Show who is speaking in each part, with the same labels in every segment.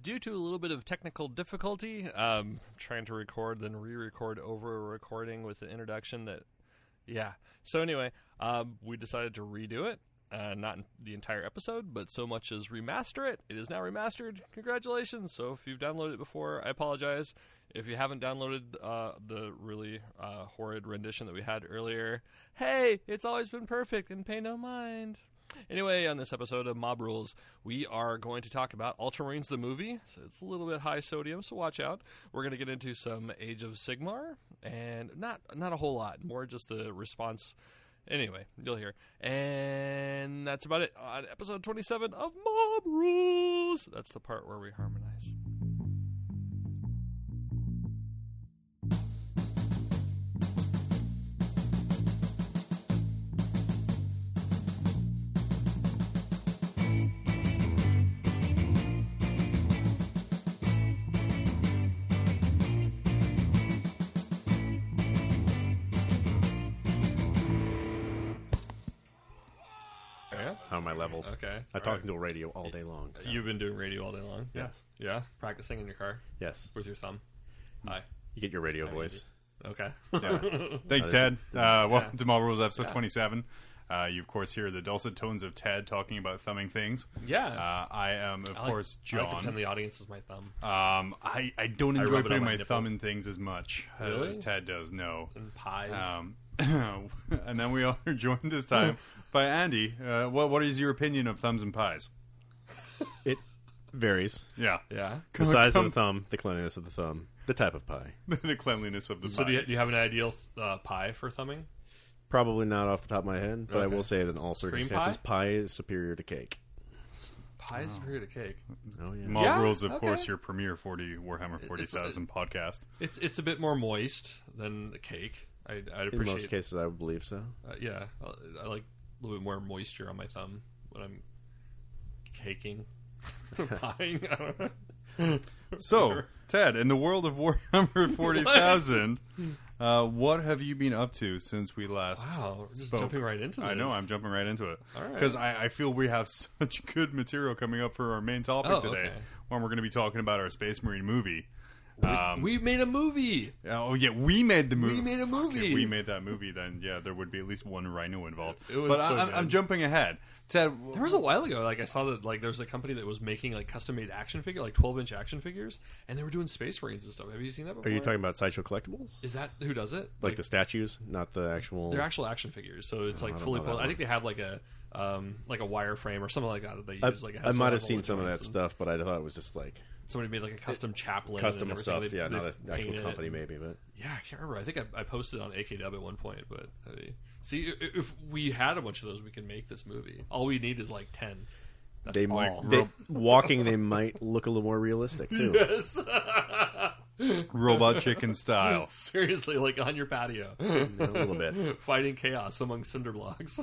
Speaker 1: due to a little bit of technical difficulty, um, trying to record then re-record over a recording with an introduction that, yeah. So anyway, um, we decided to redo it. Uh, not the entire episode, but so much as remaster it. It is now remastered. Congratulations! So if you've downloaded it before, I apologize. If you haven't downloaded uh, the really uh, horrid rendition that we had earlier, hey, it's always been perfect, and pay no mind. Anyway, on this episode of Mob Rules, we are going to talk about Ultramarines the movie. So it's a little bit high sodium, so watch out. We're going to get into some Age of Sigmar, and not not a whole lot, more just the response. Anyway, you'll hear. And that's about it on episode 27 of Mob Rules. That's the part where we harmonize. Yeah?
Speaker 2: How are my levels?
Speaker 1: Okay.
Speaker 2: I'm talking to a radio all day long. so-
Speaker 1: You've been doing radio all day long?
Speaker 2: Yes.
Speaker 1: Yeah? Practicing in your car
Speaker 2: Yes.
Speaker 1: with your thumb? Hi.
Speaker 2: You get your radio voice.
Speaker 1: Okay.
Speaker 3: Hmm. Yeah. Thanks, Ted. Uh, welcome to Mall Rules episode 27. Uh, you, of course, hear the dulcet tones of Ted talking about thumbing things.
Speaker 1: Yeah.
Speaker 3: Uh, I am, of
Speaker 1: I like- I
Speaker 3: course,
Speaker 1: like to
Speaker 3: John.
Speaker 1: pretend the audience is my thumb.
Speaker 3: um, I, I don't
Speaker 1: I
Speaker 3: enjoy
Speaker 1: rub it on
Speaker 3: putting
Speaker 1: my
Speaker 3: my,
Speaker 1: nipple.
Speaker 3: thumb in things as much uh,
Speaker 1: Really?
Speaker 3: as Ted does, no.
Speaker 1: and pies.
Speaker 3: Um, and then we all are joined this time by Andy. Uh, what, what is your opinion of thumbs and pies?
Speaker 2: It varies.
Speaker 3: Yeah.
Speaker 1: yeah.
Speaker 2: The
Speaker 3: Come-
Speaker 2: size of
Speaker 3: come-
Speaker 2: the thumb, the cleanliness of the thumb, the type of pie.
Speaker 3: the cleanliness of the
Speaker 1: So
Speaker 3: pie.
Speaker 1: do you, do you have an ideal uh, pie for thumbing?
Speaker 2: Probably not off the top of my head, but I
Speaker 1: Okay.
Speaker 2: will say that in all circumstances,
Speaker 1: pie?
Speaker 2: pie? is superior to cake.
Speaker 1: Pie is superior to cake.
Speaker 2: Oh yeah.
Speaker 3: Mall
Speaker 1: Yeah,
Speaker 3: Rules, of
Speaker 1: okay.
Speaker 3: course, your premier 40 Warhammer 40,000 podcast.
Speaker 1: It's it's a bit more moist than the cake. I, I'd
Speaker 2: in
Speaker 1: appreciate.
Speaker 2: most cases, I would believe so.
Speaker 1: uh, yeah, I, I like a little bit more moisture on my thumb when I'm caking, pieing. I don't know.
Speaker 3: So, Ted, in the world of Warhammer 40,000, uh, what have you been up to since we last
Speaker 1: Wow, we're just
Speaker 3: spoke?
Speaker 1: jumping right into this.
Speaker 3: I know, I'm jumping right into it.
Speaker 1: All right.
Speaker 3: Because I, I feel we have such good material coming up for our main topic
Speaker 1: Oh,
Speaker 3: today
Speaker 1: okay.
Speaker 3: when we're going to be talking about our Space Marine movie. Um,
Speaker 1: we made a movie.
Speaker 3: oh, yeah, we made the movie.
Speaker 1: We made a movie.
Speaker 3: If we made that movie, then, yeah, there would be at least one rhino involved.
Speaker 1: It was
Speaker 3: but
Speaker 1: so
Speaker 3: I, I'm- I'm
Speaker 1: good.
Speaker 3: jumping ahead. Ted,
Speaker 1: There was a while ago, like I saw that like there's a company that was making like custom made action figure, like 12 inch action figures, and they were doing space marines and stuff. Have you seen that? Before?
Speaker 2: Are you talking about sideshow collectibles?
Speaker 1: Is that who does it?
Speaker 2: like the statues, not the actual.
Speaker 1: They're actual action figures, so it's like fully.
Speaker 2: know that
Speaker 1: Pulled. I think they have like a um, like a wireframe or something like that. that They
Speaker 2: I,
Speaker 1: use like it
Speaker 2: I
Speaker 1: has
Speaker 2: might
Speaker 1: level
Speaker 2: have seen some of
Speaker 1: joints
Speaker 2: that
Speaker 1: and
Speaker 2: stuff, but I thought it was just like
Speaker 1: Somebody made like a custom chaplain,
Speaker 2: custom
Speaker 1: and
Speaker 2: stuff.
Speaker 1: everything. They-
Speaker 2: yeah, not an
Speaker 1: they've
Speaker 2: actual
Speaker 1: painted
Speaker 2: company,
Speaker 1: it.
Speaker 2: maybe. But
Speaker 1: Yeah, I can't remember. I think I, I posted on AKW at one point, but I mean, see, i- if we had a bunch of those, we can make this movie. All we need is like ten. That's
Speaker 2: they might
Speaker 1: all.
Speaker 2: they, walking. They might look a little more realistic too.
Speaker 1: yes,
Speaker 3: Robot Chicken style.
Speaker 1: seriously, like on your patio,
Speaker 2: A little bit.
Speaker 1: fighting chaos among cinder blocks.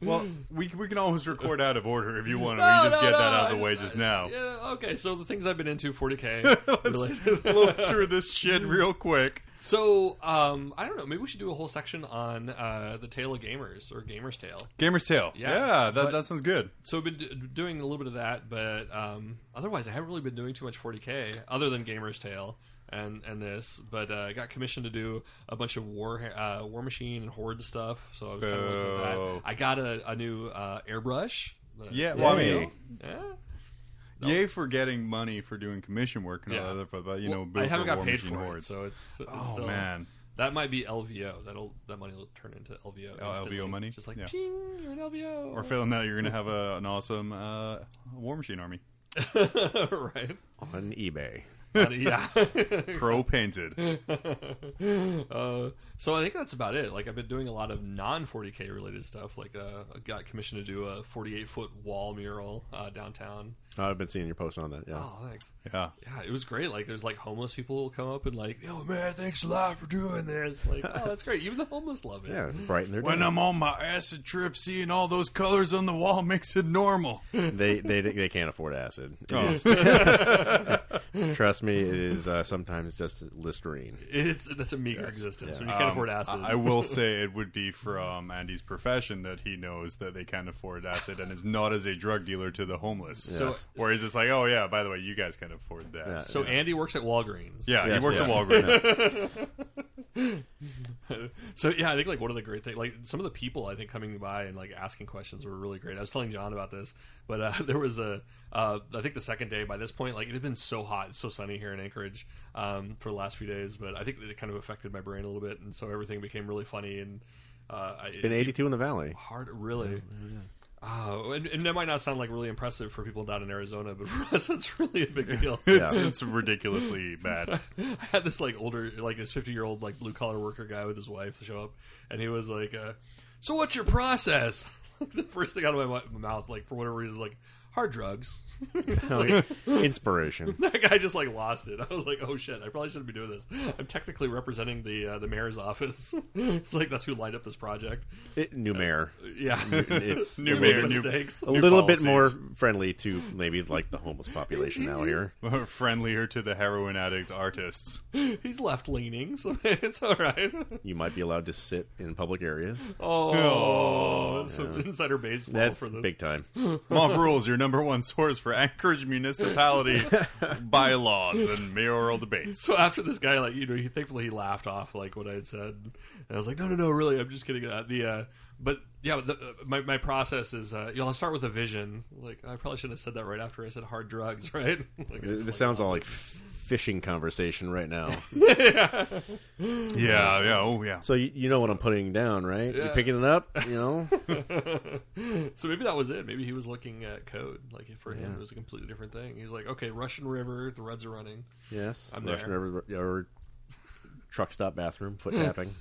Speaker 3: Well, we, we can always record out of order if you want to.
Speaker 1: No,
Speaker 3: we just
Speaker 1: no,
Speaker 3: get that
Speaker 1: no,
Speaker 3: out of
Speaker 1: I-
Speaker 3: the way just now.
Speaker 1: yeah, okay. So the things I've been into, 40k related.
Speaker 3: blow through this shit real quick.
Speaker 1: So um, I don't know. Maybe we should do a whole section on uh, the tale of gamers or gamers tale.
Speaker 3: Gamer's Tale. Yeah, that,
Speaker 1: but-
Speaker 3: that sounds good.
Speaker 1: So I've been d- doing a little bit of that, but um, otherwise I haven't really been doing too much 40k other than gamers tale and and this. But uh, I got commissioned to do a bunch of war uh, war machine and horde stuff. So I was kind of looking at that.
Speaker 3: Boo.
Speaker 1: I got a, a new uh, airbrush.
Speaker 3: Oh. Yeah, well, I
Speaker 2: Yeah.
Speaker 3: mean,
Speaker 1: Yeah.
Speaker 3: yay for getting money for doing commission work and
Speaker 1: Yeah.
Speaker 3: all that, but, but you know,
Speaker 1: I
Speaker 3: build
Speaker 1: haven't
Speaker 3: for
Speaker 1: got
Speaker 3: War
Speaker 1: paid
Speaker 3: Machine
Speaker 1: for it,
Speaker 3: Hordes.
Speaker 1: so it's, it's
Speaker 3: oh
Speaker 1: still,
Speaker 3: man,
Speaker 1: That might be LVO. That'll that money will turn into LVO.
Speaker 3: Oh,
Speaker 1: instantly.
Speaker 3: LVO money?
Speaker 1: Just like
Speaker 3: Yeah.
Speaker 1: ping, you're an LVO.
Speaker 3: or failing that, you're gonna have a, an awesome uh, War Machine army,
Speaker 1: right?
Speaker 2: on eBay.
Speaker 1: yeah.
Speaker 3: pro painted.
Speaker 1: uh, so I think that's about it. Like I've been doing a lot of non 40k related stuff. Like uh, I got commissioned to do a 48 foot wall mural uh, downtown.
Speaker 2: Oh, I've been seeing your post on that. Yeah.
Speaker 1: Oh, thanks.
Speaker 3: Yeah,
Speaker 1: Yeah, it was great. Like there's like homeless people will come up and like, yo Oh, man, thanks a lot for doing this. Like, oh, that's great. Even the homeless love it.
Speaker 2: Yeah, it's bright in their
Speaker 3: when
Speaker 2: day.
Speaker 3: I'm on my acid trip, seeing all those colors on the wall makes it normal.
Speaker 2: they they they can't afford acid. It
Speaker 3: Oh.
Speaker 2: is- Trust trust me, it is uh, sometimes just Listerine.
Speaker 1: It's that's a meager existence when you can't afford acid.
Speaker 3: Um, I will say it would be from Andy's profession that he knows that they can't afford acid and is not as a drug dealer to the homeless.
Speaker 1: So-
Speaker 3: Whereas it's like, oh yeah, by the way, you guys can afford that.
Speaker 2: Yeah.
Speaker 1: so Andy works at Walgreens.
Speaker 3: Yeah,
Speaker 2: Yes,
Speaker 3: he works
Speaker 2: yeah.
Speaker 3: at Walgreens.
Speaker 1: So yeah, I think like one of the great things, like some of the people I think coming by and like asking questions were really great. I was telling John about this, but uh, there was a, uh, I think the second day by this point, like it had been so hot, and so sunny here in Anchorage um, for the last few days, but I think that it kind of affected my brain a little bit, and so everything became really funny and. Uh, I- it's
Speaker 2: Been 82 in the valley.
Speaker 1: hard, really. Oh, and, and that might not sound like really impressive for people down in Arizona, but for us, it's really a big deal.
Speaker 3: It's, it's ridiculously bad.
Speaker 1: I had this like older, like this fifty year old like blue collar worker guy with his wife show up, and he was like, uh, "So what's your process?" the first thing out of my mu- mouth, like for whatever reason, like hard drugs. It's
Speaker 2: Oh.
Speaker 1: like-
Speaker 2: Inspiration.
Speaker 1: that guy just like lost it. I was like, "Oh shit! I probably shouldn't be doing this." I'm technically representing the uh, the mayor's office. it's like that's who lined up this project.
Speaker 2: It, new mayor.
Speaker 1: Yeah,
Speaker 2: It's a
Speaker 3: New
Speaker 1: Little
Speaker 3: mayor, new-
Speaker 1: mistakes.
Speaker 2: a
Speaker 3: New
Speaker 2: little bit
Speaker 3: policies.
Speaker 2: more friendly to maybe like the homeless population out here.
Speaker 3: Friendlier to the heroin addict artists.
Speaker 1: He's left leaning, so it's all right.
Speaker 2: You might be allowed to sit in public areas.
Speaker 1: Oh, some insider baseball
Speaker 2: Oh. That's
Speaker 1: for the
Speaker 2: big time.
Speaker 3: Mob Rules, your number one source for Anchorage municipality bylaws and mayoral debates.
Speaker 1: So after this guy, like you know, he thankfully he laughed off like what I had said, and I was like, no, no, no, really, I'm just kidding. Uh, the uh, but yeah, the, uh, my my process is uh, you know I'll start with a vision. Like I probably shouldn't have said that right after I said hard drugs, right? like, I
Speaker 2: This
Speaker 1: just, like,
Speaker 2: sounds all like fishing conversation right now.
Speaker 3: Yeah, yeah, oh yeah.
Speaker 2: so you, you know what I'm putting down, right?
Speaker 1: Yeah.
Speaker 2: You're picking it up, you know?
Speaker 1: so maybe that was it. Maybe he was looking at code. Like for him, it was a completely different thing. He's like, okay, Russian River, the Reds are running.
Speaker 2: Yes.
Speaker 1: I'm
Speaker 2: Russian
Speaker 1: there.
Speaker 2: River- or truck stop bathroom, foot tapping.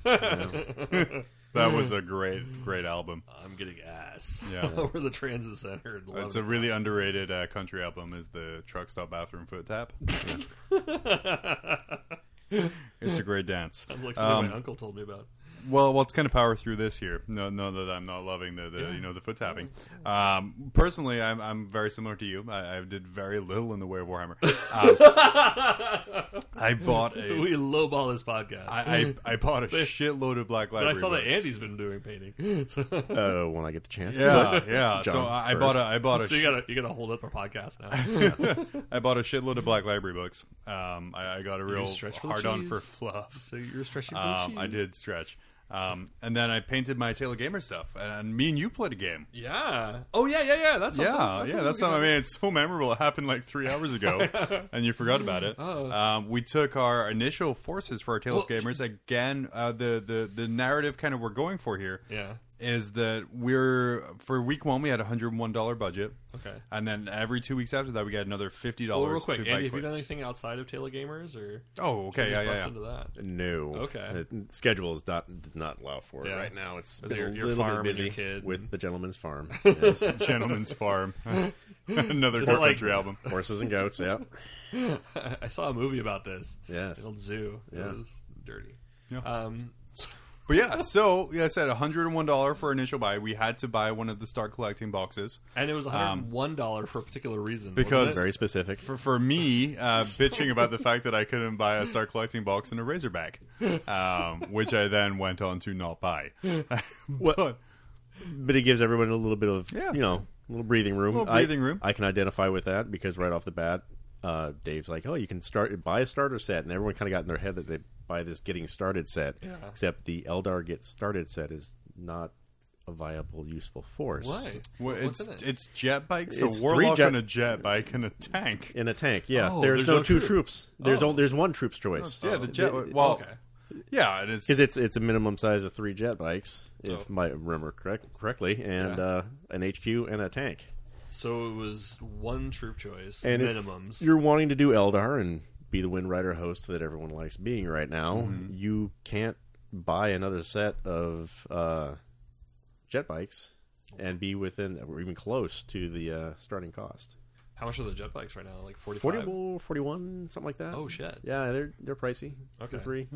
Speaker 3: That was a great, great album.
Speaker 1: I'm getting ass
Speaker 3: Yeah.
Speaker 1: over the transit center. and love
Speaker 3: It's
Speaker 1: it.
Speaker 3: a really underrated uh, country album. Is the truck stop bathroom foot tap? it's a great dance. Um,
Speaker 1: Sounds like something
Speaker 2: Um,
Speaker 1: my uncle told me about.
Speaker 3: Well, well, it's kind of power through this here. No, no, that I'm not loving the, the you know the foot tapping.
Speaker 1: Mm-hmm.
Speaker 3: Um, personally, I'm I'm very similar to you. I, I did very little in the way of Warhammer. Um, I bought a
Speaker 1: We lowball this podcast.
Speaker 3: I, I, I bought a shitload of Black
Speaker 1: but
Speaker 3: Library.
Speaker 1: I saw that
Speaker 3: books.
Speaker 1: Andy's been doing painting. So,
Speaker 2: Oh, when I get the chance.
Speaker 3: Yeah, yeah.
Speaker 2: John
Speaker 3: so I, I
Speaker 2: first.
Speaker 3: bought a I bought a
Speaker 1: so you gotta you gotta hold up our podcast now.
Speaker 3: I bought a shitload of Black Library books. Um, I, I got a real
Speaker 1: stretch for the
Speaker 3: hard on
Speaker 1: cheese?
Speaker 3: for fluff.
Speaker 1: so you're stretching.
Speaker 3: Um, I did stretch, um, and then I painted my Taylor Gamer stuff. And, and me and you played a game.
Speaker 1: Yeah. Oh yeah yeah yeah. That's something-
Speaker 3: Yeah, yeah,
Speaker 1: something
Speaker 3: that's
Speaker 1: we Oh.
Speaker 3: something. I
Speaker 1: can-
Speaker 3: mean, it's so memorable. It happened like three hours ago, and you forgot about it. Um, we took our initial forces for our Tale of
Speaker 1: Oh. Well,
Speaker 3: Gamers again. Uh, the the the narrative kind of we're going for here is
Speaker 1: Yeah.
Speaker 3: that we're for week one we had a hundred one dollar budget.
Speaker 1: Okay.
Speaker 3: and then every two weeks after that we got another fifty
Speaker 1: Well,
Speaker 3: dollars.
Speaker 1: real quick,
Speaker 3: to
Speaker 1: Andy,
Speaker 3: buy
Speaker 1: have you done
Speaker 3: quits.
Speaker 1: anything outside of Taylor Gamers or
Speaker 3: Oh, okay,
Speaker 1: just
Speaker 3: yeah, yeah,
Speaker 1: bust
Speaker 3: yeah.
Speaker 1: into that?
Speaker 2: No.
Speaker 1: Okay.
Speaker 2: The schedule is not, did not allow for it
Speaker 1: Yeah.
Speaker 2: right now. It's
Speaker 1: With
Speaker 2: been
Speaker 1: your-
Speaker 2: a
Speaker 1: your
Speaker 2: little
Speaker 1: farm and
Speaker 2: bit busy
Speaker 1: your kid.
Speaker 2: with the gentleman's farm. Yes.
Speaker 3: Gentleman's Farm, another
Speaker 1: Is it
Speaker 3: Core
Speaker 1: like-
Speaker 3: Country album.
Speaker 2: Horses and goats, yeah.
Speaker 1: I saw a movie about this.
Speaker 2: Yes.
Speaker 1: An old zoo.
Speaker 2: Yeah.
Speaker 1: It was dirty.
Speaker 3: Yeah.
Speaker 1: Um.
Speaker 3: But yeah, so yeah, I said one hundred and one dollar for initial buy. We had to buy one of the start collecting boxes.
Speaker 1: And it was one hundred one dollar for a particular reason wasn't
Speaker 3: Um, Because-
Speaker 1: it?
Speaker 2: Very specific.
Speaker 3: for, for me, uh, bitching about the fact that I couldn't buy a Star Collecting box and a Razorback, um, which I then went on to not buy. but
Speaker 2: but it gives everyone a little bit of
Speaker 3: Yeah.
Speaker 2: you know a little breathing room.
Speaker 3: Little breathing
Speaker 2: I,
Speaker 3: room.
Speaker 2: I can identify with that because right off the bat, uh, Dave's like, "Oh, you can start buy a starter set," and everyone kind of got in their head that they buy this getting started set. Except the Eldar get started set is not a viable useful force.
Speaker 1: Why?
Speaker 3: well,
Speaker 1: What's
Speaker 3: it's
Speaker 1: in it?
Speaker 3: it's jet bikes, a
Speaker 2: It's three
Speaker 3: warlock,
Speaker 2: jet-
Speaker 3: and a jet bike, and a tank.
Speaker 2: In a tank, yeah.
Speaker 1: Oh,
Speaker 2: there's,
Speaker 1: there's
Speaker 2: no,
Speaker 1: no
Speaker 2: two
Speaker 1: troop. Oh.
Speaker 2: troops. There's only there's one troop's choice.
Speaker 3: Oh, Yeah, the jet. Well,
Speaker 1: okay.
Speaker 3: yeah, and it's
Speaker 2: Because it's it's a minimum size of three jet bikes, if my I remember correct, correctly, and
Speaker 1: Oh. Yeah.
Speaker 2: uh, an HQ and a tank.
Speaker 1: So it was one troop choice
Speaker 2: and if
Speaker 1: minimums.
Speaker 2: you're wanting to do Eldar and be the Wind Rider host that everyone likes being right now,
Speaker 1: Mm-hmm.
Speaker 2: you can't buy another set of uh, jet bikes and be within or even close to the uh, starting cost.
Speaker 1: How much are the jet bikes right now? Like 45?
Speaker 2: 40, 41, something like that.
Speaker 1: Oh shit.
Speaker 2: Yeah, they're they're pricey.
Speaker 1: Okay.
Speaker 2: For three.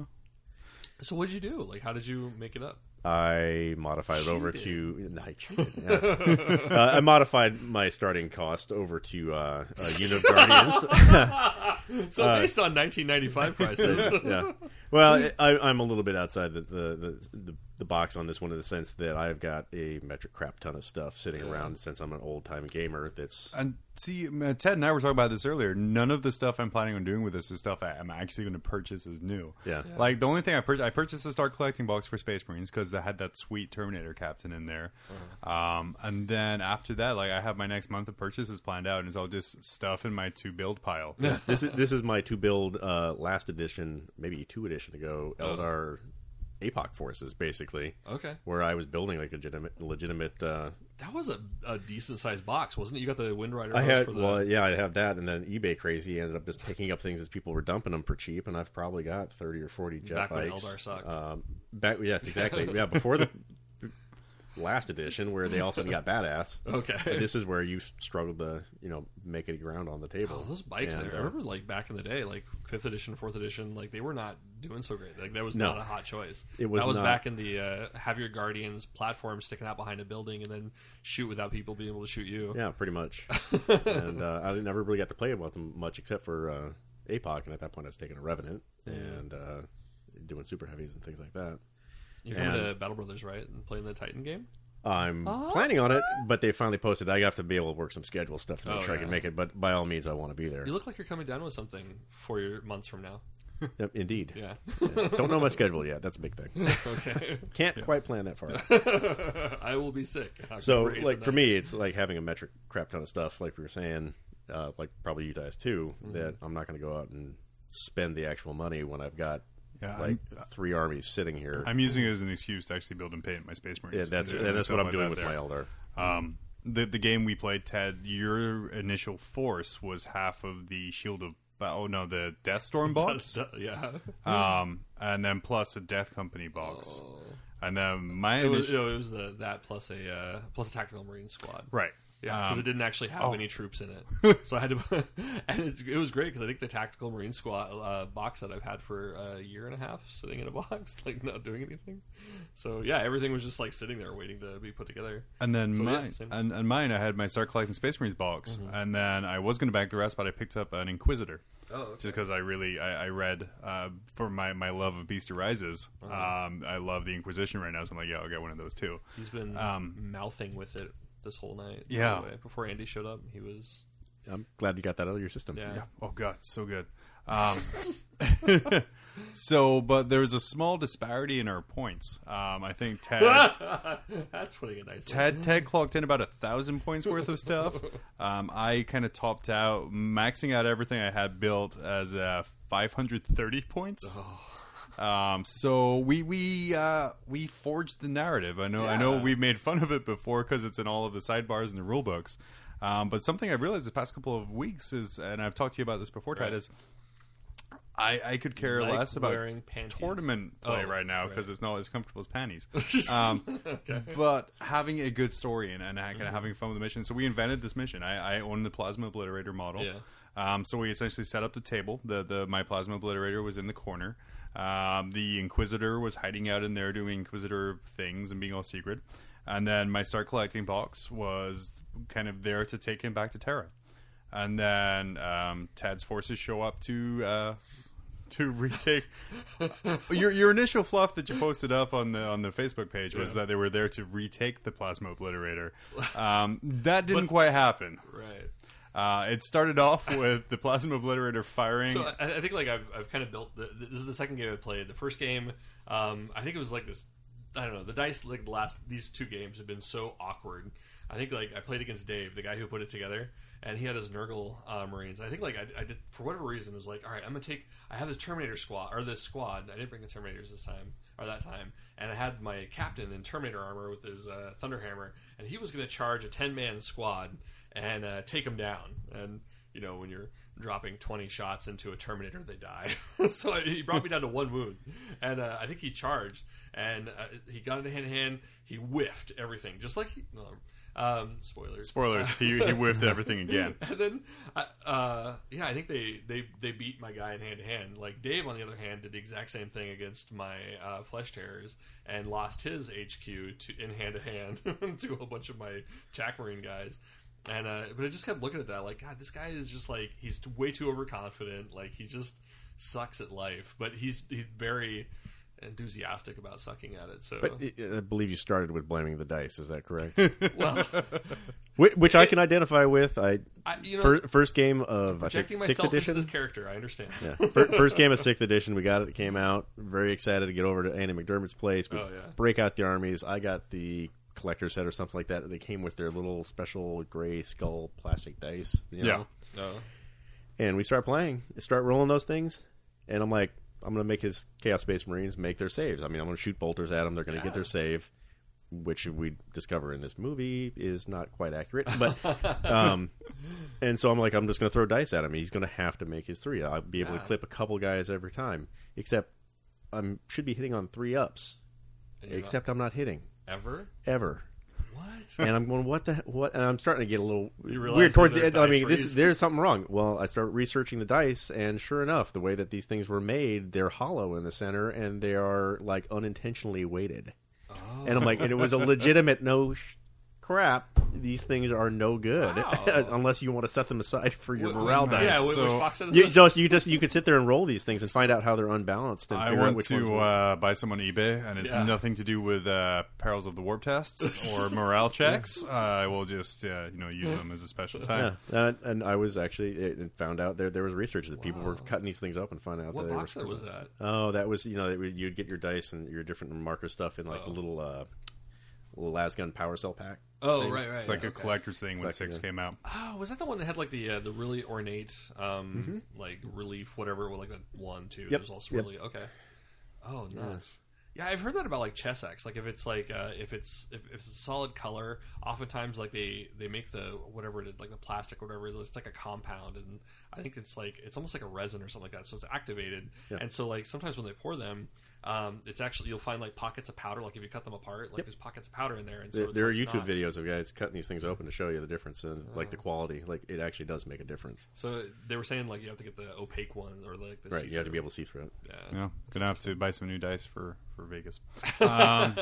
Speaker 1: So what'd you do? Like, how did you make it up?
Speaker 2: I modified it over to. No, I cheated, yes. uh, I modified my starting cost over to uh, a unit of guardians.
Speaker 1: So
Speaker 2: Uh,
Speaker 1: based on 1995 prices,
Speaker 2: yeah. Well, I, I'm a little bit outside the, the, the, the box on this one in the sense that I've got a metric crap ton of stuff sitting around since I'm an old time gamer. That's
Speaker 3: And see, m- Ted and I were talking about this earlier. None of the stuff I'm planning on doing with this is stuff I, am actually going to purchase as new.
Speaker 2: Yeah. Yeah.
Speaker 3: Like the only thing I purchased, I purchased the Star Collecting box for Space Marines because they had that sweet Terminator captain in there. Um, and then after that, like I have my next month of purchases planned out, and it's all just stuff in my to build pile.
Speaker 2: this is this is my two build uh, last edition, maybe two edition ago Eldar Apoc forces basically.
Speaker 1: okay,
Speaker 2: Where I was building like a legitimate legitimate. Uh,
Speaker 1: that was a, a decent sized box, wasn't it? You got the Wind Rider.
Speaker 2: I
Speaker 1: hose
Speaker 2: had
Speaker 1: for the,
Speaker 2: well, yeah, I had that, and then eBay crazy ended up just picking up things as people were dumping them for cheap, and I've probably got thirty or forty jet
Speaker 1: Back when
Speaker 2: bikes.
Speaker 1: Eldar sucked.
Speaker 2: Um, back, yes, exactly. yeah, before the last edition, where they all of a sudden got badass.
Speaker 1: Okay.
Speaker 2: But this is where you struggled to, you know, make it ground on the table.
Speaker 1: Oh, those bikes
Speaker 2: And,
Speaker 1: there.
Speaker 2: uh,
Speaker 1: I remember like back in the day, like fifth edition, fourth edition, like they were not doing so great. Like that was
Speaker 2: No.
Speaker 1: not a hot choice.
Speaker 2: It was
Speaker 1: that was
Speaker 2: not.
Speaker 1: back in the uh, have your guardians platform sticking out behind a building and then shoot without people being able to shoot you.
Speaker 2: Yeah, pretty much. and uh, I never really got to play with them much, except for uh, APOC, and at that point I was taking a Revenant and uh, doing super heavies and things like that.
Speaker 1: You're coming
Speaker 2: And-
Speaker 1: to Battle Brothers, right? And playing the Titan game?
Speaker 2: I'm planning on it, but they finally posted. I have to be able to work some schedule stuff to make
Speaker 1: Oh,
Speaker 2: sure I can
Speaker 1: yeah.
Speaker 2: make it. But by all means, I want to be there.
Speaker 1: You look like you're coming down with something four year, months from now.
Speaker 2: Yep, Indeed.
Speaker 1: Yeah.
Speaker 2: Don't know my schedule yet. That's a big thing.
Speaker 1: okay.
Speaker 2: Can't quite plan that far.
Speaker 1: I will be sick. October
Speaker 2: so,
Speaker 1: 8th
Speaker 2: like for
Speaker 1: and
Speaker 2: me, it's like having a metric crap ton of stuff. Like we were saying, uh, like probably you guys too. That I'm not going to go out and spend the actual money when I've got
Speaker 3: Yeah,
Speaker 2: like three armies sitting here.
Speaker 3: I'm using it as an excuse to actually build and paint my Space Marines.
Speaker 2: yeah, that's
Speaker 3: There-
Speaker 2: and
Speaker 3: there's
Speaker 2: that's
Speaker 3: stuff
Speaker 2: what I'm
Speaker 3: like
Speaker 2: doing
Speaker 3: that
Speaker 2: with
Speaker 3: there.
Speaker 2: my Eldar.
Speaker 3: Um, the the game we played, Ted, your initial force was half of the shield of. Oh no, the Deathstorm box,
Speaker 1: that. uh, yeah. Oh.
Speaker 3: um, and then plus a Death Company box, and then my
Speaker 1: It was,
Speaker 3: initial,
Speaker 1: you know, it was the that plus a uh, plus a tactical marine squad.
Speaker 3: right,
Speaker 1: Yeah, because
Speaker 3: Um,
Speaker 1: it didn't actually have any troops in it, so I had to. and it, it was great because I think the tactical marine squad uh, box that I've had for a year and a half, sitting in a box, like not doing anything. So yeah, everything was just like sitting there waiting to be put together.
Speaker 3: And then
Speaker 1: So, yeah,
Speaker 3: mine,
Speaker 1: same. Mm-hmm.
Speaker 3: and, and mine, I had my Star Collecting Space Marines box, and then I was going to back the rest, but I picked up an Inquisitor.
Speaker 1: Oh, okay.
Speaker 3: Just because I really I, I read uh, for my, my love of Beast Rises,
Speaker 1: Uh-huh.
Speaker 3: um, I love the Inquisition right now, so I'm like, yeah, I'll get one of those too.
Speaker 1: He's been mouthing with it this whole night. by
Speaker 3: um, Yeah.
Speaker 1: the way. Before Andy showed up, he was
Speaker 2: I'm glad you got that out of your system.
Speaker 1: yeah.
Speaker 3: Yeah. Oh god, so good. Um, so, but there was a small disparity in our points. Um, I think Ted
Speaker 1: That's putting it nicely.
Speaker 3: Ted Ted clocked in about a thousand points worth of stuff. Um, I kind of topped out, maxing out everything I had built as uh, 530 points. Um, so we we uh, we forged the narrative. I know I know
Speaker 1: Yeah.
Speaker 3: we made fun of it before because it's in all of the sidebars and the rule books. Um, but something I've realized the past couple of weeks is, and I've talked to you about this before, Ted, is I, I could care
Speaker 1: Like
Speaker 3: less about
Speaker 1: wearing panties.
Speaker 3: tournament play
Speaker 1: Oh,
Speaker 3: right now
Speaker 1: right.
Speaker 3: because it's not as comfortable as panties. um, But having a good story and, and kind of having fun with the mission. So we invented this mission. I, I own the plasma obliterator model.
Speaker 1: Yeah.
Speaker 3: Um, so we essentially set up the table. The the my plasma obliterator was in the corner. Um, the inquisitor was hiding out in there doing inquisitor things and being all secret. And then my star collecting box was kind of there to take him back to Terra. And then um, Tad's forces show up to uh, to retake your your initial fluff that you posted up on the on the Facebook page was that they were there to retake the plasma obliterator. Um, that didn't quite happen.
Speaker 1: right.
Speaker 3: Uh, it started off with the plasma obliterator firing.
Speaker 1: So I, I think like I've, I've kind of built. The, this is the second game I played. The first game, um, I think it was like this. I don't know. The dice like the last these two games have been so awkward. I think like I played against Dave, the guy who put it together, and he had his Nurgle uh, Marines. I think like I, I did for whatever reason was like, all right, I'm gonna take. I have the Terminator squad or this squad. I didn't bring the Terminators this time or that time, and I had my captain in Terminator armor with his uh, Thunderhammer, and he was gonna charge a ten man squad and uh, take him down. And you know, when you're dropping 20 shots into a Terminator, they die. so he brought me down to one wound. And uh, I think he charged. And uh, he got into hand to hand. He whiffed everything. Just like he. No, Um, spoilers.
Speaker 3: Spoilers. He, he whiffed everything again.
Speaker 1: and then, I- uh, yeah, I think they, they, they beat my guy in hand to hand. Like Dave, on the other hand, did the exact same thing against my uh, flesh terrors and lost his HQ to, in hand to hand to a bunch of my attack marine guys. And uh, but I just kept looking at that, like God, this guy is just like he's way too overconfident. Like he just sucks at life, but he's he's very enthusiastic about sucking at it. So
Speaker 2: But I I believe you started with blaming the dice. Is that correct?
Speaker 1: well,
Speaker 2: Whi- Which I can identify with. I
Speaker 1: I, you know,
Speaker 2: fir- first game of I think
Speaker 1: projecting
Speaker 2: sixth
Speaker 1: myself into
Speaker 2: edition.
Speaker 1: this character, I understand.
Speaker 2: Yeah. Fir- First game of sixth edition, we got it. It came out. Very excited to get over to Annie McDermott's place. We
Speaker 1: Oh, yeah.
Speaker 2: break out the armies. I got the collector set or something like that. They came with their little special gray skull plastic dice. You know?
Speaker 3: Yeah.
Speaker 1: No.
Speaker 2: And we start playing, start rolling those things, and I'm like, I'm gonna make his Chaos Space Marines make their saves. I mean, I'm gonna shoot bolters at them. They're gonna
Speaker 1: Yeah.
Speaker 2: get their save, which we discover in this movie is not quite accurate. But, um, and so I'm like, I'm just gonna throw dice at him. He's gonna have to make his three. I'll be able
Speaker 1: Yeah.
Speaker 2: to clip a couple guys every time. Except I'm should be hitting on three ups.
Speaker 1: And you're not-
Speaker 2: except I'm not hitting
Speaker 1: ever?
Speaker 2: ever.
Speaker 1: What?
Speaker 2: And I'm going, what the what? And I'm starting to get a little
Speaker 1: You realize
Speaker 2: weird towards
Speaker 1: that
Speaker 2: the end.
Speaker 1: they're
Speaker 2: I
Speaker 1: dice
Speaker 2: mean, this,
Speaker 1: raised.
Speaker 2: there's something wrong. Well, I start researching the dice, and sure enough, the way that these things were made, they're hollow in the center, and they are like unintentionally weighted. And I'm like, and it was a legitimate no sh- crap. These things are no good
Speaker 1: Wow.
Speaker 2: unless you want to set them aside for your
Speaker 1: Wh-
Speaker 2: morale dice.
Speaker 1: Yeah, wh-
Speaker 3: So-
Speaker 1: which box set is
Speaker 2: You,
Speaker 1: this?
Speaker 2: so you just you could sit there and roll these things and find out how they're unbalanced and
Speaker 3: I
Speaker 2: figure out
Speaker 3: want
Speaker 2: which ones.
Speaker 3: to
Speaker 2: were-
Speaker 3: uh, buy some on eBay, and it's
Speaker 1: Yeah.
Speaker 3: nothing to do with uh, perils of the warp tests or morale checks. Uh, I will just uh, you know use them as a special
Speaker 1: uh,
Speaker 2: Yeah,
Speaker 3: time.
Speaker 2: and, and I was actually it, it found out there there was research that people were
Speaker 1: Wow.
Speaker 2: cutting these things up and finding out
Speaker 1: what
Speaker 2: that they were
Speaker 1: box set was that?
Speaker 2: Oh, that was you know that you'd get your dice and your different marker stuff in like
Speaker 1: Oh.
Speaker 2: a little uh, little lasgun power cell pack.
Speaker 1: Oh, right, right.
Speaker 3: It's like a
Speaker 1: okay.
Speaker 3: collector's thing when
Speaker 2: Collector,
Speaker 3: six
Speaker 2: yeah.
Speaker 3: came out.
Speaker 1: Oh, was that the one that had like the uh, the really ornate, um, like relief, whatever, with like the one, two. There's all
Speaker 2: Mm-hmm. yep.
Speaker 1: swirly. Okay. Oh, nuts. Yeah. I've heard that about like Chessex. Like if it's like uh, if it's if, if it's a solid color, oftentimes like they they make the whatever it is, like the plastic or whatever it is, it's like a compound, and I think it's like it's almost like a resin or something like that. So it's activated, and so like sometimes when they pour them. Um, it's actually you'll find like pockets of powder. Like if you cut them apart, like there's pockets of powder in there, and so
Speaker 2: There,
Speaker 1: it's,
Speaker 2: there are
Speaker 1: like,
Speaker 2: YouTube
Speaker 1: not- Oh.
Speaker 2: videos of guys cutting these things open to show you the difference and like the quality. Like it actually does make a difference.
Speaker 1: So they were saying like you have to get the opaque one or like the
Speaker 2: Right, you have
Speaker 1: see-through.
Speaker 2: to be able to see through it.
Speaker 1: Yeah.
Speaker 3: Yeah, gonna have to buy some new dice for for Vegas. Um,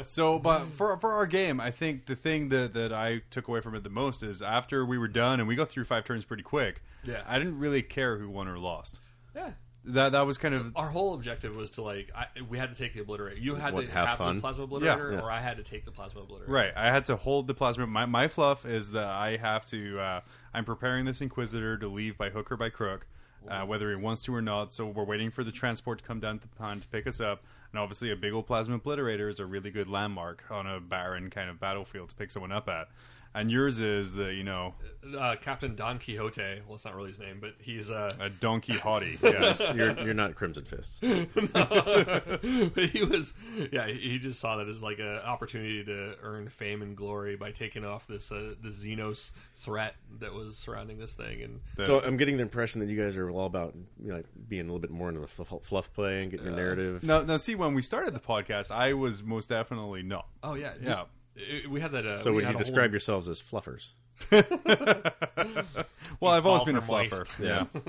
Speaker 3: so, but for for our game, I think the thing that that I took away from it the most is after we were done and we got through five turns pretty quick.
Speaker 1: Yeah.
Speaker 3: I didn't really care who won or lost.
Speaker 1: Yeah.
Speaker 3: That that was kind of
Speaker 1: Our whole objective was to like I, we had to take the obliterator. You had
Speaker 2: What,
Speaker 1: to
Speaker 2: have
Speaker 1: have,
Speaker 2: fun?
Speaker 1: the plasma obliterator,
Speaker 2: Yeah.
Speaker 1: or I had to take the plasma obliterator.
Speaker 3: Right. I had to hold the plasma. My, my fluff is that I have to. Uh, I'm preparing this Inquisitor to leave by hook or by crook, uh, whether he wants to or not. So we're waiting for the transport to come down to the pond to pick us up. And obviously, a big old plasma obliterator is a really good landmark on a barren kind of battlefield to pick someone up at. And yours is the, you know,
Speaker 1: Uh, Captain Don Quixote. Well, it's not really his name, but he's uh,
Speaker 3: a donkey hottie. Yes.
Speaker 2: You're, you're not Crimson Fist.
Speaker 1: but he was yeah. He he just saw that as like an opportunity to earn fame and glory by taking off this uh, the Xenos threat that was surrounding this thing. And
Speaker 2: so I'm getting the impression that you guys are all about you know, like, being a little bit more into the fluff, fluff play and getting your narrative.
Speaker 3: Now, now, see, when we started the podcast, I was most definitely not.
Speaker 1: oh yeah,
Speaker 3: Yeah.
Speaker 1: d- We had that. Uh,
Speaker 2: so
Speaker 1: we
Speaker 2: would
Speaker 1: had
Speaker 2: you
Speaker 1: a whole-
Speaker 2: describe yourselves as fluffers?
Speaker 3: Well, I've
Speaker 1: Balls
Speaker 3: always been a
Speaker 1: are moist.
Speaker 3: fluffer.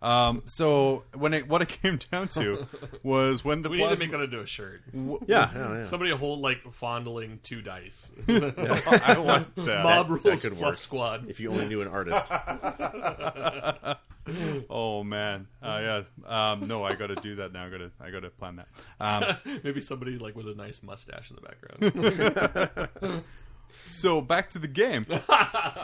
Speaker 3: Yeah. um, so when it what it came down to was when the
Speaker 1: We need to
Speaker 3: plasma,
Speaker 1: make that into a shirt.
Speaker 2: Yeah, yeah, yeah.
Speaker 1: Somebody hold like fondling two dice.
Speaker 3: I want that.
Speaker 1: Mob
Speaker 2: that
Speaker 1: rules
Speaker 2: could
Speaker 1: fluff
Speaker 2: work.
Speaker 1: squad.
Speaker 2: If you only knew an artist.
Speaker 3: Oh man, uh, yeah. Um, no, I got to do that now. I got to I got to plan that. Um,
Speaker 1: Maybe somebody like with a nice mustache in the background.
Speaker 3: so back to the game.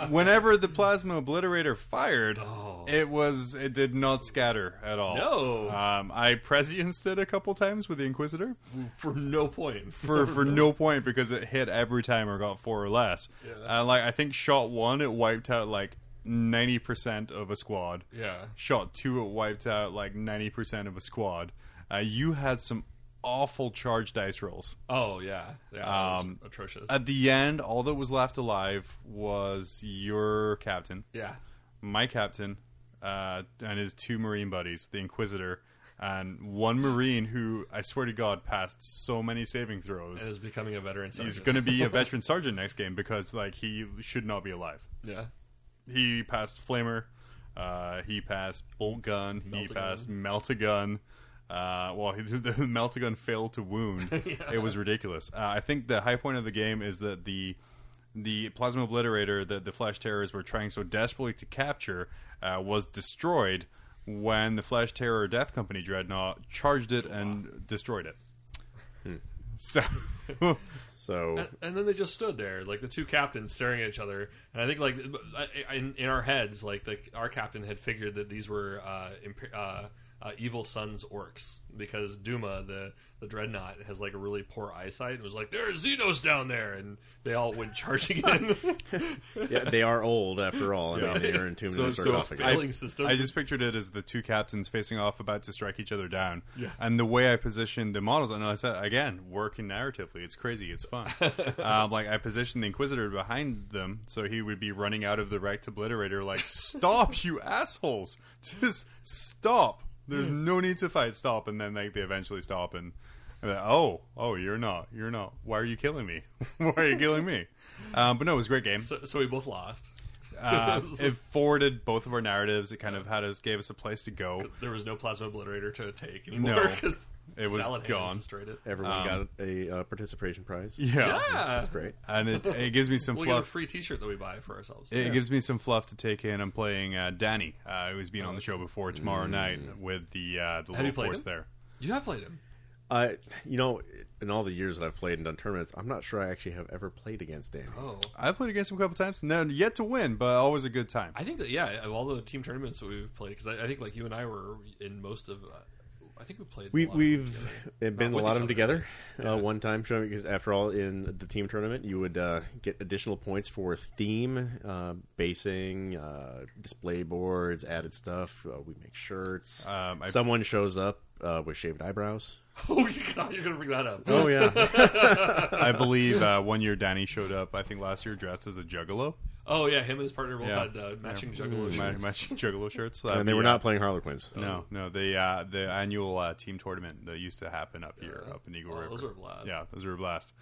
Speaker 3: Whenever the plasma obliterator fired, it was it did not scatter at all.
Speaker 1: Oh. No.
Speaker 3: um, I prescienced it a couple times with the Inquisitor.
Speaker 1: For no point.
Speaker 3: for for no point because it hit every time or got four or less.
Speaker 1: Yeah.
Speaker 3: And like I think shot one, it wiped out like ninety percent of a squad.
Speaker 1: Yeah.
Speaker 3: Shot two, it wiped out like ninety percent of a squad. Uh, you had some awful charge dice rolls.
Speaker 1: Oh yeah. Yeah. that was
Speaker 3: Um,
Speaker 1: atrocious.
Speaker 3: At the end, all that was left alive was your captain,
Speaker 1: yeah.
Speaker 3: my captain, uh, and his two marine buddies, the Inquisitor, and one Marine who I swear to God passed so many saving
Speaker 1: and
Speaker 3: throws.
Speaker 1: is becoming a veteran sergeant.
Speaker 3: He's going to be a veteran sergeant next game because like he should not be alive.
Speaker 1: yeah.
Speaker 3: He passed Flamer, uh, he passed Bolt Gun, he
Speaker 1: Melt-a-Gun.
Speaker 3: passed Meltagun. Uh, well, he, the Meltagun failed to wound. It was ridiculous. Uh, I think the high point of the game is that the the plasma obliterator that the Flash Terrors were trying so desperately to capture uh, was destroyed when the Flash Terror Death Company Dreadnought charged it and destroyed it. So
Speaker 2: So
Speaker 1: And then they just stood there, like the two captains staring at each other. And I think, like I- in, in our heads, like the, our captain had figured that these were uh, imp- uh, uh, evil sons orcs because Duma, the the dreadnought, has like a really poor eyesight and was like, "There are Xenos down there," and they all went charging in.
Speaker 2: yeah, they are old after all. I
Speaker 3: Yeah.
Speaker 2: mean, they are entombed in a
Speaker 3: I,
Speaker 2: sarcophagus.
Speaker 1: failing system.
Speaker 3: I just pictured it as the two captains facing off, about to strike each other down.
Speaker 1: Yeah.
Speaker 3: And the way I positioned the models, and I said again, working narratively, it's crazy, it's fun. um, like I positioned the Inquisitor behind them, so he would be running out of the wrecked obliterator, like, "Stop, you assholes! Just stop! There's no need to fight. Stop!" And then like they eventually stop and. and they're, Oh, oh, you're not, you're not. Why are you killing me? Why are you killing me? Um, but no, it was a great game
Speaker 1: so, so we both lost.
Speaker 3: uh, it forwarded both of our narratives. It kind of had us gave us a place to go.
Speaker 1: There was no plasma obliterator to take anymore.
Speaker 3: No.
Speaker 1: 'cause
Speaker 3: It was
Speaker 1: Saladin
Speaker 3: gone.
Speaker 1: destroyed it.
Speaker 2: Everyone got a uh, participation prize.
Speaker 3: Yeah,
Speaker 1: Yeah,
Speaker 2: That's great.
Speaker 3: and it, it gives me some
Speaker 1: we'll get a
Speaker 3: fluff.
Speaker 1: free T-shirt that we buy for ourselves.
Speaker 3: It gives me some fluff to take in. I'm playing uh, Danny, uh, who's been on the show before tomorrow night with the uh, the little
Speaker 1: Mm. you played
Speaker 3: force
Speaker 1: him?
Speaker 3: there.
Speaker 1: you have played him.
Speaker 2: I, you know, in all the years that I've played and done tournaments, I'm not sure I actually have ever played against Danny.
Speaker 1: Oh.
Speaker 3: I played against him a couple times. No, yet to win, but always a good time.
Speaker 1: I think that yeah, of all the team tournaments that we've played, because I, I think like you and I were in most of, uh, I think we played.
Speaker 2: We,
Speaker 1: a lot of them together.
Speaker 2: we've been
Speaker 1: Uh,
Speaker 2: a
Speaker 1: with
Speaker 2: lot of
Speaker 1: each
Speaker 2: them
Speaker 1: other.
Speaker 2: together uh, one time showing because after all in the team tournament you would uh, get additional points for theme uh, basing uh, display boards added stuff uh, we make shirts
Speaker 3: Um, I-
Speaker 2: someone shows up uh, with shaved eyebrows
Speaker 1: Oh my God, you're gonna bring that up.
Speaker 2: oh yeah
Speaker 3: I believe uh, one year Danny showed up. I think last year dressed as a juggalo,
Speaker 1: Oh yeah, him and his partner both
Speaker 3: Yeah. Mm,
Speaker 1: had uh, matching juggalo
Speaker 3: Ma-
Speaker 1: shirts.
Speaker 3: matching juggalo shirts,
Speaker 2: and they
Speaker 3: That'd
Speaker 2: were
Speaker 3: be, uh,
Speaker 2: not playing harlequins
Speaker 1: Oh.
Speaker 3: No, no, the uh, the annual uh, team tournament that used to happen up here, up in Eagle
Speaker 1: Oh,
Speaker 3: River.
Speaker 1: those were a blast.
Speaker 3: Yeah, those were a blast.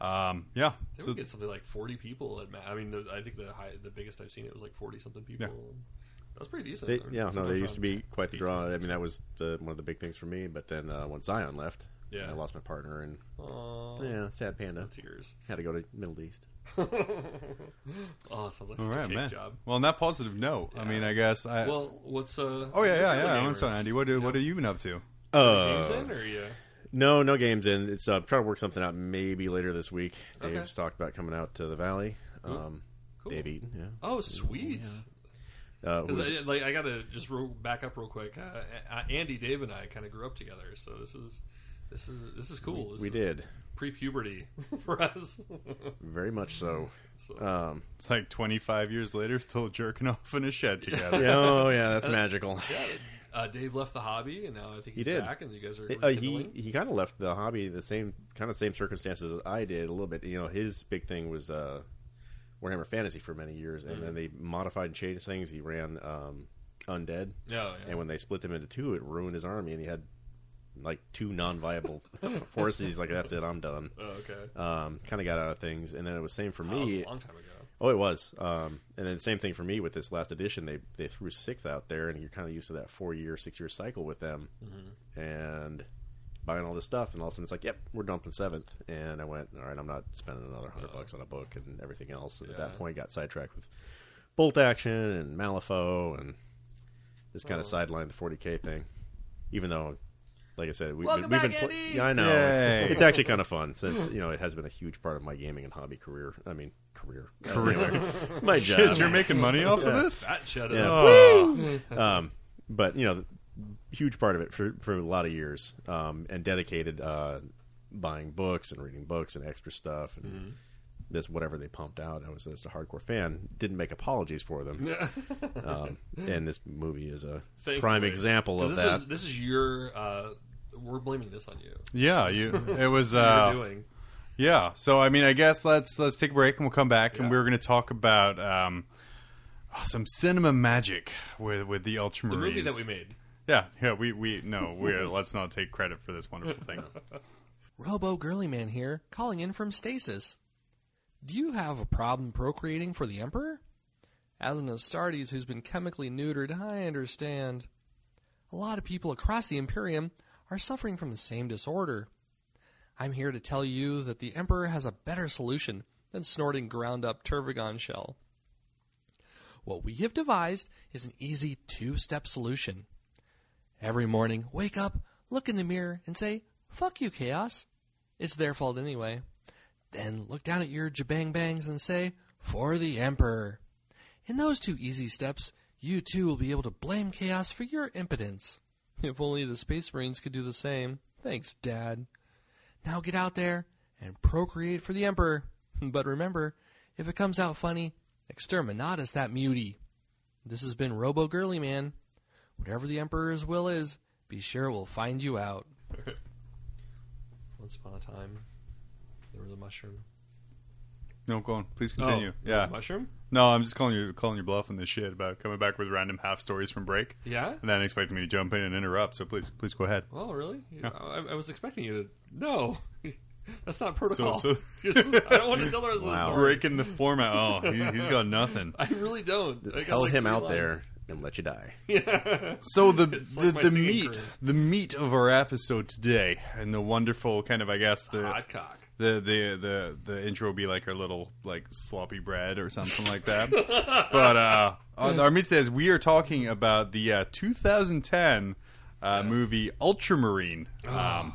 Speaker 3: Um, yeah,
Speaker 1: They
Speaker 3: so
Speaker 1: would get something like 40 people. At ma- I mean, the, I think the high, the biggest I've seen it was like 40 something people. That was pretty decent.
Speaker 2: They,
Speaker 1: I mean,
Speaker 2: yeah, no,
Speaker 1: sometimes
Speaker 2: they used to
Speaker 1: on-
Speaker 2: be quite the draw. I mean, that was the, one of the big things for me. But then uh, once Zion left,
Speaker 1: Yeah. Oh.
Speaker 2: I lost my partner, and
Speaker 1: Aw,
Speaker 2: yeah, sad panda
Speaker 1: tears.
Speaker 2: had to go to Middle East.
Speaker 1: Oh, it sounds like
Speaker 3: all
Speaker 1: such a
Speaker 3: right,
Speaker 1: cake
Speaker 3: man.
Speaker 1: job.
Speaker 3: Well, on that positive note, I mean, I guess I.
Speaker 1: Well, what's uh?
Speaker 3: oh yeah,
Speaker 1: what's your
Speaker 3: yeah,
Speaker 1: other
Speaker 3: yeah.
Speaker 1: game,
Speaker 3: I'm gonna
Speaker 1: or
Speaker 3: start,
Speaker 1: is-
Speaker 3: Andy. What uh, do, what have you been up to?
Speaker 2: Uh,
Speaker 1: Games in, or yeah,
Speaker 2: No, no games in. It's uh, trying to work something out maybe later this week.
Speaker 1: Okay.
Speaker 2: Dave's talked about coming out to the valley. Um,
Speaker 1: cool.
Speaker 2: Dave Eaton, yeah.
Speaker 1: Oh, sweet.
Speaker 2: Uh, who
Speaker 1: Because
Speaker 2: was-
Speaker 1: like I gotta just ro- back up real quick. Uh, A- Andy, Dave, and I kind of grew up together, so this is this is this is cool. This
Speaker 2: we
Speaker 1: is
Speaker 2: did
Speaker 1: pre-puberty for us.
Speaker 2: very much so.
Speaker 1: So-
Speaker 2: Um,
Speaker 3: It's like 25 years later, still jerking off in a shed together.
Speaker 2: yeah, oh yeah, that's magical.
Speaker 1: yeah, uh, Dave left the hobby, and now I think he's
Speaker 2: did.
Speaker 1: back, and you guys are
Speaker 2: Uh, he
Speaker 1: rekindling.
Speaker 2: he kind of left the hobby the same kind of same circumstances that I did a little bit. You know, his big thing was uh, Warhammer Fantasy for many years,
Speaker 1: Mm-hmm.
Speaker 2: and then they modified and changed things. He ran um, Undead,
Speaker 1: No, yeah.
Speaker 2: and when they split them into two, it ruined his army, and he had like two non-viable forces. He's like, "That's it, I'm done."
Speaker 1: oh, okay.
Speaker 2: um, kind of got out of things, and then it was same for
Speaker 1: That was a
Speaker 2: me.
Speaker 1: long time ago.
Speaker 2: Oh, it was, um, and then same thing for me with this last edition. They they threw sixth out there, and you're kind of used to that four year, six year cycle with them, and buying all this stuff, and all of a sudden it's like, yep, we're dumping seventh, and I went, all right, I'm not spending another hundred bucks on a book and everything else. And at
Speaker 1: Yeah.
Speaker 2: that point, got sidetracked with bolt action and Malifaux, and this kind of sidelined the 40k thing, even though. Like I said, we,
Speaker 1: Welcome
Speaker 2: we've
Speaker 1: back,
Speaker 2: been. pla-
Speaker 1: Andy!
Speaker 2: yeah, I know. It's,
Speaker 3: Yay.
Speaker 2: it's actually kind of fun since you know it has been a huge part of my gaming and hobby career. I mean, career, career, my job.
Speaker 3: Shit, you're making money off of this. Oh,
Speaker 1: That shut
Speaker 2: Yeah.
Speaker 1: up.
Speaker 2: um, but you know, the- huge part of it for for a lot of years, um, and dedicated uh, buying books and reading books and extra stuff and
Speaker 1: Mm-hmm.
Speaker 2: this whatever they pumped out. I was just a hardcore fan. Didn't make apologies for them. um, and this movie is a
Speaker 1: Thankfully.
Speaker 2: prime example
Speaker 1: 'Cause
Speaker 2: of
Speaker 1: this
Speaker 2: that.
Speaker 1: is this is your. Uh, we're blaming this on you.
Speaker 3: Yeah, you. It was.
Speaker 1: What
Speaker 3: Uh,
Speaker 2: Oh.
Speaker 1: you're doing.
Speaker 3: Yeah. So I mean, I guess let's let's take a break and we'll come back and we're going to talk about um, some cinema magic with with the Ultramarines.
Speaker 1: The movie that we made.
Speaker 3: Yeah, yeah, we we no, we are, let's not take credit for this wonderful thing.
Speaker 1: Robo Girly Man here, calling in from stasis. Do you have a problem procreating for the Emperor? As an Astartes who's been chemically neutered, I understand. A lot of people across the Imperium are suffering from the same disorder. I'm here to tell you that the Emperor has a better solution than snorting ground up Turvagon shell. What we have devised is an easy two step solution. Every morning, wake up, look in the mirror, and say, Fuck you, Chaos. It's their fault anyway. Then look down at your jabang bangs and say, For the Emperor. In those two easy steps, you too will be able to blame Chaos for your impotence. If only the Space Marines could do the same. Thanks, Dad. Now get out there and procreate for the Emperor. But remember, if it comes out funny, exterminatus that mutie. This has been Robo Girly Man. Whatever the Emperor's will is, be sure it will find you out. Once upon a time, there was a mushroom.
Speaker 3: No, go on. Please continue.
Speaker 2: Oh.
Speaker 1: Oh.
Speaker 3: yeah.
Speaker 1: Mushroom?
Speaker 3: No, I'm just calling you calling your bluff on this shit about coming back with random half stories from break.
Speaker 1: Yeah?
Speaker 3: And then expecting me to jump in and interrupt. So please, please go ahead.
Speaker 1: Oh, really? I, I was expecting you to. No! That's not protocol.
Speaker 3: So-
Speaker 1: You're supposed- I don't want to tell the rest of the
Speaker 2: Wow.
Speaker 1: story.
Speaker 3: Breaking the format. Oh, he, he's got nothing.
Speaker 1: I really don't. I got
Speaker 2: Tell
Speaker 1: like
Speaker 2: him
Speaker 1: three
Speaker 2: out
Speaker 1: lines.
Speaker 2: there and let you die.
Speaker 3: So the
Speaker 1: It's
Speaker 3: the,
Speaker 1: like my
Speaker 3: the
Speaker 1: singing
Speaker 3: meat
Speaker 1: career.
Speaker 3: the meat of our episode today and the wonderful kind of I guess the
Speaker 1: Hot cock.
Speaker 3: the the the the intro will be like our little like sloppy bread or something like that. but uh, on our meat says we are talking about the uh, 2010 uh, movie Ultramarine, um,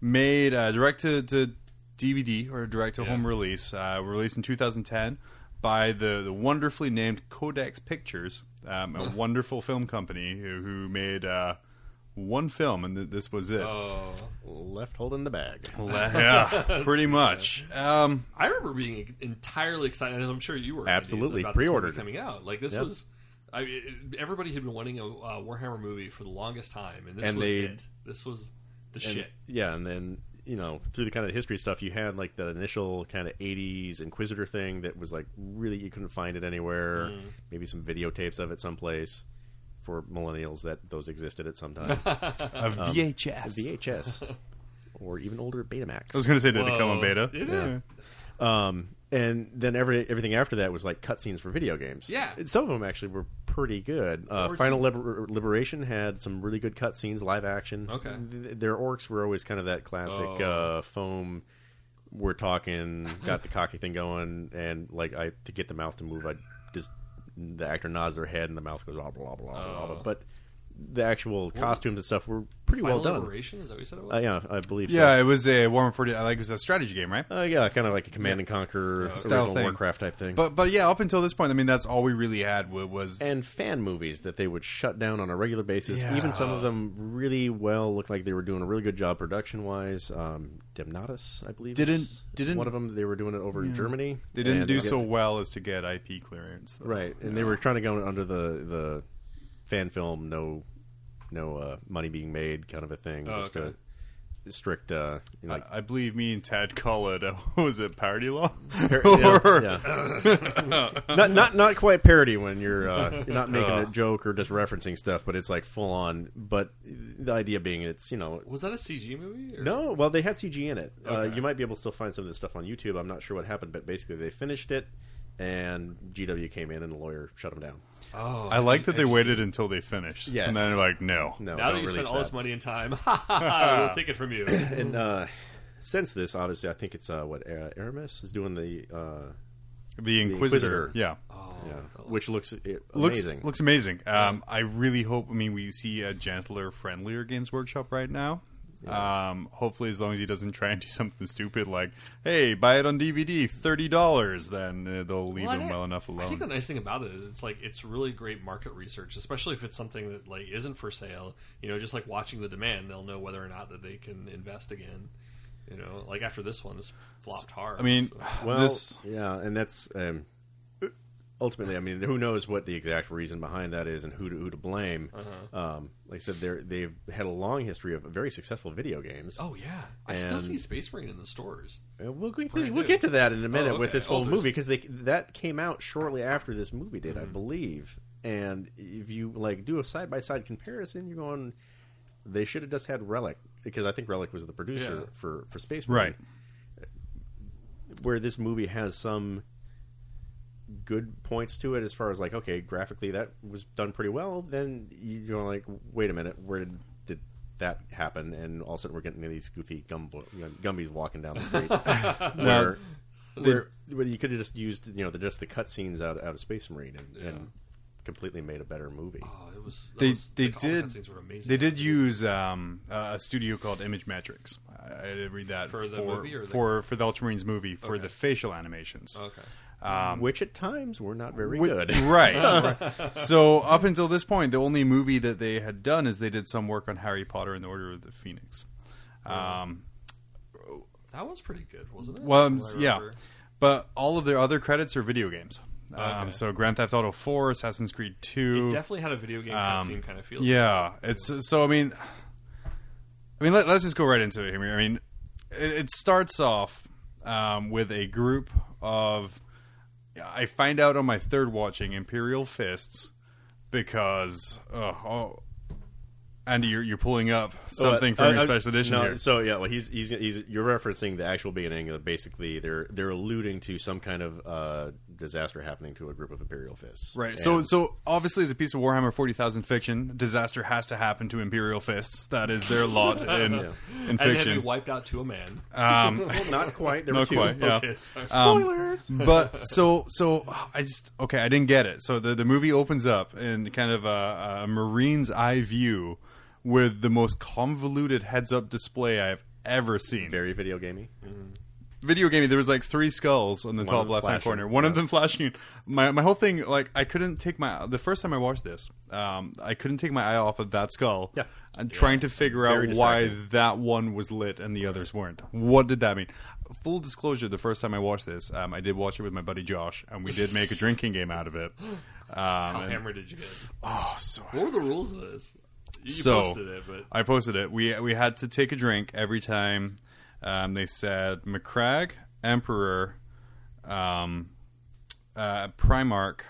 Speaker 3: made uh, direct to, to DVD or direct to home release, uh, released in 2010 by the the wonderfully named Codex Pictures, um, a wonderful film company who, who made. Uh, one film, and th- this was it.
Speaker 1: Oh.
Speaker 2: Left holding the bag.
Speaker 3: yeah, pretty much. Um,
Speaker 1: I remember being entirely excited, and I'm sure you were
Speaker 2: Absolutely.
Speaker 1: about this movie
Speaker 2: Pre-ordered.
Speaker 1: coming out. Like this
Speaker 2: Yep.
Speaker 1: was, I mean, it- everybody had been wanting a uh, Warhammer movie for the longest time, and this
Speaker 2: And
Speaker 1: was
Speaker 2: they-
Speaker 1: it. This was the shit.
Speaker 2: Yeah, and then you know through the kind of history stuff, you had like the initial kind of '80s Inquisitor thing that was like really you couldn't find it anywhere. Maybe some videotapes of it someplace for millennials that those existed at some time.
Speaker 3: Um, a VHS.
Speaker 2: VHS or even older Betamax.
Speaker 3: I was going to say, did it come on
Speaker 1: Whoa.
Speaker 3: beta?
Speaker 1: It did.
Speaker 2: Um, and then every everything after that was like cutscenes for video games.
Speaker 1: Yeah.
Speaker 2: And some of them actually were pretty good. Uh,
Speaker 1: Orcs-
Speaker 2: Final Liber- Liberation had some really good cutscenes, live action.
Speaker 1: Okay.
Speaker 2: Th- their orcs were always kind of that classic
Speaker 1: Oh.
Speaker 2: uh, foam. We're talking, got the cocky thing going, and like I to get the mouth to move, I just the actor nods their head and the mouth goes blah blah blah blah blah.
Speaker 1: Oh.
Speaker 2: blah. But the actual costumes and stuff were pretty
Speaker 1: Final
Speaker 2: well done.
Speaker 1: Liberation is that what you said it was?
Speaker 2: Uh, yeah, I believe. so.
Speaker 3: Yeah, it was a Warhammer 40. I Like it was a strategy game, right?
Speaker 2: Uh, yeah, kind of like a Command and Conquer
Speaker 3: Style
Speaker 2: original
Speaker 3: thing.
Speaker 2: Warcraft type thing.
Speaker 3: But but yeah, up until this point, I mean, that's all we really had wa- was
Speaker 2: and fan movies that they would shut down on a regular basis.
Speaker 3: Yeah.
Speaker 2: Even some of them really well looked like they were doing a really good job production wise. Um, Demnatus, I believe, is
Speaker 3: Didn't- didn't-
Speaker 2: one of them they were doing it over in Germany.
Speaker 3: they didn't
Speaker 2: and-
Speaker 3: do so well as to get IP clearance. though.
Speaker 2: right, and they were trying to go under the the fan film no no uh, money being made kind of a thing.
Speaker 1: Oh,
Speaker 2: just
Speaker 1: okay.
Speaker 2: a strict uh, you know, like
Speaker 3: I, I believe me and Tad call it. Uh, what was it parody law?
Speaker 2: Yeah,
Speaker 3: or,
Speaker 2: yeah. not not not quite parody when you're uh, you're not making a joke or just referencing stuff, but it's like full on. But the idea being, it's you know.
Speaker 1: Was that a CG movie? Or?
Speaker 2: No, well, they had CG in it. Uh,
Speaker 1: Okay.
Speaker 2: you might be able to still find some of this stuff on YouTube. I'm not sure what happened, but basically they finished it, and GW came in and the lawyer shut them down.
Speaker 1: Oh,
Speaker 3: I like that they
Speaker 1: interesting.
Speaker 3: waited until they finished.
Speaker 2: Yes.
Speaker 3: and then they're like, no,
Speaker 2: No,
Speaker 1: Now that
Speaker 2: don't
Speaker 1: you spent
Speaker 2: release
Speaker 1: all
Speaker 2: that.
Speaker 1: this money and time, ha ha ha, we'll take it from you.
Speaker 2: And uh, since this, obviously, I think it's uh, what uh, Aramis is doing the uh,
Speaker 3: the Inquisitor.
Speaker 2: Inquisitor.
Speaker 3: Yeah,
Speaker 2: yeah,
Speaker 1: Oh,
Speaker 2: which looks uh,
Speaker 3: looks
Speaker 2: amazing.
Speaker 3: looks amazing. Um, I really hope. I mean, we see a gentler, friendlier Games Workshop right now. Um, hopefully, as long as he doesn't try and do something stupid like, "Hey, buy it on DVD, thirty dollars," then uh, they'll leave
Speaker 1: Well, I
Speaker 3: him
Speaker 1: don't-
Speaker 3: well enough
Speaker 1: I think the
Speaker 3: alone.
Speaker 1: nice thing about it is it's like it's really great market research, especially if it's something that like isn't for sale. You know, just like watching the demand, they'll know whether or not that they can invest again. You know, like after this one, this flopped hard.
Speaker 3: I mean,
Speaker 1: so-
Speaker 2: Well,
Speaker 3: this
Speaker 2: yeah, and that's um, ultimately. I mean, who knows what the exact reason behind that is, and who to, who to blame.
Speaker 1: Uh-huh.
Speaker 2: Um, like I said, they they've had a long history of very successful video games.
Speaker 1: oh yeah, I still
Speaker 2: and-
Speaker 1: see Space Marine in the stores.
Speaker 2: Uh, We'll, we,
Speaker 1: Brand
Speaker 2: we'll
Speaker 1: new.
Speaker 2: get to that in a minute
Speaker 1: Oh,
Speaker 2: with
Speaker 1: okay.
Speaker 2: this whole
Speaker 1: Oh, Mm-hmm.
Speaker 2: movie because that came out shortly after this movie did, I believe. And if you like do a side by side comparison, you're going, they should have just had Relic because I think Relic was the producer
Speaker 1: Yeah.
Speaker 2: for for Space Marine.
Speaker 3: Right.
Speaker 2: Where this movie has some good points to it as far as like okay graphically that was done pretty well then you're like wait a minute where did, did that happen and all of a sudden we're getting these goofy gumbo, gumbies walking down the street where, where, where you could have just used you know the, just the cutscenes out, out of space marine and, and completely made a better movie
Speaker 1: Oh, it was. that
Speaker 3: They
Speaker 1: was-
Speaker 3: they
Speaker 1: like, all the
Speaker 3: did
Speaker 1: cutscenes were amazing.
Speaker 3: they did use um, a a studio called Image Metrics. I, I did read that
Speaker 1: For the movie or the-
Speaker 3: for for the Ultramarines movie for
Speaker 1: Okay.
Speaker 3: the facial animations.
Speaker 1: Okay.
Speaker 2: which at times were not very
Speaker 3: Wi-
Speaker 2: good
Speaker 3: right. right. So up until this point, the only movie that they had done is they did some work on Harry Potter and the Order of the Phoenix.
Speaker 1: Oh,
Speaker 3: Um,
Speaker 1: That was pretty good, wasn't it?
Speaker 3: well,
Speaker 1: From
Speaker 3: um,
Speaker 1: what I
Speaker 3: yeah,
Speaker 1: remember.
Speaker 3: but all of their other credits are video games. Um,
Speaker 1: Okay.
Speaker 3: so Grand Theft Auto Four, Assassin's Creed Two,
Speaker 1: It definitely had a video game
Speaker 3: Um,
Speaker 1: cutscene kind of feel.
Speaker 3: Yeah, it's so. I mean, I mean, let, let's just go right into it. Here. I mean, it, it starts off um, with a group of. I find out on my third watching Imperial Fists because uh, oh, Andy, you're you're pulling up something
Speaker 2: Uh,
Speaker 3: from your
Speaker 2: uh,
Speaker 3: special edition
Speaker 2: no,
Speaker 3: here.
Speaker 2: So yeah, well, he's, he's he's you're referencing the actual beginning. That basically, they're they're alluding to some kind of uh, disaster happening to a group of Imperial fists.
Speaker 3: Right.
Speaker 2: And-
Speaker 3: So, so obviously, as a piece of Warhammer Forty Thousand fiction, disaster has to happen to Imperial Fists. That is their lot in in
Speaker 1: And they had to be
Speaker 3: fiction.
Speaker 1: wiped out to a man.
Speaker 2: well, not quite. There were
Speaker 3: Not
Speaker 2: two.
Speaker 3: quite. Yeah.
Speaker 1: Okay, sorry.
Speaker 3: Um,
Speaker 2: Spoilers.
Speaker 3: but so so I just okay I didn't get it. So the the movie opens up in kind of a, a Marine's eye view with the most convoluted heads up display I've ever seen.
Speaker 2: Very video gamey.
Speaker 3: Video gaming. There was like three skulls on the
Speaker 2: One of
Speaker 3: top
Speaker 2: them
Speaker 3: left hand
Speaker 2: flashing,
Speaker 3: corner. One of them flashing. My my whole thing like I couldn't take my the first time I watched this. Um, I couldn't take my eye off of that skull.
Speaker 2: Yeah.
Speaker 3: And trying to figure
Speaker 2: Very
Speaker 3: out why
Speaker 2: distracting.
Speaker 3: that one was lit and the others weren't. What did that mean? Full disclosure: the first time I watched this, um, I did watch it with my buddy Josh, and we did make a drinking game out of it.
Speaker 1: How
Speaker 3: Um,
Speaker 1: hammered did you get?
Speaker 3: oh, so
Speaker 1: What were the rules of this? You
Speaker 3: So-
Speaker 1: posted it, but
Speaker 3: I posted it. We we had to take a drink every time. Um, they said McCrag, Emperor, um, uh, Primarch.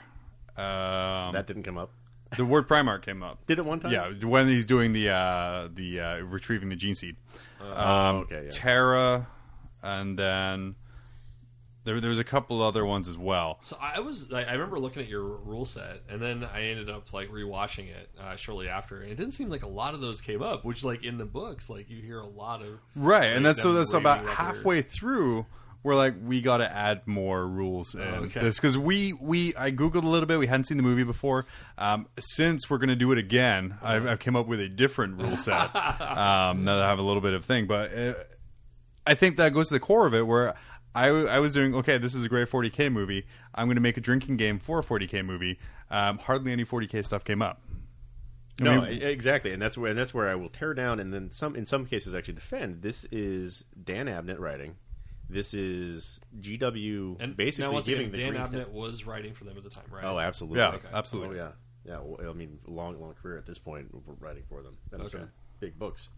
Speaker 3: Um,
Speaker 2: That didn't come up.
Speaker 3: the word Primarch came up.
Speaker 2: Did it one time?
Speaker 3: Yeah, when he's doing the uh, the uh, retrieving the gene seed. um,
Speaker 2: Oh, okay, yeah.
Speaker 3: Terra, and then there there was a couple other ones as well.
Speaker 1: So I was I I remember looking at your rule set, and then I ended up like rewatching it uh, shortly after, and it didn't seem like a lot of those came up. Which like in the books, like you hear a lot of
Speaker 3: Right, and that's so
Speaker 1: them
Speaker 3: that's
Speaker 1: bring
Speaker 3: about
Speaker 1: the other-
Speaker 3: halfway through. We're like, we got to add more rules in
Speaker 1: Oh, okay.
Speaker 3: this because we we I googled a little bit. We hadn't seen the movie before. Um, since we're going to do it again, I've, I've come up with a different rule set. um, now that I have a little bit of thing, but uh I think that goes to the core of it. Where I I was doing okay. This is a great 40k movie. I'm going to make a drinking game for a 40k movie. Um, hardly any 40k stuff came up. I
Speaker 2: No,
Speaker 3: mean-
Speaker 2: e- exactly, and that's where and that's where I will tear down, and then some in some cases actually defend. This is Dan Abnett writing. This is GW
Speaker 1: and
Speaker 2: basically
Speaker 1: now once
Speaker 2: giving
Speaker 1: again,
Speaker 2: the
Speaker 1: Dan
Speaker 2: green stamp.
Speaker 1: Abnett was writing for them at the time, right?
Speaker 2: Oh, absolutely.
Speaker 3: yeah,
Speaker 1: Okay.
Speaker 2: Oh
Speaker 3: absolutely.
Speaker 2: yeah, yeah. Well, I mean, long, long career at this point, we're writing for them and
Speaker 1: Okay.
Speaker 2: some big books.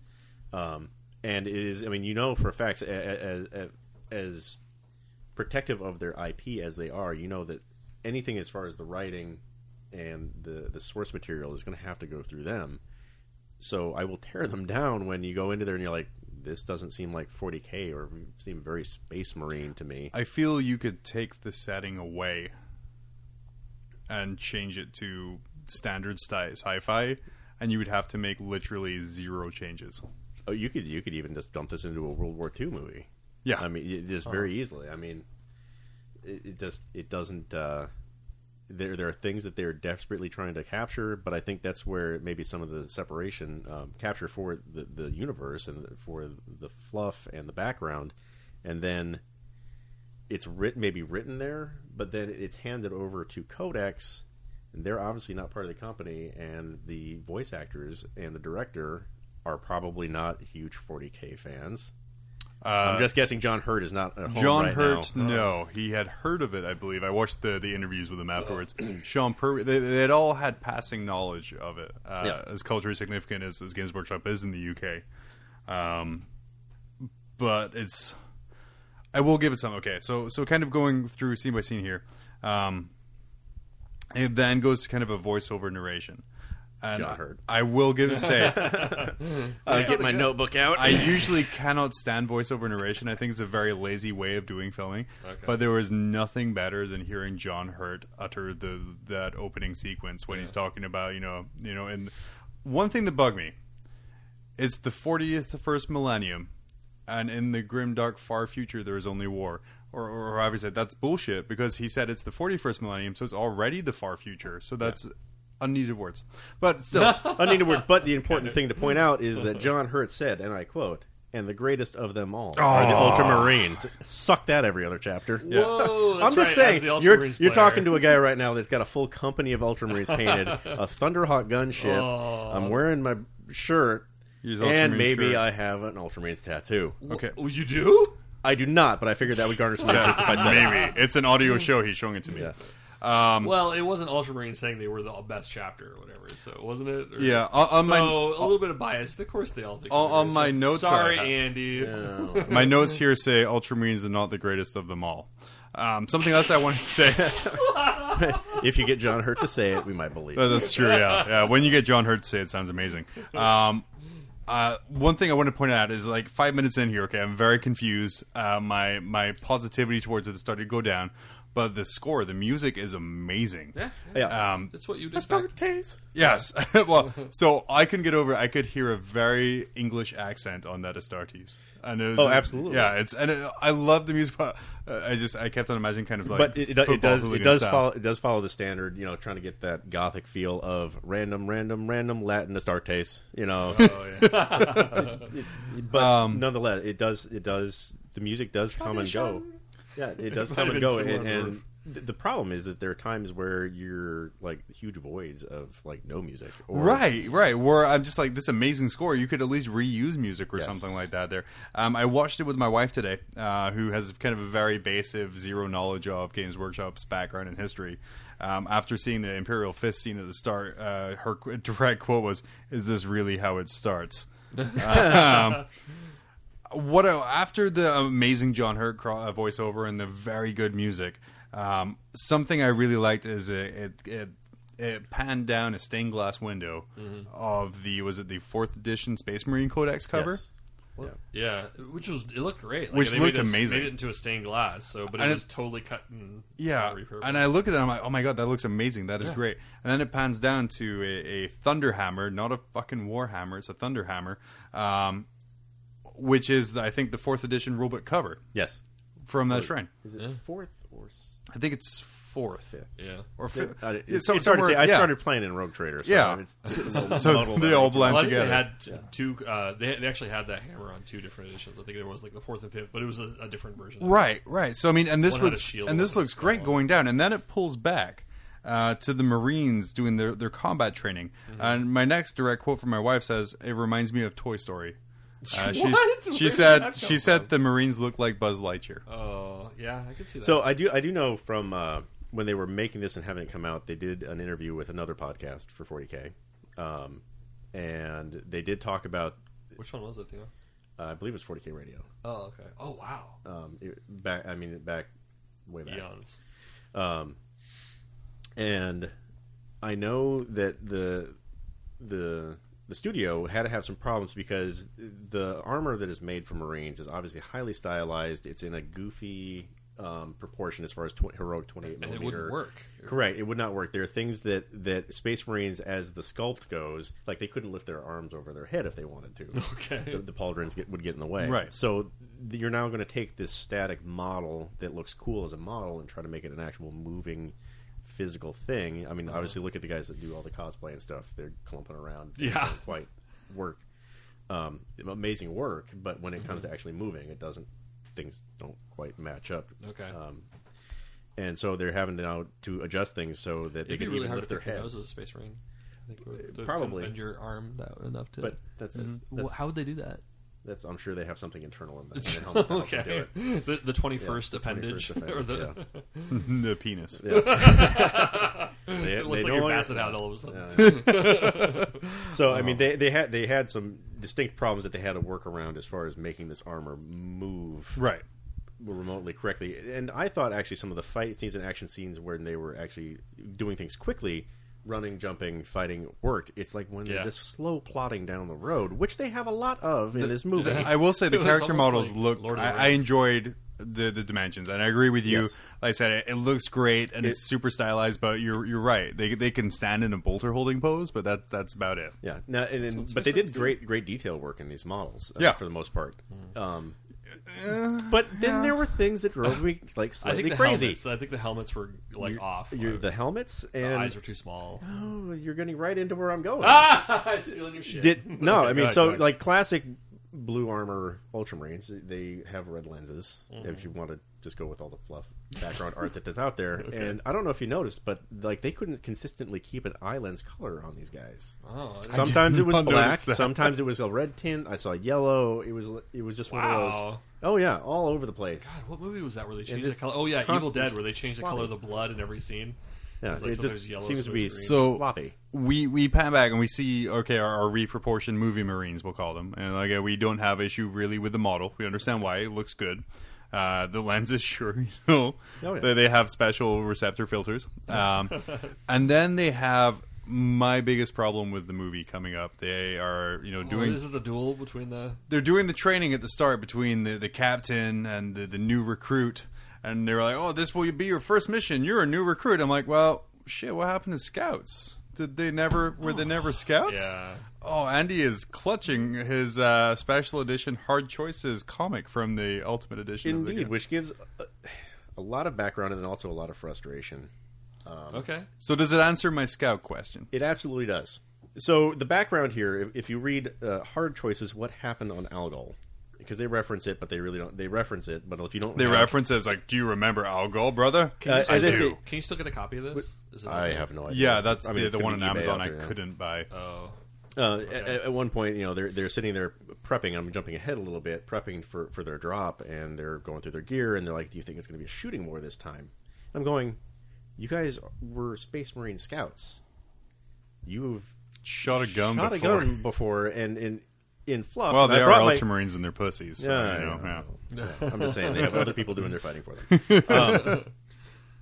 Speaker 2: Um, and it is, I mean, you know for a fact, as, as protective of their IP as they are, you know that anything as far as the writing and the the source material is going to have to go through them. So I will tear them down when you go into there and you're like, this doesn't seem like 40k or seem very space marine to me.
Speaker 3: I feel you could take the setting away and change it to standard sci- sci-fi, and you would have to make literally zero changes.
Speaker 2: Oh, you could you could even just dump this into a World War II movie.
Speaker 3: Yeah.
Speaker 2: I mean, y- just very easily. I mean, it, it just it doesn't. Uh, there there are things that they're desperately trying to capture, but I think that's where maybe some of the separation um, capture for the the universe and for the fluff and the background, and then it's writ maybe written there, but then it's handed over to Codex. And they're obviously not part of the company, and the voice actors and the director are probably not huge 40k fans. I'm
Speaker 3: Uh,
Speaker 2: just guessing John Hurt is not at home
Speaker 3: John
Speaker 2: right
Speaker 3: Hurt,
Speaker 2: now. Uh,
Speaker 3: no, he had heard of it. I believe I watched the, the interviews with him afterwards. Sean Pertwee, they, they had all had passing knowledge of it, uh,
Speaker 2: Yeah.
Speaker 3: as culturally significant as, as Games Workshop is in the UK. Um, but it's, I will give it some. Okay, so so kind of going through scene by scene here. Um, It then goes to kind of a voiceover narration. And
Speaker 2: John Hurt.
Speaker 3: I will give say
Speaker 2: I get my notebook out.
Speaker 3: I usually cannot stand voiceover narration. I think it's a very lazy way of doing filming.
Speaker 1: Okay.
Speaker 3: But there was nothing better than hearing John Hurt utter the that opening sequence when he's talking about you know you know and one thing that bugged me it's the 40th first millennium and in the grim dark far future there is only war or, or Ravi said that's bullshit because he said it's the 41st millennium so it's already the far future so that's unneeded words but still
Speaker 2: Unneeded word, but the important thing to point out is that John Hurt said, and I quote, "And the greatest of them all are the Ultramarines." Suck that every other chapter.
Speaker 1: Whoa, that's
Speaker 2: I'm just
Speaker 1: right, as
Speaker 2: saying,
Speaker 1: the
Speaker 2: you're
Speaker 1: Ultramarines
Speaker 2: you're
Speaker 1: player.
Speaker 2: talking to a guy right now that's got a full company of Ultramarines painted, a Thunderhawk gunship. I'm wearing my shirt,
Speaker 3: Use
Speaker 2: and
Speaker 3: Ultramarine
Speaker 2: maybe
Speaker 3: shirt.
Speaker 2: I have an Ultramarines tattoo.
Speaker 3: okay
Speaker 1: Oh, you do?
Speaker 2: I do not, but I figured that would garner some interest if I said it.
Speaker 3: maybe it's an audio
Speaker 1: Mm.
Speaker 3: show he's showing it to me
Speaker 2: Yeah.
Speaker 3: Um,
Speaker 1: well, it wasn't Ultramarine saying they were the best chapter or whatever, so wasn't it? Or-
Speaker 3: yeah on, on my
Speaker 1: so a little bit of bias. Of course, they all think.
Speaker 3: On-
Speaker 1: they
Speaker 3: on
Speaker 1: were.
Speaker 3: my notes I
Speaker 1: Sorry,
Speaker 3: have-
Speaker 1: Andy.
Speaker 3: My notes here say Ultramarines are not the greatest of them all. Um, something else I want to say.
Speaker 2: If you get John Hurt to say it, we might believe.
Speaker 3: No,
Speaker 2: it.
Speaker 3: Oh, That's true. Yeah, yeah. When you get John Hurt to say it, sounds amazing. Um, uh, one thing I want to point out is like five minutes in here. Okay, I'm very confused. Uh, my my positivity towards it started to go down, but the score, the music is amazing.
Speaker 1: Yeah,
Speaker 2: Yeah.
Speaker 3: Um,
Speaker 1: that's what you'd expect.
Speaker 3: yes. well, so I couldn't get over. it. I could hear a very English accent on that Astartes. And it was,
Speaker 2: Oh, absolutely.
Speaker 3: Yeah, it's and it, I love the music. But uh, I just I kept on imagining kind of like,
Speaker 2: but it, it, it
Speaker 3: football
Speaker 2: does it
Speaker 3: hooligan
Speaker 2: does
Speaker 3: style.
Speaker 2: follow it does follow the standard, you know, trying to get that gothic feel of random, random, random Latin Astartes, you know. but nonetheless, it does it does the music does come and go. Yeah, it does
Speaker 1: might
Speaker 2: come
Speaker 1: have
Speaker 2: and
Speaker 1: been
Speaker 2: go,
Speaker 1: Fiddler on
Speaker 2: and,
Speaker 1: the
Speaker 2: and
Speaker 1: Roof.
Speaker 2: th- the problem is that there are times where you're like huge voids of like no music, or,
Speaker 3: Right, right. Where I'm just like this amazing score. You could at least reuse music or
Speaker 2: Yes.
Speaker 3: something like that. There, um, I watched it with my wife today, uh, who has kind of a very basic zero knowledge of Games Workshop's background and history. Um, after seeing the Imperial Fist scene at the start, uh, her qu- direct quote was, "Is this really how it starts?" what a- after the amazing John Hurt cro- uh, voiceover and the very good music, um, something I really liked is it it, it it panned down a stained glass window of the was it the fourth edition Space Marine Codex cover.
Speaker 2: Yes.
Speaker 1: Yeah, which was it looked great. Like,
Speaker 3: Which
Speaker 1: they
Speaker 3: looked
Speaker 1: made it-
Speaker 3: amazing.
Speaker 1: Made it into a stained glass. So, but it
Speaker 3: And
Speaker 1: was
Speaker 3: it-
Speaker 1: totally cut and
Speaker 3: Yeah,
Speaker 1: repurposed.
Speaker 3: and I look at that, I'm like, oh my god, that looks amazing. That is great. And then it pans down to a, a thunder hammer, not a fucking war hammer. It's a thunder hammer, um, which is I think the fourth edition rulebook cover
Speaker 2: Yes,
Speaker 3: from that shrine.
Speaker 2: is it fourth or s-
Speaker 3: I think it's fourth.
Speaker 1: yeah.
Speaker 3: or
Speaker 2: fifth?
Speaker 3: fifth.
Speaker 2: Uh, it-
Speaker 3: Yeah,
Speaker 2: it's,
Speaker 3: so-
Speaker 2: it's hard to say.
Speaker 3: somewhere-
Speaker 2: I
Speaker 3: yeah.
Speaker 2: started playing in Rogue Trader, so
Speaker 3: Yeah.
Speaker 2: it's, it's a
Speaker 3: So
Speaker 2: muddle
Speaker 3: they
Speaker 2: now.
Speaker 3: all
Speaker 2: It's a-
Speaker 3: blend
Speaker 1: Well, I think
Speaker 3: together.
Speaker 1: they had t- two. Uh, they, they actually had that hammer on two different editions. I think there was like the fourth and fifth, but it was a, a different version.
Speaker 3: right, right. So I mean, and
Speaker 1: One
Speaker 3: this
Speaker 1: had a
Speaker 3: looks
Speaker 1: shield, Oh.
Speaker 3: and this
Speaker 1: one
Speaker 3: looks
Speaker 1: had a
Speaker 3: great
Speaker 1: skull.
Speaker 3: going down, and then it pulls back. Uh, to the Marines doing their, their combat training,
Speaker 1: Mm-hmm.
Speaker 3: and my next direct quote from my wife says, "It reminds me of Toy Story." Uh, she,
Speaker 1: What? Where
Speaker 3: She
Speaker 1: did
Speaker 3: said
Speaker 1: that
Speaker 3: she
Speaker 1: come
Speaker 3: said the Marines look like Buzz Lightyear.
Speaker 1: Oh, yeah, I could see that.
Speaker 2: So I do I do know from uh, when they were making this and having it come out, they did an interview with another podcast for 40k, um, and they did talk about
Speaker 1: which one was it? Yeah.
Speaker 2: uh, I believe it was 40k radio.
Speaker 1: Oh, okay. Oh, wow.
Speaker 2: Um, it, back I mean back way back.
Speaker 1: Eons.
Speaker 2: and I know that the the the studio had to have some problems because the armor that is made for Marines is obviously highly stylized. It's in a goofy um, proportion as far as tw- heroic twenty eight
Speaker 1: And it
Speaker 2: millimeter.
Speaker 1: wouldn't work.
Speaker 2: Correct. It would not work. There are things that that Space Marines, as the sculpt goes, like they couldn't lift their arms over their head if they wanted to. the,
Speaker 1: Okay.
Speaker 2: the pauldrons get, would get in the way.
Speaker 3: Right.
Speaker 2: So th- you're now going to take this static model that looks cool as a model and try to make it an actual moving, physical thing. I
Speaker 1: Uh-huh.
Speaker 2: mean, obviously, look at the guys that do all the cosplay and stuff. They're clumping around. They
Speaker 1: Yeah.
Speaker 2: don't quite work. Um, amazing work, but when it
Speaker 1: Mm-hmm.
Speaker 2: comes to actually moving, it doesn't. Things don't quite match up.
Speaker 1: Okay.
Speaker 2: Um, and so they're having to now to adjust things so that they
Speaker 1: It'd be
Speaker 2: can
Speaker 1: really
Speaker 2: even
Speaker 1: hard to
Speaker 2: lift their
Speaker 1: put your nose
Speaker 2: heads. Uh,
Speaker 1: as a space marine. I think it would- to
Speaker 2: Probably.
Speaker 1: bend your arm that enough to.
Speaker 2: But that's,
Speaker 1: Mm-hmm. Well,
Speaker 2: that's,
Speaker 1: how would they do that?
Speaker 2: that's I'm sure they have something internal in that. in that helps them do
Speaker 1: Okay,
Speaker 2: it.
Speaker 1: the the twenty first
Speaker 2: Yeah, the 21st
Speaker 1: appendage, or
Speaker 2: appendage,
Speaker 1: the
Speaker 3: the penis.
Speaker 2: Yes. They-
Speaker 1: it looks like
Speaker 2: they no
Speaker 1: your
Speaker 2: longer-
Speaker 1: basset hound all of a sudden.
Speaker 2: So
Speaker 1: Uh-huh.
Speaker 2: I mean, they, they had they had some distinct problems that they had to work around as far as making this armor move
Speaker 3: Right.
Speaker 2: remotely correctly. And I thought actually some of the fight scenes and action scenes where they were actually doing things quickly, running, jumping, fighting, worked. It's like when
Speaker 1: Yeah.
Speaker 2: they're just slow plotting down the road, which they have a lot of in this movie.
Speaker 3: I will say the
Speaker 1: It was
Speaker 3: character models
Speaker 1: almost like
Speaker 3: look.
Speaker 1: Lord of the
Speaker 3: I, I
Speaker 1: Rings.
Speaker 3: enjoyed the the dimensions, and I agree with you.
Speaker 2: Yes.
Speaker 3: Like I said, it, it looks great and it's super stylized. But you're you're right. They they can stand in a bolter holding pose, but that that's about it.
Speaker 2: yeah, no, and, and- but they did great, great detail work in these models. uh,
Speaker 3: Yeah.
Speaker 2: for the most part.
Speaker 1: Mm.
Speaker 2: Um, but then there were things that drove me like
Speaker 1: I
Speaker 2: slightly
Speaker 1: think the
Speaker 2: crazy.
Speaker 1: helmets. I think the helmets were like
Speaker 2: You're-
Speaker 1: off.
Speaker 2: you're-
Speaker 1: Like,
Speaker 2: the helmets
Speaker 1: the
Speaker 2: and
Speaker 1: eyes were too small.
Speaker 2: oh, you're getting right into where I'm going.
Speaker 1: ah, stealing your shit.
Speaker 2: Did no, I
Speaker 1: Okay,
Speaker 2: mean
Speaker 1: go
Speaker 2: so
Speaker 1: ahead.
Speaker 2: like classic blue armor ultramarines, they have red lenses. If
Speaker 1: Mm-hmm.
Speaker 2: you want to just go with all the fluff background art that that's out there, and I don't know if you noticed, but like they couldn't consistently keep an eye lens color on these guys.
Speaker 1: Oh, I-
Speaker 2: Sometimes it was
Speaker 3: not notice
Speaker 2: black,
Speaker 3: that.
Speaker 2: sometimes it was a red tint. I saw yellow. It was it was just one of those.
Speaker 1: Wow.
Speaker 2: Oh yeah, all over the place.
Speaker 1: what movie was that where they changed
Speaker 2: this
Speaker 1: the color? Oh yeah,
Speaker 2: con-
Speaker 1: Evil Dead,
Speaker 2: this
Speaker 1: where they changed the
Speaker 2: sloppy.
Speaker 1: color of the blood in every scene.
Speaker 2: Yeah,
Speaker 1: It's like
Speaker 2: it
Speaker 1: so
Speaker 2: just
Speaker 1: there's yellow,
Speaker 2: seems
Speaker 1: so
Speaker 2: to be
Speaker 1: there's
Speaker 3: green. So-
Speaker 2: sloppy.
Speaker 3: we we pan back and we see okay our, our reproportioned movie marines we'll call them and like uh, we don't have issue really with the model we understand why it looks good uh, the lenses sure you know
Speaker 2: Oh, yeah.
Speaker 3: they, they have special receptor filters um, and then they have my biggest problem with the movie coming up they are you know
Speaker 1: Oh,
Speaker 3: doing
Speaker 1: this is the duel between the.
Speaker 3: they're doing the training at the start between the, the captain and the, the new recruit and they're like oh this will be your first mission you're a new recruit i'm like well shit what happened to scouts did they never were they never scouts
Speaker 1: Yeah.
Speaker 3: oh andy is clutching his uh, special edition hard choices comic from the ultimate edition of the
Speaker 2: Indeed,
Speaker 3: game.
Speaker 2: which gives a, a lot of background and then also a lot of frustration. Um, uh,
Speaker 1: Okay.
Speaker 3: so does it answer my scout question
Speaker 2: It absolutely does. So the background here, if, if you read uh, Hard Choices, what happened on Algol? Because they reference it, but they really don't. They reference it, but if you don't,
Speaker 3: they
Speaker 2: have-
Speaker 3: reference it as like do you remember al Gore, brother
Speaker 2: Uh, as I
Speaker 3: I
Speaker 2: say-
Speaker 3: do
Speaker 1: Can you still get a copy of this? Is it
Speaker 2: I have no idea.
Speaker 3: yeah that's
Speaker 2: I mean,
Speaker 3: the,
Speaker 2: it's
Speaker 3: the
Speaker 2: gonna
Speaker 3: one
Speaker 2: be eBay
Speaker 3: on amazon
Speaker 2: out
Speaker 3: i
Speaker 2: there now.
Speaker 3: couldn't buy
Speaker 1: Oh.
Speaker 2: Uh, at- at, at one point, you know, they're they're sitting there prepping. I'm jumping ahead a little bit, prepping for for their drop, and they're going through their gear, and they're like, "Do you think it's going to be a shooting war this time?" I'm going, "You guys were Space Marine scouts. You've
Speaker 3: shot a gun
Speaker 2: shot
Speaker 3: before
Speaker 2: a gun before, and in in fluff.
Speaker 3: well
Speaker 2: and I
Speaker 3: they are
Speaker 2: brought my-
Speaker 3: ultramarines and they're pussies so,
Speaker 2: Yeah,
Speaker 3: you know,
Speaker 2: yeah.
Speaker 3: yeah.
Speaker 2: I'm just saying they have other people doing their fighting for them. Um,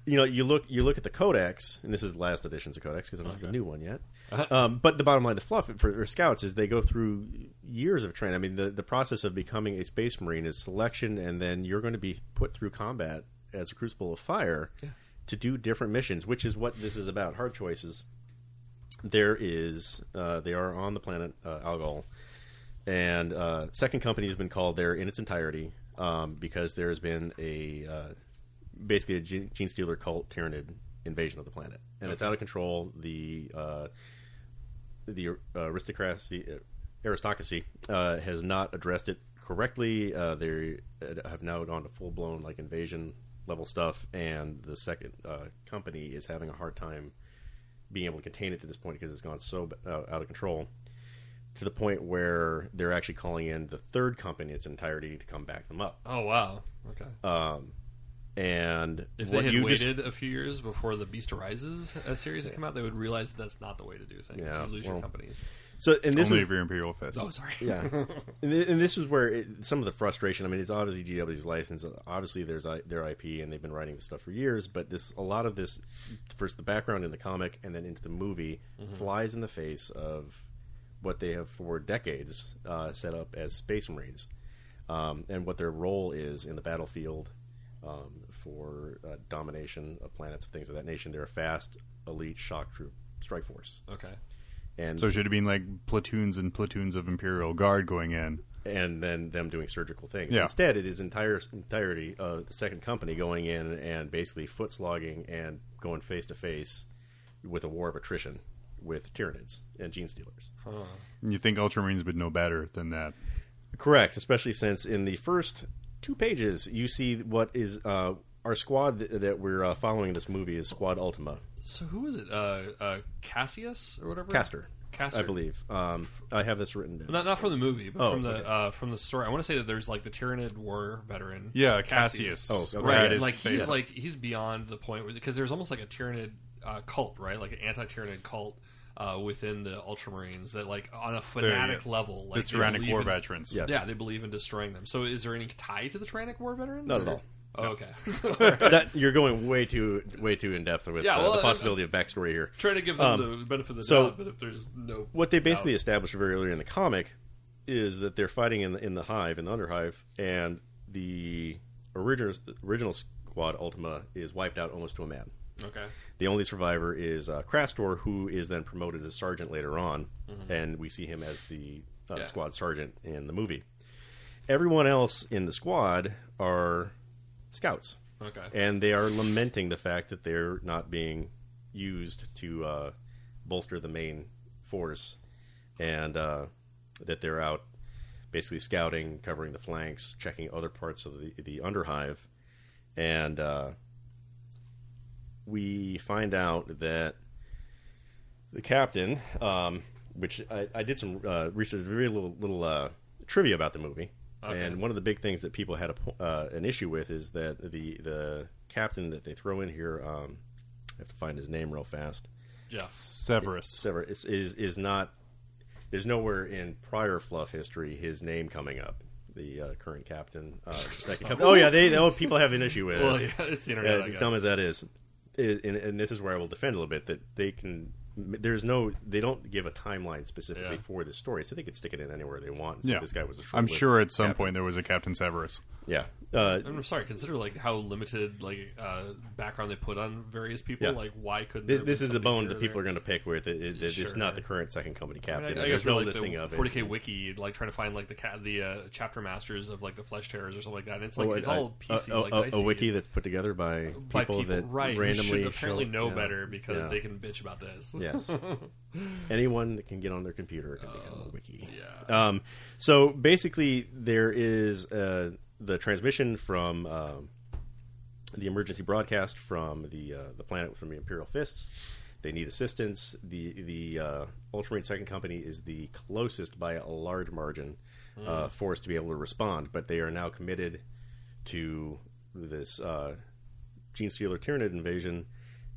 Speaker 2: you know, you look you look at the codex, and this is the last editions of codex because I'm not the new one yet.
Speaker 3: Uh-huh.
Speaker 2: Um, but the bottom line, the fluff for, for scouts is they go through years of training. I mean, the the process of becoming a space marine is selection, and then you're going to be put through combat as a crucible of fire to do different missions, which is what this is about. Hard choices. There is uh, they are on the planet uh, Algol and uh, second company has been called there in its entirety um, because there has been a uh, basically a gene gene stealer cult tyrannid invasion of the planet, and it's out of control. The uh, the uh, aristocracy uh, aristocracy uh, has not addressed it correctly. Uh, they uh, have now gone to full blown like invasion level stuff, and the second uh, company is having a hard time being able to contain it to this point because it's gone so uh, out of control to the point where they're actually calling in the third company in its entirety to come back them up.
Speaker 1: Oh wow. Okay.
Speaker 2: And
Speaker 1: if
Speaker 2: what
Speaker 1: they had
Speaker 2: you just-
Speaker 1: waited a few years before the Beast Arises uh, series had come out, they would realize that's not the way to do things.
Speaker 2: Yeah,
Speaker 1: you lose
Speaker 2: well-
Speaker 1: your companies.
Speaker 2: so and this
Speaker 3: only
Speaker 2: is
Speaker 3: if you're imperial fist
Speaker 1: Oh, sorry.
Speaker 2: yeah, and, thi- and this is where it, some of the frustration. I mean, it's obviously GW's license. uh, Obviously, there's I, their IP, and they've been writing this stuff for years. But this, a lot of this, first the background in the comic, and then into the movie, flies in the face of what they have for decades uh, set up as Space Marines, um, and what their role is in the battlefield um, for uh, domination of planets of things of that nation. They're a fast, elite shock troop strike force,
Speaker 1: Okay.
Speaker 2: and
Speaker 3: So it should have been like platoons and platoons of Imperial Guard going in.
Speaker 2: and then them doing surgical things.
Speaker 3: Yeah.
Speaker 2: Instead, it is entire entirety of the second company going in and basically foot slogging and going face to face with a war of attrition with tyrannids and gene stealers.
Speaker 3: And you think Ultramarines would know better than that.
Speaker 2: Correct, especially since in the first two pages you see what is uh, our squad th- that we're uh, following in this movie is Squad Ultima
Speaker 1: So who is it? Uh, uh, Cassius or whatever.
Speaker 2: Caster,
Speaker 1: Caster.
Speaker 2: I believe. Um, I have this written down.
Speaker 1: Not not from the movie, but
Speaker 2: Oh,
Speaker 1: from the
Speaker 2: okay.
Speaker 1: uh, from the story. I want to say that there's like the Tyranid War veteran.
Speaker 3: Yeah, Cassius.
Speaker 2: Oh, okay.
Speaker 1: Right,
Speaker 2: Right,
Speaker 1: and,
Speaker 2: his
Speaker 1: like he's
Speaker 3: face.
Speaker 1: like he's beyond the point where because there's almost like a tyrannid uh, cult, right? Like an anti-tyrannid cult uh, within the Ultramarines that, like, on a
Speaker 3: you
Speaker 1: fanatic
Speaker 3: go.
Speaker 1: level,
Speaker 3: the
Speaker 1: like, they
Speaker 3: Tyrannic
Speaker 1: believe
Speaker 3: War
Speaker 1: in-
Speaker 3: veterans.
Speaker 2: Yes.
Speaker 1: Yeah, they believe in destroying them. So, is there any tie to the Tyrannic War veterans?
Speaker 2: Not at
Speaker 1: or-
Speaker 2: all.
Speaker 1: Oh, okay.
Speaker 2: That, you're going way too way too in depth with
Speaker 1: Yeah,
Speaker 2: uh,
Speaker 1: well,
Speaker 2: the
Speaker 1: I-
Speaker 2: possibility of backstory here.
Speaker 1: Trying to give them the benefit of the
Speaker 2: Um, so-
Speaker 1: doubt, but if there's no
Speaker 2: What they basically established very early in the comic is that they're fighting in the, in the hive in the underhive, and the original original squad Ultima is wiped out almost to a man.
Speaker 1: okay,
Speaker 2: The only survivor is uh, Krastor, who is then promoted as sergeant later on, and we see him as the uh,
Speaker 1: Yeah.
Speaker 2: squad sergeant in the movie. Everyone else in the squad are scouts,
Speaker 1: okay,
Speaker 2: and they are lamenting the fact that they're not being used to uh, bolster the main force, and uh, that they're out basically scouting, covering the flanks, checking other parts of the the underhive, and uh, we find out that the captain, um, which I, I did some uh, research, very little little uh, trivia about the movie,
Speaker 1: Okay.
Speaker 2: and one of the big things that people had a, po- uh, an issue with is that the the captain that they throw in here, um, I have to find his name real fast.
Speaker 1: Jeff.
Speaker 3: Severus.
Speaker 2: Sever is is, is not. There's nowhere in prior fluff history his name coming up. The uh, current captain. Uh, second cap- oh yeah, they oh people have an issue with
Speaker 1: Well,
Speaker 2: this.
Speaker 1: yeah, it's the
Speaker 2: Yeah,
Speaker 1: internet. I
Speaker 2: as
Speaker 1: guess.
Speaker 2: dumb as that is, i- and, and this is where I will defend a little bit that they can. There's no, they don't give a timeline specifically
Speaker 1: Yeah.
Speaker 2: for this story, so they could stick it in anywhere they want. And say
Speaker 3: Yeah.
Speaker 2: this guy was a short.
Speaker 3: I'm sure at some point there was a Captain Severus.
Speaker 2: Yeah, uh,
Speaker 1: I'm sorry. Consider like how limited like uh, background they put on various people.
Speaker 2: Yeah.
Speaker 1: Like, why couldn't
Speaker 2: this,
Speaker 1: there
Speaker 2: this
Speaker 1: be
Speaker 2: is the
Speaker 1: something
Speaker 2: bone
Speaker 1: here
Speaker 2: that
Speaker 1: or
Speaker 2: people
Speaker 1: there?
Speaker 2: are going to pick with. It, it, it, It's
Speaker 1: Sure.
Speaker 2: not the current second
Speaker 1: I,
Speaker 2: company
Speaker 1: I
Speaker 2: captain.
Speaker 1: guess
Speaker 2: there's no
Speaker 1: really,
Speaker 2: listing
Speaker 1: like
Speaker 2: of
Speaker 1: the
Speaker 2: it.
Speaker 1: 40k wiki, like trying to find like the ca- the uh, chapter masters of like the flesh terrors or something like that. And it's like
Speaker 2: Oh,
Speaker 1: it's
Speaker 2: I-
Speaker 1: all PC,
Speaker 2: a, a-
Speaker 1: like
Speaker 2: a- a
Speaker 1: dicey.
Speaker 2: wiki that's put together by people,
Speaker 1: by people,
Speaker 2: that
Speaker 1: right? who
Speaker 2: randomly
Speaker 1: should apparently
Speaker 2: show-
Speaker 1: know
Speaker 2: yeah.
Speaker 1: better because
Speaker 2: Yeah.
Speaker 1: they can bitch about this.
Speaker 2: Yes, anyone that can get on their computer can become a wiki.
Speaker 1: Uh, yeah.
Speaker 2: Um, so basically, there is uh, the transmission from um, the emergency broadcast from the uh, the planet from the Imperial Fists. They need assistance. The the uh, Ultramarine Second Company is the closest by a large margin uh, force to be able to respond, but they are now committed to this uh, Gene Stealer Tyranid invasion,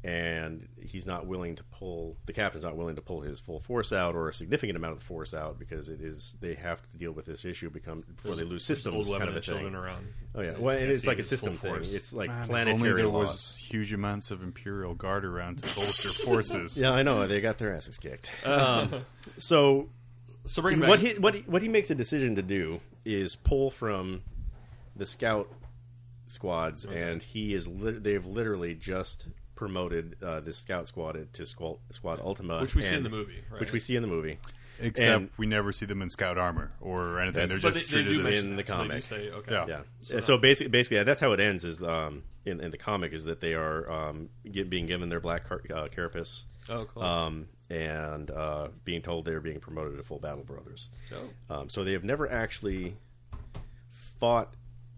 Speaker 2: and he's not willing to pull the captain's not willing to pull his full force out or a significant amount of the force out because it is they have to deal with this issue become before they lose
Speaker 1: old
Speaker 2: systems
Speaker 1: women
Speaker 2: kind of a
Speaker 1: and children
Speaker 2: thing.
Speaker 1: around.
Speaker 2: Oh yeah,
Speaker 1: They
Speaker 2: well,
Speaker 1: can't
Speaker 2: and it's
Speaker 1: see
Speaker 2: like a
Speaker 1: his full
Speaker 2: system thing.
Speaker 1: force.
Speaker 2: It's like
Speaker 3: Man, if
Speaker 2: planetary
Speaker 3: only there
Speaker 2: laws.
Speaker 3: was huge amounts of Imperial Guard around to bolster forces.
Speaker 2: Yeah, I know they got their asses kicked. Um, so
Speaker 1: so bring it back.
Speaker 2: what he what he, what he makes a decision to do is pull from the scout squads, and he is lit they've literally just promoted uh, this scout squad to squad, squad Ultima,
Speaker 1: which we see in
Speaker 2: and-
Speaker 1: the movie, right?
Speaker 2: which we see in the movie.
Speaker 3: Except
Speaker 2: And-
Speaker 3: we never see them in scout armor or anything. They're
Speaker 2: That's-
Speaker 1: but
Speaker 3: just
Speaker 1: they, they do
Speaker 3: treated as
Speaker 1: mention
Speaker 2: in
Speaker 1: that,
Speaker 2: the
Speaker 1: so they do
Speaker 2: comic.
Speaker 1: say, okay,
Speaker 3: Yeah.
Speaker 2: Yeah. So, so basically, basically, yeah, that's how it ends. Is um, in, in the comic is that they are um, get, being given their black car, uh, carapace,
Speaker 1: Oh, cool.
Speaker 2: um, and uh, being told they are being promoted to full battle brothers.
Speaker 1: Dope.
Speaker 2: Um, so they have never actually fought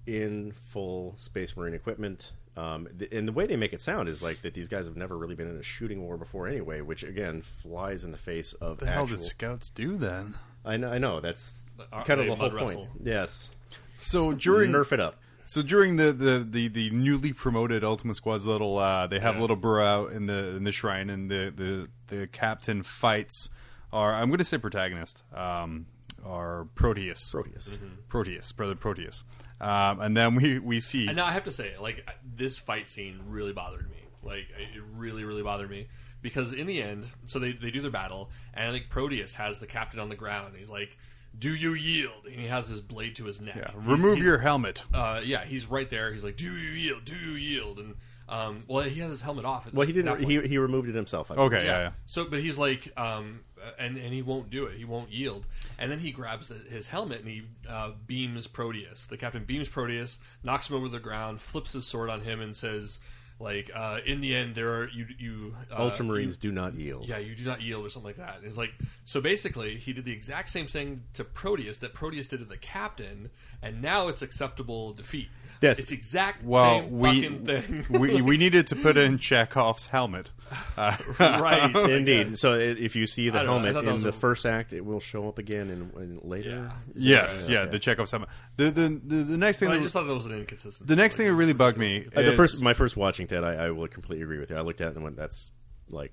Speaker 2: in full Space Marine equipment. Um, th- and the way they make it sound is like that these guys have never really been in a shooting war before, anyway, which again flies in the face of
Speaker 3: the hell
Speaker 2: actual.
Speaker 3: did scouts do then?
Speaker 2: I know, I know that's
Speaker 1: Are
Speaker 2: kind of
Speaker 1: they
Speaker 2: the whole
Speaker 1: mud
Speaker 2: point.
Speaker 1: wrestle?
Speaker 2: Yes,
Speaker 3: So during
Speaker 2: nerf it up.
Speaker 3: so during the, the, the, the newly promoted Ultima Squad's little uh, they have a
Speaker 1: Yeah.
Speaker 3: little bro out in the in the shrine and the the, the captain fights our I'm going to say protagonist um our Proteus
Speaker 2: Proteus.
Speaker 1: Mm-hmm.
Speaker 3: Proteus brother Proteus um, and then we we see
Speaker 1: And now I have to say, like I- this fight scene really bothered me. Like I- it really, really bothered me because in the end, so they they do their battle, and I think Proteus has the captain on the ground. He's like, "Do you yield?" And he has his blade to his neck.
Speaker 3: yeah,
Speaker 1: He's-
Speaker 3: uh, remove
Speaker 1: he's-
Speaker 3: your helmet
Speaker 1: Uh, yeah, he's right there. He's like, "Do you yield? Do you yield?" And um, well, he has his helmet off. at
Speaker 2: Well, he
Speaker 1: that
Speaker 2: didn't.
Speaker 1: point.
Speaker 2: He, he removed it himself. I
Speaker 3: okay yeah, yeah.
Speaker 1: So, but he's like, um, and and he won't do it. He won't yield. And then he grabs the, his helmet and he uh, beams Proteus. The captain beams Proteus, knocks him over the ground, flips his sword on him, and says, like, uh, in the end, there are you you uh,
Speaker 2: Ultramarines do not yield.
Speaker 1: yeah, you do not yield or something like that. And it's like so basically he did the exact same thing to Proteus that Proteus did to the captain, and now it's acceptable defeat.
Speaker 2: Yes.
Speaker 1: It's exact
Speaker 3: Well,
Speaker 1: same
Speaker 3: we,
Speaker 1: fucking thing.
Speaker 3: we we needed to put in Chekhov's helmet. Uh,
Speaker 1: right.
Speaker 2: Indeed. So i- if you see the
Speaker 1: I don't know. I
Speaker 2: helmet
Speaker 1: thought that
Speaker 2: in
Speaker 1: was
Speaker 2: the
Speaker 1: a-
Speaker 2: first act, it will show up again in, in later.
Speaker 1: Yeah.
Speaker 3: yes, yeah, the Chekhov's helmet. The the the, the next thing
Speaker 1: But I
Speaker 3: that,
Speaker 1: just thought that was an inconsistency.
Speaker 3: the next thing that
Speaker 1: Like,
Speaker 3: really bugged me
Speaker 2: Uh, the
Speaker 3: is-
Speaker 2: first, my first watching Ted, I, I will completely agree with you. I looked at it and went, "That's like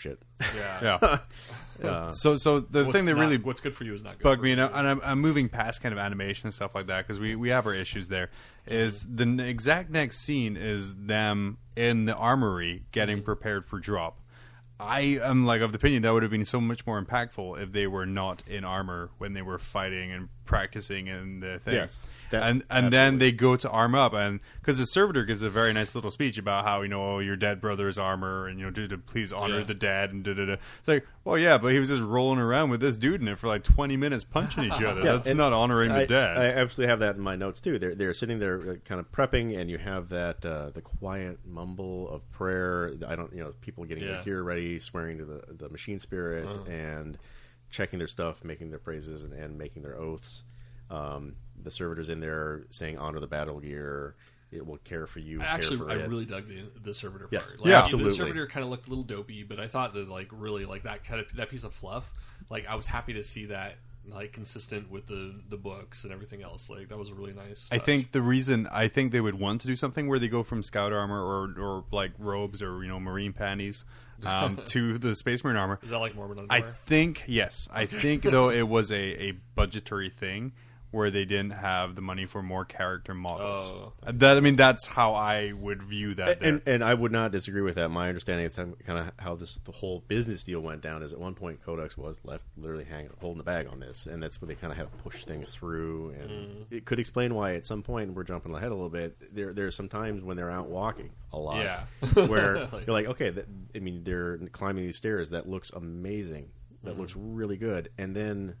Speaker 2: shit.
Speaker 3: yeah. so, so the
Speaker 1: What's
Speaker 3: thing that
Speaker 1: not-
Speaker 3: really
Speaker 1: what's good for you is not good.
Speaker 3: bug
Speaker 1: for
Speaker 3: me, and, I, and I'm, I'm moving past kind of animation and stuff like that because we, we have our issues there. Is the n- exact next scene is them in the armory getting prepared for drop. I am like of the opinion that would have been so much more impactful if they were not in armor when they were fighting and practicing and the things.
Speaker 2: Yes, that-
Speaker 3: and and then they go to arm up and because the servitor gives a very nice little speech about how you know oh, your dead brother's armor and you know do to please honor
Speaker 1: Yeah.
Speaker 3: the dead and da da da. It's like well yeah, but he was just rolling around with this dude in it for like twenty minutes punching each other.
Speaker 2: Yeah,
Speaker 3: That's
Speaker 2: and
Speaker 3: not honoring
Speaker 2: I,
Speaker 3: the dead.
Speaker 2: I absolutely have that in my notes too. They're they're sitting there uh, kind of prepping, and you have that uh, the quiet mumble of prayer. I don't, you know, people getting
Speaker 1: Yeah. Uh-huh.
Speaker 2: their gear ready, swearing to the the machine spirit, and checking their stuff, making their praises, and, and making their oaths. Um, the servitors in there saying, "Honor the battle gear. It will care for you."
Speaker 1: I
Speaker 2: care
Speaker 1: actually,
Speaker 2: for
Speaker 1: I
Speaker 2: it."
Speaker 1: really dug the, the servitor
Speaker 2: Yes.
Speaker 1: part.
Speaker 3: Yeah,
Speaker 2: absolutely.
Speaker 1: The servitor kind of looked a little dopey, but I thought that like really like that kind of that piece of fluff. Like I was happy to see that like consistent with the the books and everything else. Like that was a really nice.
Speaker 3: I
Speaker 1: touch.
Speaker 3: think the reason I think they would want to do something where they go from scout armor or or like robes or you know marine panties um, to the space marine armor
Speaker 1: is that like Mormon
Speaker 3: I
Speaker 1: underwear.
Speaker 3: think yes. I think though it was a, a budgetary thing where they didn't have the money for more character models.
Speaker 1: Oh.
Speaker 3: That I mean that's how I would view that.
Speaker 2: and
Speaker 3: there.
Speaker 2: and I would not disagree with that. My understanding is kind of how this the whole business deal went down is at one point Codex was left literally hanging holding the bag on this, and that's when they kind of had to push things through. And it could explain why at some point we're jumping ahead a little bit. There there are some times when they're out walking a lot,
Speaker 1: Yeah.
Speaker 2: where you're like, okay, that, I mean they're climbing these stairs that looks amazing, that looks really good, and then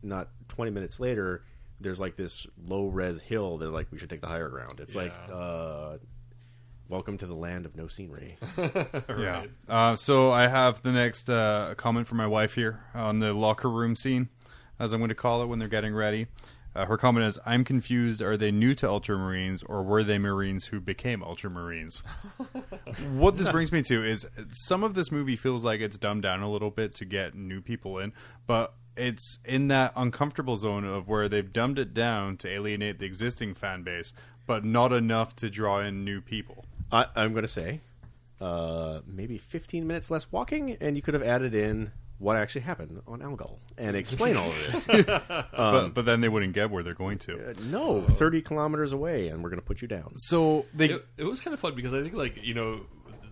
Speaker 2: not 20 minutes later there's like this low res hill that like we should take the higher ground it's like
Speaker 1: Yeah.
Speaker 2: uh welcome to the land of no scenery
Speaker 3: yeah. Uh, so I have the next uh, comment from my wife here on the locker room scene, as I'm going to call it when they're getting ready. Uh, her comment is, "I'm confused. Are they new to Ultramarines, or were they Marines who became Ultramarines?" what this brings me to is some of this movie feels like it's dumbed down a little bit to get new people in, but it's in that uncomfortable zone of where they've dumbed it down to alienate the existing fan base, but not enough to draw in new people.
Speaker 2: I, i'm gonna say uh maybe 15 minutes less walking and you could have added in what actually happened on algol and explain all of this
Speaker 3: but, but then they wouldn't get where they're going to.
Speaker 2: no 30 kilometers away and we're gonna put you down
Speaker 3: So they
Speaker 1: it, it was kind of fun because I think like you know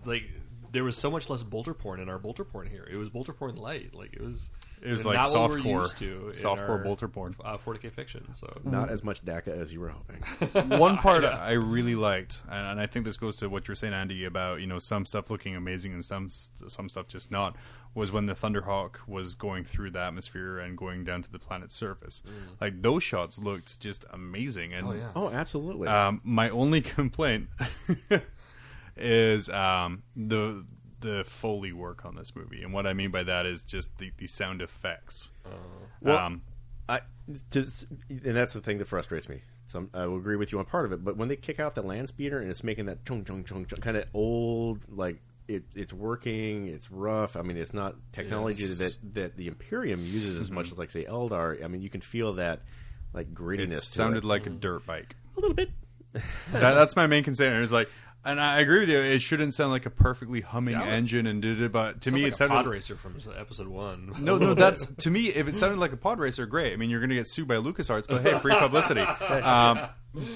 Speaker 1: like there was so much less bolter porn in our bolter porn here. It was bolter porn light. Like it was.
Speaker 3: it was
Speaker 1: not
Speaker 3: like
Speaker 1: what we're
Speaker 3: softcore,
Speaker 1: used to in
Speaker 3: softcore
Speaker 1: our,
Speaker 3: bolter porn.
Speaker 1: uh, 40k fiction. So
Speaker 2: not as much DACA as you were hoping.
Speaker 3: One part I really liked, and, and I think this goes to what you're saying, Andy, about you know some stuff looking amazing and some s- some stuff just not. Was when the Thunderhawk was going through the atmosphere and going down to the planet's surface. Like those shots looked just amazing, and
Speaker 1: Mm. yeah.
Speaker 2: Oh, absolutely.
Speaker 3: Um, my only complaint is um, the the foley work on this movie, and what I mean by that is just the, the sound effects.
Speaker 2: Well-
Speaker 3: um,
Speaker 2: I, to, and that's the thing that frustrates me. Some, I will agree with you on part of it, but when they kick out the land speeder and it's making that chung chung chung chung kind of old, like it, it's working, it's rough. I mean, it's not technology
Speaker 1: Yes.
Speaker 2: that that the Imperium uses as
Speaker 3: Mm-hmm.
Speaker 2: much as like say Eldar. I mean, you can feel that like grittiness.
Speaker 3: it
Speaker 2: to
Speaker 3: sounded like a dirt bike.
Speaker 2: a little bit.
Speaker 3: that, that's my main concern. It's like, and I agree with you. It shouldn't sound like a perfectly humming
Speaker 1: Sound-
Speaker 3: engine and did it, but to me,
Speaker 1: like
Speaker 3: it
Speaker 1: a
Speaker 3: sounded.
Speaker 1: pod racer from episode one.
Speaker 3: no, no, that's to me. If it sounded like a pod racer, great. I mean, you're going to get sued by LucasArts, but hey, free publicity. Um,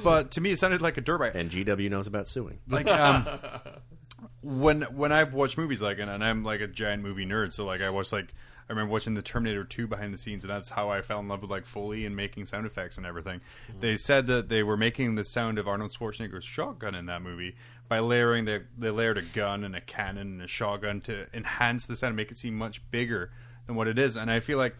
Speaker 3: but to me, it sounded like a dirt bike.
Speaker 2: And GW knows about suing.
Speaker 3: like um when when i've watched movies like and, and i'm like a giant movie nerd so like i watched like i remember watching the terminator 2 behind the scenes and that's how i fell in love with like foley and making sound effects and everything they said that they were making the sound of arnold schwarzenegger's shotgun in that movie by layering the, they layered a gun and a cannon and a shotgun to enhance the sound and make it seem much bigger than what it is and i feel like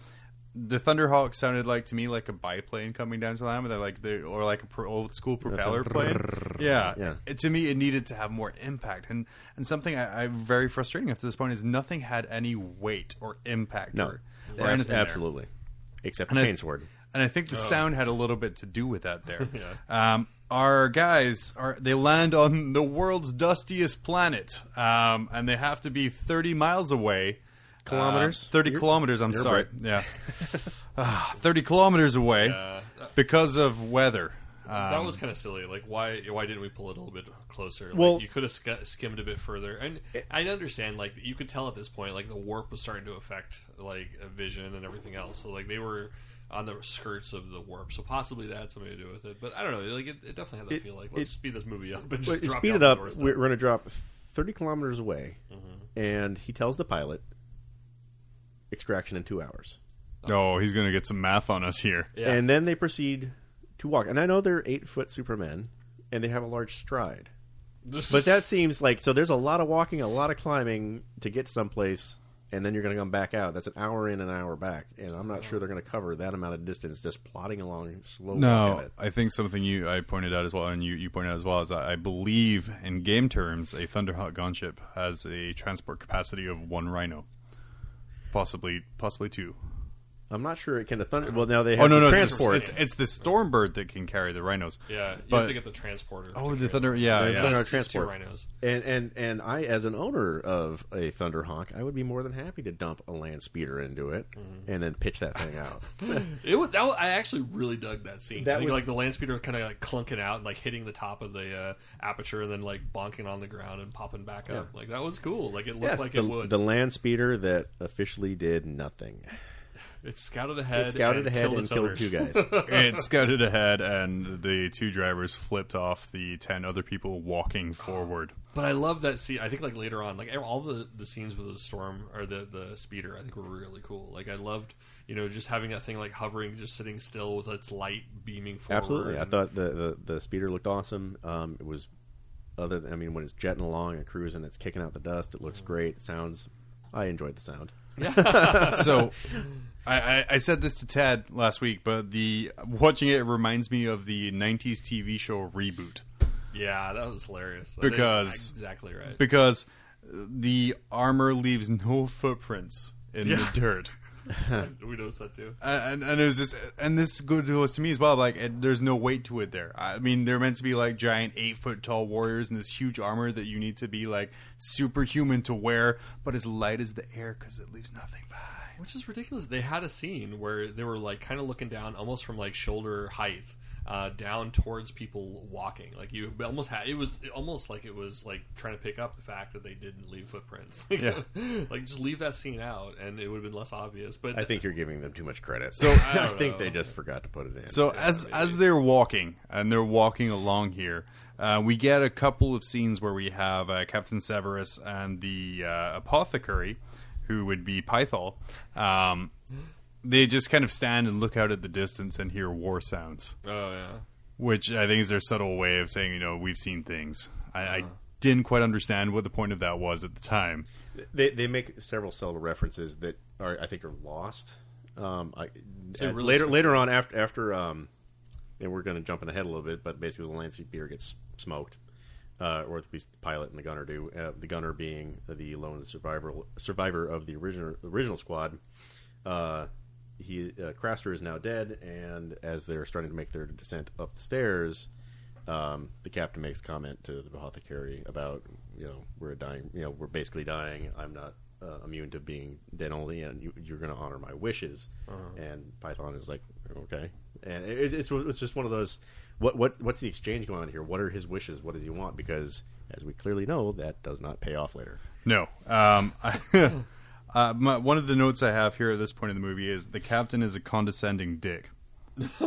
Speaker 3: the Thunderhawk sounded like to me like a biplane coming down to land, with like the or like a pro, old school propeller plane. Yeah,
Speaker 2: Yeah.
Speaker 3: It- to me, it needed to have more impact, and and something I, I'm very frustrating up to this point is nothing had any weight or impact.
Speaker 2: No,
Speaker 3: or, or anything there.
Speaker 2: absolutely. Except the
Speaker 3: And I-
Speaker 2: chainsword.
Speaker 3: And I think the sound had a little bit to do with that. There,
Speaker 1: Oh. Yeah.
Speaker 3: um, our guys are they land on the world's dustiest planet, um, and they have to be 30 miles away.
Speaker 2: Kilometers?
Speaker 3: Uh, 30
Speaker 2: You're-
Speaker 3: kilometers. I'm
Speaker 2: you're
Speaker 3: sorry.
Speaker 2: right.
Speaker 3: Yeah. Ah, 30 kilometers away
Speaker 1: Uh,
Speaker 3: because of weather. Uh,
Speaker 2: Um,
Speaker 1: that was kind of silly. Like, why why didn't we pull it a little bit closer? Like,
Speaker 2: Well-
Speaker 1: you could have sk- skimmed a bit further, and I understand. Like, you could tell at this point, like the warp was starting to affect like a vision and everything else. So, like, they were on the skirts of the warp, so possibly that had something to do with it. But I don't know. Like, it, it definitely had that
Speaker 2: It-
Speaker 1: feel. Like, let's speed this movie up and
Speaker 2: Well,
Speaker 1: just
Speaker 2: it
Speaker 1: drop
Speaker 2: speed it
Speaker 1: down
Speaker 2: up.
Speaker 1: the doorstep.
Speaker 2: We're, going to drop 30 kilometers away, and he tells the pilot extraction in two hours,
Speaker 3: Oh, he's gonna get some math on us here.
Speaker 1: Yeah.
Speaker 2: and then they proceed to walk. And I know they're eight foot supermen, and they have a large stride, but that seems like so. There's a lot of walking, a lot of climbing to get someplace, and then you're going to come back out. That's an hour in, an hour back, and I'm not sure they're going to cover that amount of distance just plodding along slowly.
Speaker 3: No, I think something you I pointed out as well, and you, you pointed out as well, is I, I believe in game terms, a Thunderhawk gunship has a transport capacity of one Rhino, possibly possibly two.
Speaker 2: I'm not sure it can. Thunder- well, now they have
Speaker 3: Oh no,
Speaker 2: the
Speaker 3: no, it's, the-
Speaker 2: transport.
Speaker 3: it's it's the Stormbird that can carry the Rhinos.
Speaker 1: yeah, you have
Speaker 3: but-
Speaker 1: to get the transporter.
Speaker 3: Oh,
Speaker 1: to
Speaker 3: the
Speaker 1: carry
Speaker 3: Thunder,
Speaker 1: it.
Speaker 3: yeah,
Speaker 2: They're
Speaker 3: yeah.
Speaker 2: Thunder
Speaker 1: It's- it's two
Speaker 2: transport.
Speaker 1: rhinos.
Speaker 2: And and and I, as an owner of a Thunderhawk, I would be more than happy to dump a land speeder into it
Speaker 1: Mm-hmm.
Speaker 2: and then pitch that thing out.
Speaker 1: It was, that was, I actually really dug that scene.
Speaker 2: That
Speaker 1: I think,
Speaker 2: was-
Speaker 1: like the land speeder kind of like clunking out and like hitting the top of the uh, aperture and then like bonking on the ground and popping back up. Like that was cool. Like it looked
Speaker 2: yes,
Speaker 1: like
Speaker 2: the,
Speaker 1: it would.
Speaker 2: the land speeder that officially did nothing.
Speaker 1: it scouted ahead.
Speaker 2: It scouted
Speaker 1: and
Speaker 2: ahead
Speaker 1: killed
Speaker 2: and
Speaker 1: its
Speaker 2: killed
Speaker 1: owners.
Speaker 2: two guys.
Speaker 3: it scouted ahead, and the two drivers flipped off the ten other people walking forward.
Speaker 1: But I love that scene. I think like later on, like all the the scenes with the storm or the the speeder, I think were really cool. Like I loved, you know, just having that thing like hovering, just sitting still with its light beaming forward.
Speaker 2: Absolutely, I
Speaker 1: and-
Speaker 2: thought the, the the speeder looked awesome. Um, it was other. Than, I mean, when it's jetting along and cruising, it's kicking out the dust. It looks
Speaker 1: Mm-hmm.
Speaker 2: great. It sounds. I enjoyed the sound.
Speaker 3: so I, I, I said this to Tad last week, but the watching it reminds me of the '90s TV show reboot
Speaker 1: yeah, that was hilarious. That is
Speaker 3: Because-
Speaker 1: exactly right.
Speaker 3: because the armor leaves no footprints in
Speaker 1: Yeah.
Speaker 3: the dirt.
Speaker 1: we noticed that too.
Speaker 3: And, and it was just, and this good goes to me as well. Like, it, there's no weight to it there. I mean, they're meant to be like giant eight foot tall warriors in this huge armor that you need to be like superhuman to wear, but as light as the air because it leaves nothing behind.
Speaker 1: Which is ridiculous. They had a scene where they were like kind of looking down, almost from like shoulder height, uh, down towards people walking. Like you almost had it was almost like it was like trying to pick up the fact that they didn't leave footprints. Like,
Speaker 3: Yeah.
Speaker 1: like just leave that scene out, and it would have been less obvious. But
Speaker 2: I think you're giving them too much credit.
Speaker 3: So, I
Speaker 2: I
Speaker 1: don't
Speaker 2: think
Speaker 1: know.
Speaker 2: they just forgot to put it in.
Speaker 3: So as as they're walking and they're walking along here, uh, we get a couple of scenes where we have uh, Captain Severus and the uh, apothecary, who would be Pythol. Um, they just kind of stand and look out at the distance and hear war sounds,
Speaker 1: oh yeah,
Speaker 3: which I think is their subtle way of saying, you know, we've seen things. I, I didn't quite understand what the point of that was at the time.
Speaker 2: they they make several subtle references that are I think are lost. Um, I,
Speaker 1: So
Speaker 2: at-
Speaker 1: really
Speaker 2: later
Speaker 1: expect-
Speaker 2: later on after after um, and we're going to jump in ahead a little bit, but basically the Lancey Beer gets smoked, uh, or at least the pilot and the gunner do. Uh, the gunner being the lone survivor survivor of the original original squad. Uh, he uh, Craster is now dead, and as they're starting to make their descent up the stairs, um, the captain makes comment to the apothecary about you know we're dying you know we're basically dying i'm not uh, immune to being dead only and you, you're going to honor my wishes and python is like okay and it, it's, it's- it's just one of those what what's, what's the exchange going on here what are his wishes what does he want because as we clearly know that does not pay off later
Speaker 3: No. Um, I, uh, my, one of the notes I have here at this point in the movie is the captain is a condescending dick.
Speaker 1: you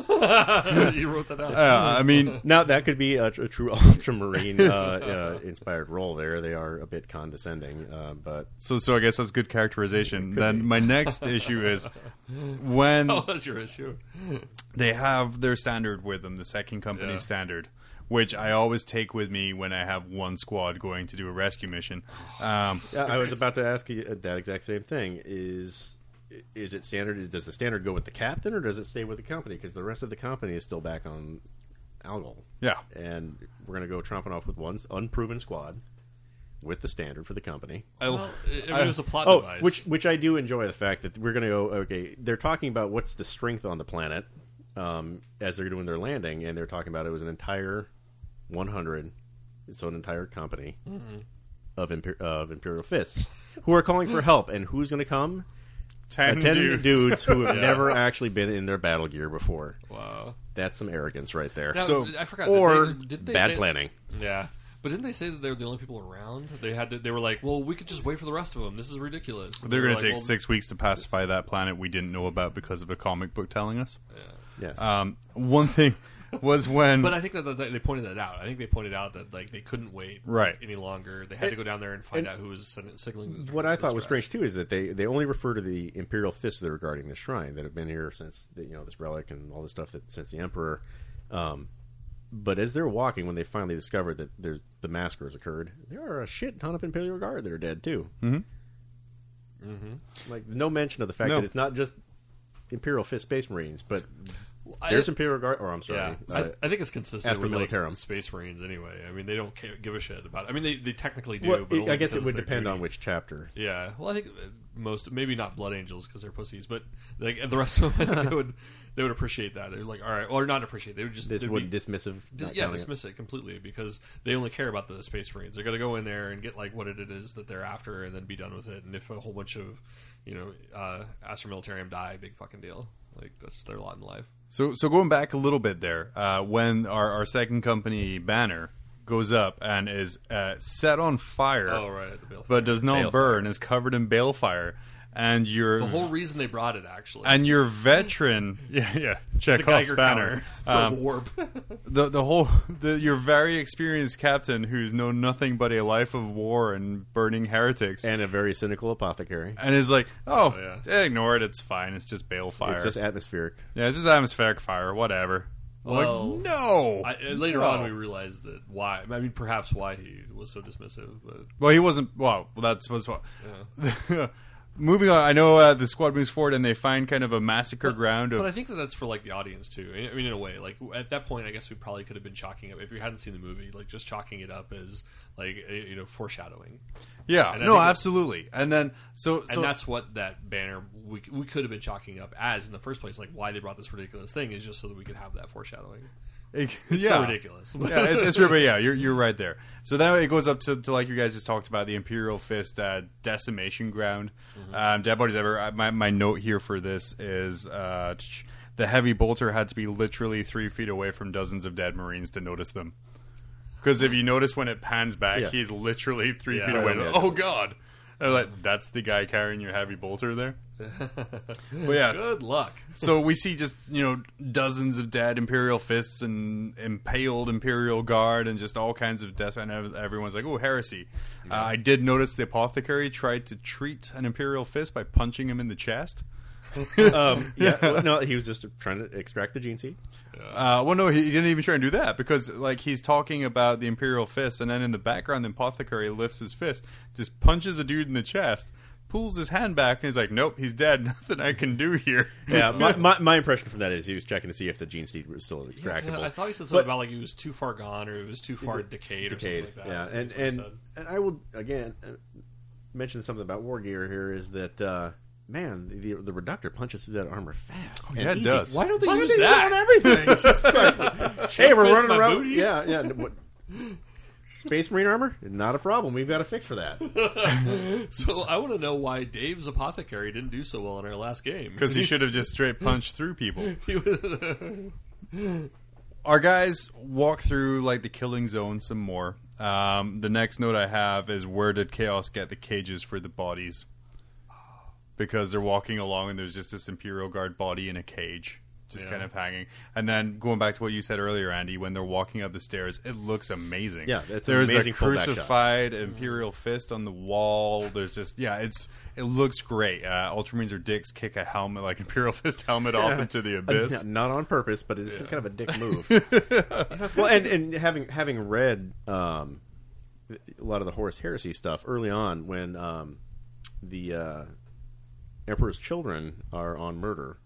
Speaker 1: wrote that out.
Speaker 3: Uh, I mean,
Speaker 2: now that could be a, tr- a true ultramarine uh, uh, inspired role there they are a bit condescending uh, but
Speaker 3: so so I guess that's good characterization. Then my next issue is when
Speaker 1: Oh, that's your issue.
Speaker 3: they have their standard with them, the second company
Speaker 1: Yeah.
Speaker 3: standard, which I always take with me when I have one squad going to do a rescue mission. Um,
Speaker 2: Yeah, I was about to ask you uh, that exact same thing. Is is it standard? Does the standard go with the captain, or does it stay with the company? Because the rest of the company is still back on Algol,
Speaker 3: yeah.
Speaker 2: and we're gonna go tromping off with one s- unproven squad with the standard for the company.
Speaker 3: I,
Speaker 1: Well, it, I mean, it was a plot
Speaker 2: Oh,
Speaker 1: device.
Speaker 2: which which I do enjoy the fact that we're gonna go. Okay, they're talking about what's the strength on the planet um, as they're doing their landing, and they're talking about it was an entire 100, so an entire company
Speaker 1: Mm-hmm.
Speaker 2: of Imper- of Imperial Fists who are calling for help, and who's gonna come?
Speaker 3: ten,
Speaker 2: Ten
Speaker 3: dudes.
Speaker 2: dudes who have never actually been in their battle gear before.
Speaker 1: wow.
Speaker 2: That's some arrogance right there.
Speaker 1: Now,
Speaker 3: So-
Speaker 1: I forgot. did
Speaker 2: or
Speaker 1: they- did they
Speaker 2: bad
Speaker 1: say-
Speaker 2: planning.
Speaker 1: Yeah, but didn't they say that they were the only people around? They had to. They were like, "Well, we could just wait for the rest of them. This is ridiculous." And
Speaker 3: They're
Speaker 1: they were
Speaker 3: going
Speaker 1: like,
Speaker 3: to take
Speaker 1: well,
Speaker 3: six weeks to pacify that planet we didn't know about because of a comic book telling us.
Speaker 2: Yes.
Speaker 3: Um, one thing was when.
Speaker 1: But I think that, that they pointed that out. I think they pointed out that like they couldn't wait
Speaker 3: Right.
Speaker 1: any longer. They had to go down there and find out who was sin- signaling. The
Speaker 2: what I thought was
Speaker 1: distress.
Speaker 2: strange too is that they, they only refer to the imperial fists that are regarding the shrine that have been here since the, you know this relic and all this stuff that since the emperor. Um, but as they're walking, when they finally discover that there's the massacre has occurred, there are a shit ton of imperial guard that are dead too. Mm-hmm. Mm-hmm. Like no mention of the fact
Speaker 3: No.
Speaker 2: that it's not just imperial fist space marines, but
Speaker 1: I-
Speaker 2: there's imperial guard. Or I'm sorry,
Speaker 1: Yeah,
Speaker 2: uh,
Speaker 1: I, I think it's consistent
Speaker 2: Asper
Speaker 1: with like,
Speaker 2: Militarum.
Speaker 1: space marines anyway. I mean, they don't care, give a shit about. It. I mean, they, they technically do.
Speaker 2: well,
Speaker 1: but
Speaker 2: it-
Speaker 1: only
Speaker 2: I guess it
Speaker 1: because
Speaker 2: would
Speaker 1: it's their
Speaker 2: depend
Speaker 1: duty.
Speaker 2: on which chapter.
Speaker 1: Yeah, well, I think uh, most, maybe not Blood Angels because they're pussies, but like the rest of them, I think they would they would appreciate that. They're like, all right, or not appreciate. They would just
Speaker 2: This
Speaker 1: they'd
Speaker 2: would
Speaker 1: be,
Speaker 2: dismissive.
Speaker 1: dis-
Speaker 2: not
Speaker 1: yeah
Speaker 2: counting it.
Speaker 1: dismiss it completely because they only care about the space marines. They're gonna go in there and get like what it is that they're after, and then be done with it. And if a whole bunch of you know uh, Astra Militarium die, big fucking deal. Like that's their lot in life.
Speaker 3: So, so going back a little bit there, uh, when our, our second company banner goes up and is uh, set on fire,
Speaker 1: Oh right, the Balefire.
Speaker 3: but does not
Speaker 2: Balefire.
Speaker 3: burn, is covered in balefire, and your
Speaker 1: the whole reason they brought it actually.
Speaker 3: and your veteran, yeah, yeah, Chekhov's
Speaker 1: Geiger
Speaker 3: banner,
Speaker 1: counter for
Speaker 3: um,
Speaker 1: warp.
Speaker 3: the the whole the, your very experienced captain who's known nothing but a life of war and burning heretics, and,
Speaker 2: and a very cynical apothecary.
Speaker 3: is like, oh,
Speaker 1: Oh,
Speaker 3: ignore it, it's fine, it's just balefire,
Speaker 2: It's just atmospheric.
Speaker 3: yeah, it's just atmospheric fire, whatever. I'm
Speaker 1: Well,
Speaker 3: like, no.
Speaker 1: I, and later
Speaker 3: No.
Speaker 1: on, we realized that why. I mean, perhaps why he was so dismissive. But
Speaker 3: Well, he wasn't. Well, well, that's was what. Moving on, I know uh, the squad moves forward and they find kind of a massacre ground
Speaker 1: but I
Speaker 3: of.
Speaker 1: think that that's for like the audience too. I- I mean, in a way, like at that point, I guess we probably could have been chalking up if you hadn't seen the movie, like just chalking it up as like eh, you know foreshadowing.
Speaker 3: Yeah,
Speaker 1: and I
Speaker 3: no,
Speaker 1: think it-
Speaker 3: absolutely. And then so
Speaker 1: And
Speaker 3: so
Speaker 1: that's what that banner we, we could have been chalking up as in the first place. Like why they brought this ridiculous thing is just so that we could have that foreshadowing.
Speaker 3: it,
Speaker 1: It's
Speaker 3: yeah.
Speaker 1: so ridiculous.
Speaker 3: yeah, it's, it's true, but yeah, you're you're right there. So then it goes up to, to like you guys just talked about the Imperial Fist uh, decimation ground. Um, dead bodies ever. I- My my note here for this is uh, tch, the heavy bolter had to be literally three feet away from dozens of dead Marines to notice them. Because if you notice when it pans back,
Speaker 2: Yes.
Speaker 3: he's literally three
Speaker 1: Yeah.
Speaker 3: feet
Speaker 1: Right
Speaker 3: away.
Speaker 2: on the edge.
Speaker 3: oh God! And I'm like that's the guy carrying your heavy bolter there. but yeah,
Speaker 1: Good luck.
Speaker 3: so we see just you know dozens of dead imperial fists and impaled imperial guard and just all kinds of death and ev- everyone's like oh heresy uh, i did notice the apothecary tried to treat an imperial fist by punching him in the chest
Speaker 2: Um, yeah, well, no, he was just trying to extract the gene seed.
Speaker 3: uh, well no he he didn't even try and do that because like he's talking about the imperial fist and then in the background the apothecary lifts his fist just punches a dude in the chest pulls his hand back and he's like nope he's dead nothing i can do here
Speaker 2: Yeah, my, my, my impression from that is he was checking to see if the gene seed was still extractable.
Speaker 1: I thought he said something
Speaker 2: But-
Speaker 1: about like he was too far gone or it was too far decayed, or something
Speaker 2: Decayed,
Speaker 1: like that.
Speaker 2: yeah,
Speaker 1: is
Speaker 2: and
Speaker 1: what he
Speaker 2: and,
Speaker 1: said.
Speaker 2: and I will again uh, mention something about war gear here is that uh, man the the reductor punches through that armor fast. and
Speaker 3: yeah, it
Speaker 2: easy.
Speaker 3: does.
Speaker 1: Why don't they
Speaker 2: Why
Speaker 1: use
Speaker 2: do they do
Speaker 1: that?
Speaker 2: it on everything? Jesus Christ. hey, we're
Speaker 1: Fist
Speaker 2: running
Speaker 1: my
Speaker 2: around.
Speaker 1: booty?
Speaker 2: Yeah, yeah. n- What, Space Marine armor, not a problem. We've got a fix for that.
Speaker 1: So I want to know why Dave's apothecary didn't do so well in our last game.
Speaker 3: because he should have just straight punched through people
Speaker 1: He was-
Speaker 3: our guys walk through like the killing zone some more. Um, the next note I have is where did Chaos get the cages for the bodies? Because they're walking along and there's just this Imperial Guard body in a cage, just
Speaker 1: Yeah.
Speaker 3: kind of hanging. And then going back to what you said earlier, Andy, when they're walking up the stairs, it looks amazing.
Speaker 2: Yeah, it's an
Speaker 3: there's
Speaker 2: amazing
Speaker 3: a
Speaker 2: pullback shot. Mm-hmm.
Speaker 3: crucified Imperial fist on the wall. There's just yeah, it's it looks great. Uh, Ultramarines or dicks kick a helmet like Imperial fist helmet off into the abyss.
Speaker 2: Yeah, Uh, not on purpose, but it's kind of a dick move. well, and, and having having read um, a lot of the Horus Heresy stuff early on, when um, the uh, Emperor's children are on murder,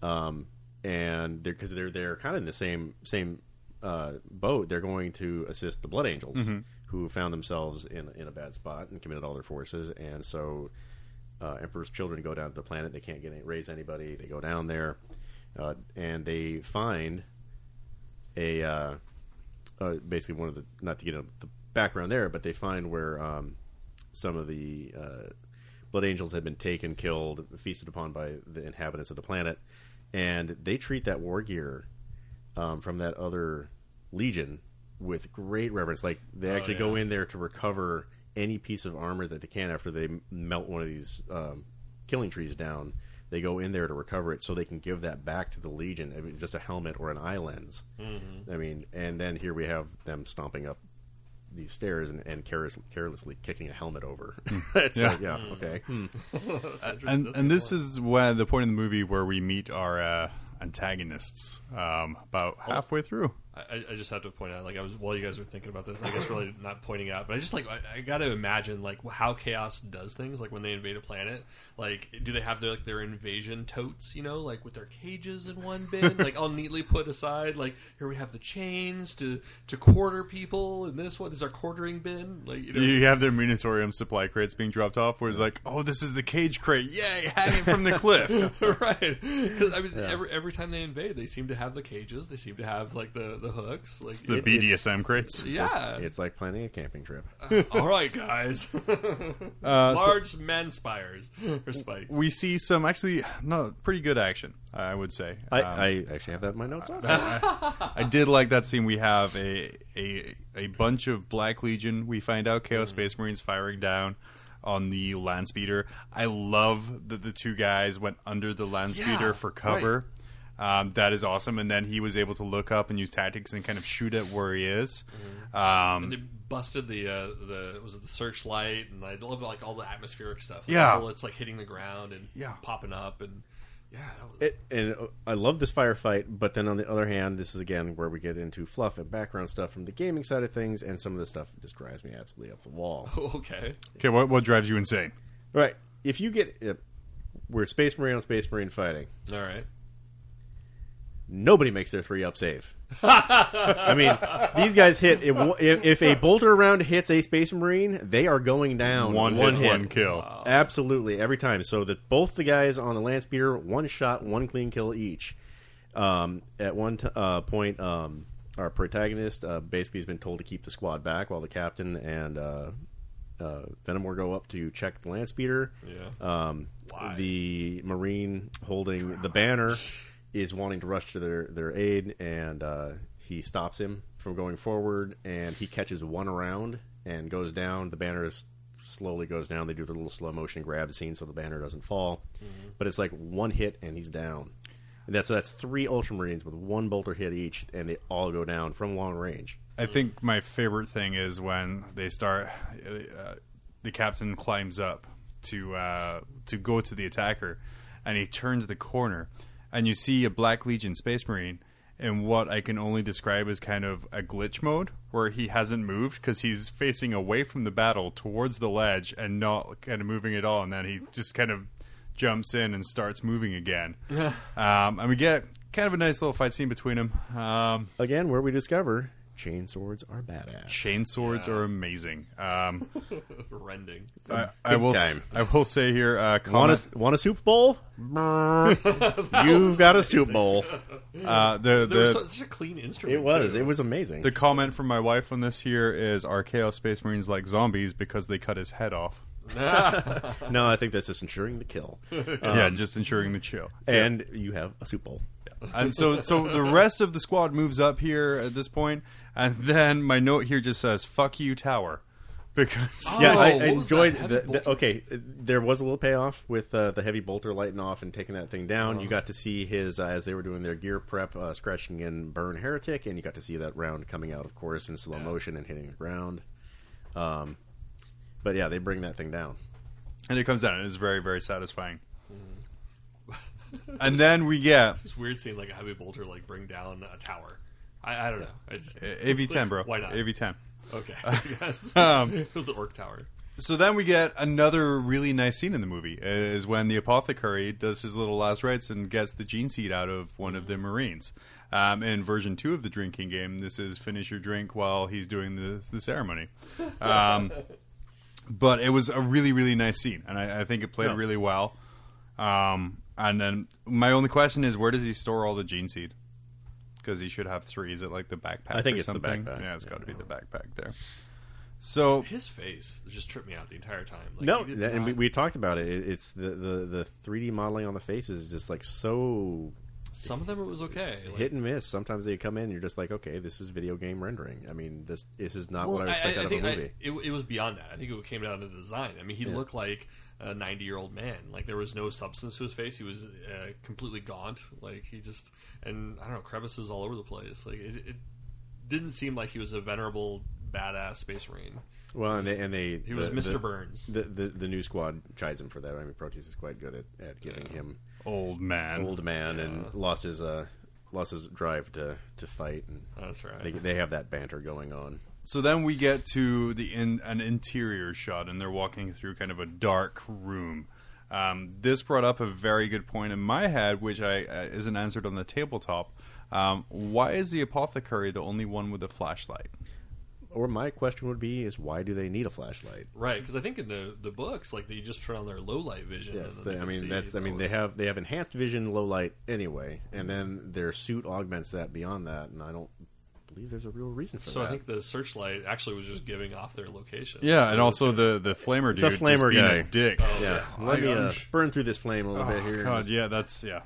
Speaker 2: um, and they're because they're they're kind of in the same same uh, boat. They're going to assist the Blood Angels,
Speaker 3: Mm-hmm.
Speaker 2: who found themselves in in a bad spot and committed all their forces, and so uh, Emperor's children go down to the planet. They can't get any, raise anybody. They go down there, uh, and they find a uh, uh, basically one of the not to get into the background there, but they find where um, some of the uh, blood angels had been taken, killed, feasted upon by the inhabitants of the planet, and they treat that war gear um, from that other legion with great reverence. Like they actually go in there to recover any piece of armor that they can after they m- melt one of these um, killing trees down. They go in there to recover it so they can give that back to the legion. If it's just a helmet or an eye lens. I mean, and then here we have them stomping up these stairs and, and careless, carelessly kicking a helmet over. it's
Speaker 3: Hmm. Yeah.
Speaker 2: like, yeah, okay.
Speaker 3: and and this is where the point in the movie where we meet our uh, antagonists um, about halfway through.
Speaker 1: I, I- I just have to point out, like, I was while you guys were thinking about this, I guess really not pointing out, but I just like I, I got to imagine like how chaos does things, like when they invade a planet. Like, do they have their like their invasion totes, you know, like with their cages in one bin, like all neatly put aside. Like here we have the chains to to quarter people, and this one is our quartering bin. Like you know,
Speaker 3: You have their Munitorium supply crates being dropped off, where it's like, oh, this is the cage crate. Yay, hang it from the cliff.
Speaker 1: right? Because I mean, every every time they invade, they seem to have the cages. They seem to have like the the hooks. Like
Speaker 3: The
Speaker 2: It-
Speaker 3: BDSM
Speaker 2: it's-
Speaker 3: crates.
Speaker 1: yeah,
Speaker 2: It's like planning a camping trip.
Speaker 1: All right, guys.
Speaker 3: Uh, so-
Speaker 1: Large man spires or spikes.
Speaker 3: we see some actually no pretty good action i would say
Speaker 2: I,
Speaker 3: Um,
Speaker 2: I actually have that in my notes also.
Speaker 3: I did like that scene we have a a, a bunch of black legion we find out chaos space marines firing down on the land speeder i love that the two guys went under the land
Speaker 1: Yeah,
Speaker 3: speeder for cover um, that is awesome and then he was able to look up and use tactics and kind of shoot at where he is um,
Speaker 1: They busted the uh, the was it the searchlight and I love like all the atmospheric stuff. Like,
Speaker 3: Yeah.
Speaker 1: bullets like hitting the ground and
Speaker 3: Yeah.
Speaker 1: popping up and yeah, that was-
Speaker 2: It, and uh, I love this firefight, but then on the other hand, this is again where we get into fluff and background stuff from the gaming side of things, and some of this stuff just drives me absolutely up the wall.
Speaker 1: okay.
Speaker 3: okay what, what drives you insane
Speaker 2: Right? If you get uh, we're space marine on space marine fighting,
Speaker 1: All right.
Speaker 2: nobody makes their three up save. I mean, these guys hit if, if if a boulder round hits a space marine, they are going down
Speaker 3: one,
Speaker 2: one
Speaker 3: hit, one kill
Speaker 2: Absolutely, every time. So that both the guys on the land speeder, one shot, one clean kill each. Um, at one t- uh, point, um, our protagonist uh, basically has been told to keep the squad back while the captain and uh, uh, Venomore go up to check the land speeder.
Speaker 1: Yeah.
Speaker 3: Uh,
Speaker 2: Um,
Speaker 1: Why?
Speaker 2: the marine holding the banner is wanting to rush to their their aid, and uh, he stops him from going forward, and he catches one around and goes down. The banner is slowly goes down. They do the little slow motion grab scene so the banner doesn't fall, but it's like one hit and he's down. And that's that's three ultramarines with one bolter hit each, and they all go down from long range.
Speaker 3: I think my favorite thing is when they start. Uh, the captain climbs up to uh, to go to the attacker, and he turns the corner, and you see a Black Legion Space Marine in what I can only describe as kind of a glitch mode, where he hasn't moved because he's facing away from the battle towards the ledge and not kind of moving at all, and then he just kind of jumps in and starts moving again. um, and we get kind of a nice little fight scene between them. Um,
Speaker 2: Again, where we discover chain swords are badass.
Speaker 3: Chain swords are amazing. Um,
Speaker 1: Rending.
Speaker 3: I, I will. s-
Speaker 2: time.
Speaker 3: I will say here. Uh,
Speaker 2: Want
Speaker 3: comment,
Speaker 2: a, want a soup bowl? You've got a soup bowl.
Speaker 3: uh, the
Speaker 1: There was
Speaker 3: the,
Speaker 1: so, such a clean instrument.
Speaker 2: It was.
Speaker 1: too.
Speaker 2: It was amazing.
Speaker 3: the comment from my wife on this here is: "Our Chaos Space Marines like zombies because they cut his head off."
Speaker 2: no, I think that's just ensuring the kill.
Speaker 3: yeah, Um, just ensuring the chill.
Speaker 2: and you have a soup bowl.
Speaker 3: and so, so the rest of the squad moves up here at this point, and then my note here just says "fuck you, Tower," because
Speaker 2: yeah, I, I
Speaker 1: Oh, what was
Speaker 2: enjoyed.
Speaker 1: that? Heavy
Speaker 2: The, the,
Speaker 1: bolter?
Speaker 2: okay, there was a little payoff with uh, the heavy bolter lighting off and taking that thing down.
Speaker 1: Uh-huh.
Speaker 2: You got to see his uh, as they were doing their gear prep, uh, scratching in burn heretic, and you got to see that round coming out, of course, in slow motion and hitting the ground. Um, but yeah, they bring that thing down.
Speaker 3: and it comes down. and It is very, very satisfying.
Speaker 1: Mm-hmm.
Speaker 3: and then we get
Speaker 1: It's weird seeing like a heavy bolter like bring down a tower. I, I don't know. I just
Speaker 3: AV10, bro.
Speaker 1: Why not?
Speaker 3: AV10.
Speaker 1: okay. yes.
Speaker 3: Um,
Speaker 1: it was the orc tower.
Speaker 3: So then we get another really nice scene in the movie is when the apothecary does his little last rites and gets the gene seed out of one of the
Speaker 2: Mm-hmm.
Speaker 3: marines. Um, in version two of the drinking game, this is finish your drink while he's doing the the ceremony. Um, but it was a really really nice scene, and I, I think it played
Speaker 1: Yeah.
Speaker 3: really well. Um, and then my only question is, where does he store all the gene seed? Because he should have three. Is it like the backpack?
Speaker 2: I think
Speaker 3: or
Speaker 2: it's the
Speaker 3: something?
Speaker 2: backpack.
Speaker 3: Yeah, it's got to be the backpack there. So
Speaker 1: His face just tripped me out the entire time. Like,
Speaker 2: No,
Speaker 1: he did
Speaker 2: that- and we,
Speaker 1: not-
Speaker 2: we talked about it. it it's the, the the 3D modeling on the face is just like so
Speaker 1: Some of them it was okay. Like,
Speaker 2: hit and miss. Sometimes they come in, and you're just like, okay, this is video game rendering. I mean, this this is not what I expect out of a
Speaker 1: think I-
Speaker 2: movie.
Speaker 1: it, it was beyond that. I think it came down to the design. I mean, he looked like a 90 year old man. Like there was no substance to his face. He was uh, completely gaunt. Like he just and I don't know crevices all over the place. Like it, it didn't seem like he was a venerable badass space marine.
Speaker 2: well, and they and they
Speaker 1: He was
Speaker 2: the-
Speaker 1: Mr.
Speaker 2: the-
Speaker 1: Burns.
Speaker 2: The, the the new squad chides him for that. I mean, Proteus is quite good at, at giving him
Speaker 3: Old man.
Speaker 2: old man and lost his uh lost his drive to to fight and
Speaker 1: That's right.
Speaker 2: they they have that banter going on.
Speaker 3: So then we get to the in, an interior shot, and they're walking through kind of a dark room. Um, this brought up a very good point in my head, which I uh, isn't answered on the tabletop. Um, why is the apothecary the only one with a flashlight?
Speaker 2: Or my question would be is why do they need a flashlight?
Speaker 1: Right, because I think in the, the books, like they just turn on their low light vision.
Speaker 2: Yes,
Speaker 1: and then they
Speaker 2: they, I
Speaker 1: can see
Speaker 2: mean that's I mean they
Speaker 1: those.
Speaker 2: have they have enhanced vision low light anyway, and then their suit augments that beyond that, and I don't believe there's a real reason for
Speaker 1: So
Speaker 2: that.
Speaker 1: I think the searchlight actually was just giving off their location.
Speaker 3: Yeah, and also the the flamer
Speaker 2: The
Speaker 3: dude just
Speaker 2: flamer
Speaker 3: being
Speaker 2: guy.
Speaker 3: a dick.
Speaker 2: yes,
Speaker 3: Yeah.
Speaker 2: let
Speaker 3: I-
Speaker 2: me uh,
Speaker 3: I'm sh- Oh,
Speaker 2: burn through this flame a little bit Oh, here.
Speaker 3: God, yeah, that's yeah.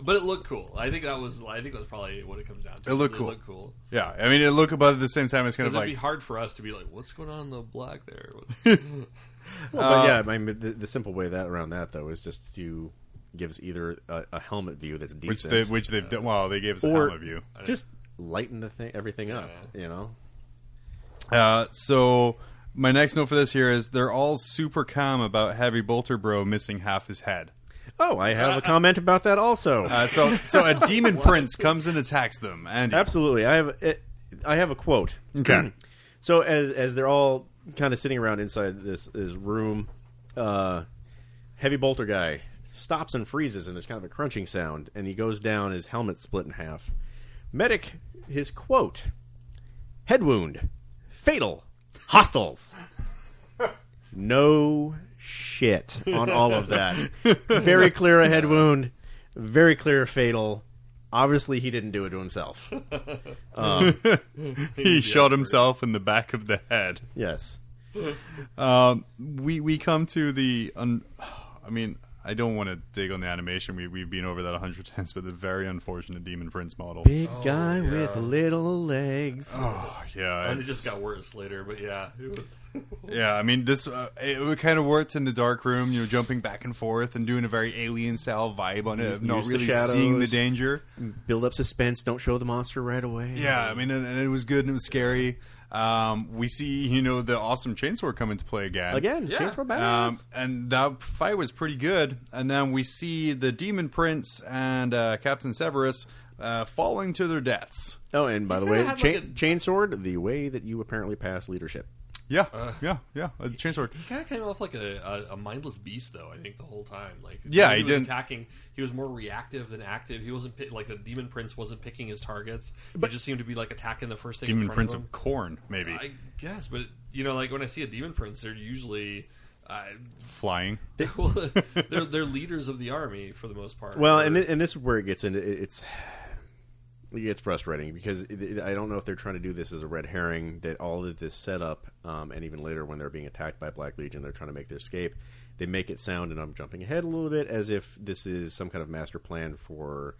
Speaker 1: but it looked cool. I think that was I think that's probably what it comes down to.
Speaker 3: It looked
Speaker 1: is
Speaker 3: cool.
Speaker 1: It looked cool.
Speaker 3: Yeah, I mean, it look about at the same time. It's kind of
Speaker 1: Because it'd
Speaker 3: like
Speaker 1: be hard for us to be like, what's going on in the black there? What's-
Speaker 2: Well,
Speaker 3: Uh,
Speaker 2: but yeah, I mean the, the simple way that around that though is just to gives either a, a helmet view that's
Speaker 3: which
Speaker 2: decent,
Speaker 3: they which they've done. Well, they gave us a
Speaker 2: or
Speaker 3: helmet view.
Speaker 2: just lighten the thing everything up. You know,
Speaker 3: Uh, so my next note for this here is they're all super calm about Heavy Bolter Bro missing half his head.
Speaker 2: Oh, I
Speaker 1: Uh,
Speaker 2: have a comment about that also.
Speaker 3: Uh, so so a demon prince comes and attacks them. And
Speaker 2: Absolutely, I have it, I have a quote.
Speaker 3: Okay.
Speaker 2: so as as they're all kind of sitting around inside this this room, uh, heavy bolter guy stops and freezes, and there's kind of a crunching sound, and he goes down. His helmet split in half. Medic, his quote: head wound, fatal, hostiles. no shit on all of that. Very clear a head wound, very clear fatal. Obviously, he didn't do it to himself.
Speaker 3: he shot himself in the back of the head.
Speaker 2: Yes.
Speaker 3: Um, we we come to the. Un- I mean, I don't want to dig on the animation. We we've been over that a hundred times, but the very unfortunate demon prince model.
Speaker 2: Big guy with little legs.
Speaker 3: Oh yeah,
Speaker 1: and it
Speaker 3: it's-
Speaker 1: just got worse later, but yeah, it was.
Speaker 3: Yeah, I mean, this uh, it, it kind of worked in the dark room, you know, jumping back and forth and doing a very alien style vibe on it, not
Speaker 2: Mm-hmm. use the
Speaker 3: really seeing the
Speaker 2: shadows. Mm-hmm.
Speaker 3: danger.
Speaker 2: Build up suspense. Don't show the monster right away.
Speaker 3: Yeah, I mean, and, and it was good and it was scary. Um, we see, you know, the awesome chainsaw come into play again.
Speaker 2: Again,
Speaker 1: Yeah.
Speaker 2: Chainsaw Badass.
Speaker 3: Um, and that fight was pretty good. And then we see the Demon Prince and uh, Captain Severus uh, falling to their deaths.
Speaker 2: oh, and by the
Speaker 1: kinda
Speaker 2: way,
Speaker 1: had
Speaker 2: chain,
Speaker 1: like a-
Speaker 2: Chainsword, the way that you apparently pass leadership.
Speaker 3: Yeah, yeah, yeah. Uh, chainsaw.
Speaker 1: He kind of came off like a, a, a mindless beast, though. I think the whole time, like
Speaker 3: Yeah,
Speaker 1: when
Speaker 3: he
Speaker 1: was
Speaker 3: didn't-
Speaker 1: attacking. He was more reactive than active. He wasn't pi- like the demon prince wasn't picking his targets. But he just seemed to be like attacking the first thing. in
Speaker 3: Demon
Speaker 1: front
Speaker 3: Prince
Speaker 1: of him.
Speaker 3: of Corn, maybe
Speaker 1: I guess, but you know, like when I see a demon prince, they're usually. Uh,
Speaker 3: flying.
Speaker 1: well, they're they're leaders of the army for the most part.
Speaker 2: Well, and th- and this is where it gets into it- it's it gets frustrating because it- it- I don't know if they're trying to do this as a red herring that all of this setup um, and even later when they're being attacked by Black Legion they're trying to make their escape. They make it sound, and I'm jumping ahead a little bit, as if this is some kind of master plan for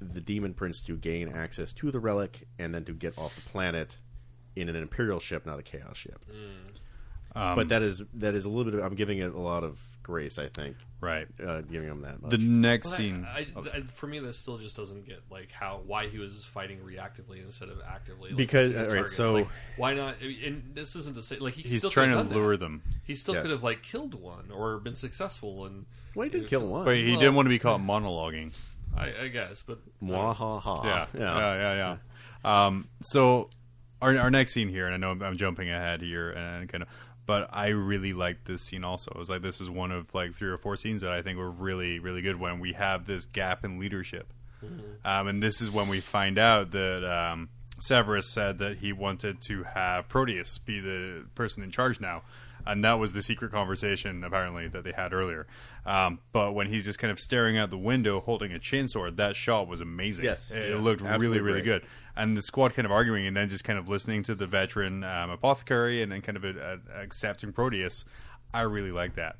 Speaker 2: the Demon Prince to gain access to the relic and then to get off the planet in an Imperial ship, not a Chaos ship. but that is that is a little bit. Of, I'm giving it a lot of grace. I think
Speaker 3: Right.
Speaker 2: uh, giving them that much.
Speaker 3: The next
Speaker 1: But I-
Speaker 3: scene. Oh,
Speaker 1: I, I- for me, this still just doesn't get like how why he was fighting reactively instead of actively. Like,
Speaker 2: Because-
Speaker 1: picking his
Speaker 2: all right,
Speaker 1: targets.
Speaker 2: so-
Speaker 1: like, why not? I mean, And this isn't to say like he
Speaker 3: He's
Speaker 1: still
Speaker 3: trying
Speaker 1: could've
Speaker 3: to
Speaker 1: done that.
Speaker 3: lure them.
Speaker 1: He still
Speaker 2: Yes.
Speaker 1: could have like killed one or been successful and.
Speaker 2: Well, he did
Speaker 1: it
Speaker 2: kill
Speaker 1: felt-
Speaker 2: one.
Speaker 3: But he
Speaker 1: Well-
Speaker 3: didn't want to be caught monologuing.
Speaker 1: I, I guess, but um,
Speaker 2: Mwahaha.
Speaker 3: Yeah,
Speaker 1: Oh,
Speaker 2: Yeah.
Speaker 3: yeah, yeah, yeah. Um, so our our next scene here, and I know I'm, I'm jumping ahead here, and kind of, but I really liked this scene also. It was like this is one of like three or four scenes that I think were really, really good when we have this gap in leadership, um, and this is when we find out that. Um, Severus said that he wanted to have Proteus be the person in charge now, and that was the secret conversation apparently that they had earlier. Um, but when he's just kind of staring out the window holding a chainsword, that shot was amazing.
Speaker 2: Yes.
Speaker 3: it, it
Speaker 2: Yeah.
Speaker 3: looked really,
Speaker 2: Absolutely
Speaker 3: really
Speaker 2: great.
Speaker 3: good. And the squad kind of arguing, and then just kind of listening to the veteran um, apothecary, and then kind of uh uh accepting Proteus. I really like that.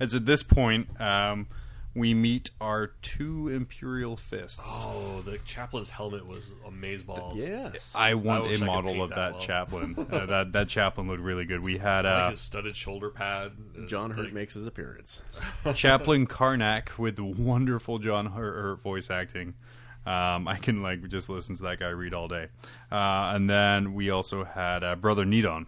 Speaker 3: It's at this point um, we meet our two Imperial Fists.
Speaker 1: Oh, the chaplain's helmet was amazeballs.
Speaker 2: Yes.
Speaker 3: I want
Speaker 1: wish I
Speaker 3: a
Speaker 1: could
Speaker 3: model
Speaker 1: paint
Speaker 3: of
Speaker 1: that
Speaker 3: that
Speaker 1: well.
Speaker 3: chaplain. Uh, that that chaplain looked really good. We had
Speaker 1: I like
Speaker 3: uh,
Speaker 1: his studded shoulder pad. uh,
Speaker 2: John Hurt
Speaker 1: like-
Speaker 2: makes his appearance.
Speaker 3: Chaplain uh, Karnak with the wonderful John Hurt, Hurt voice acting. Um, I can like just listen to that guy read all day. Uh, and then we also had uh, Brother Nidon.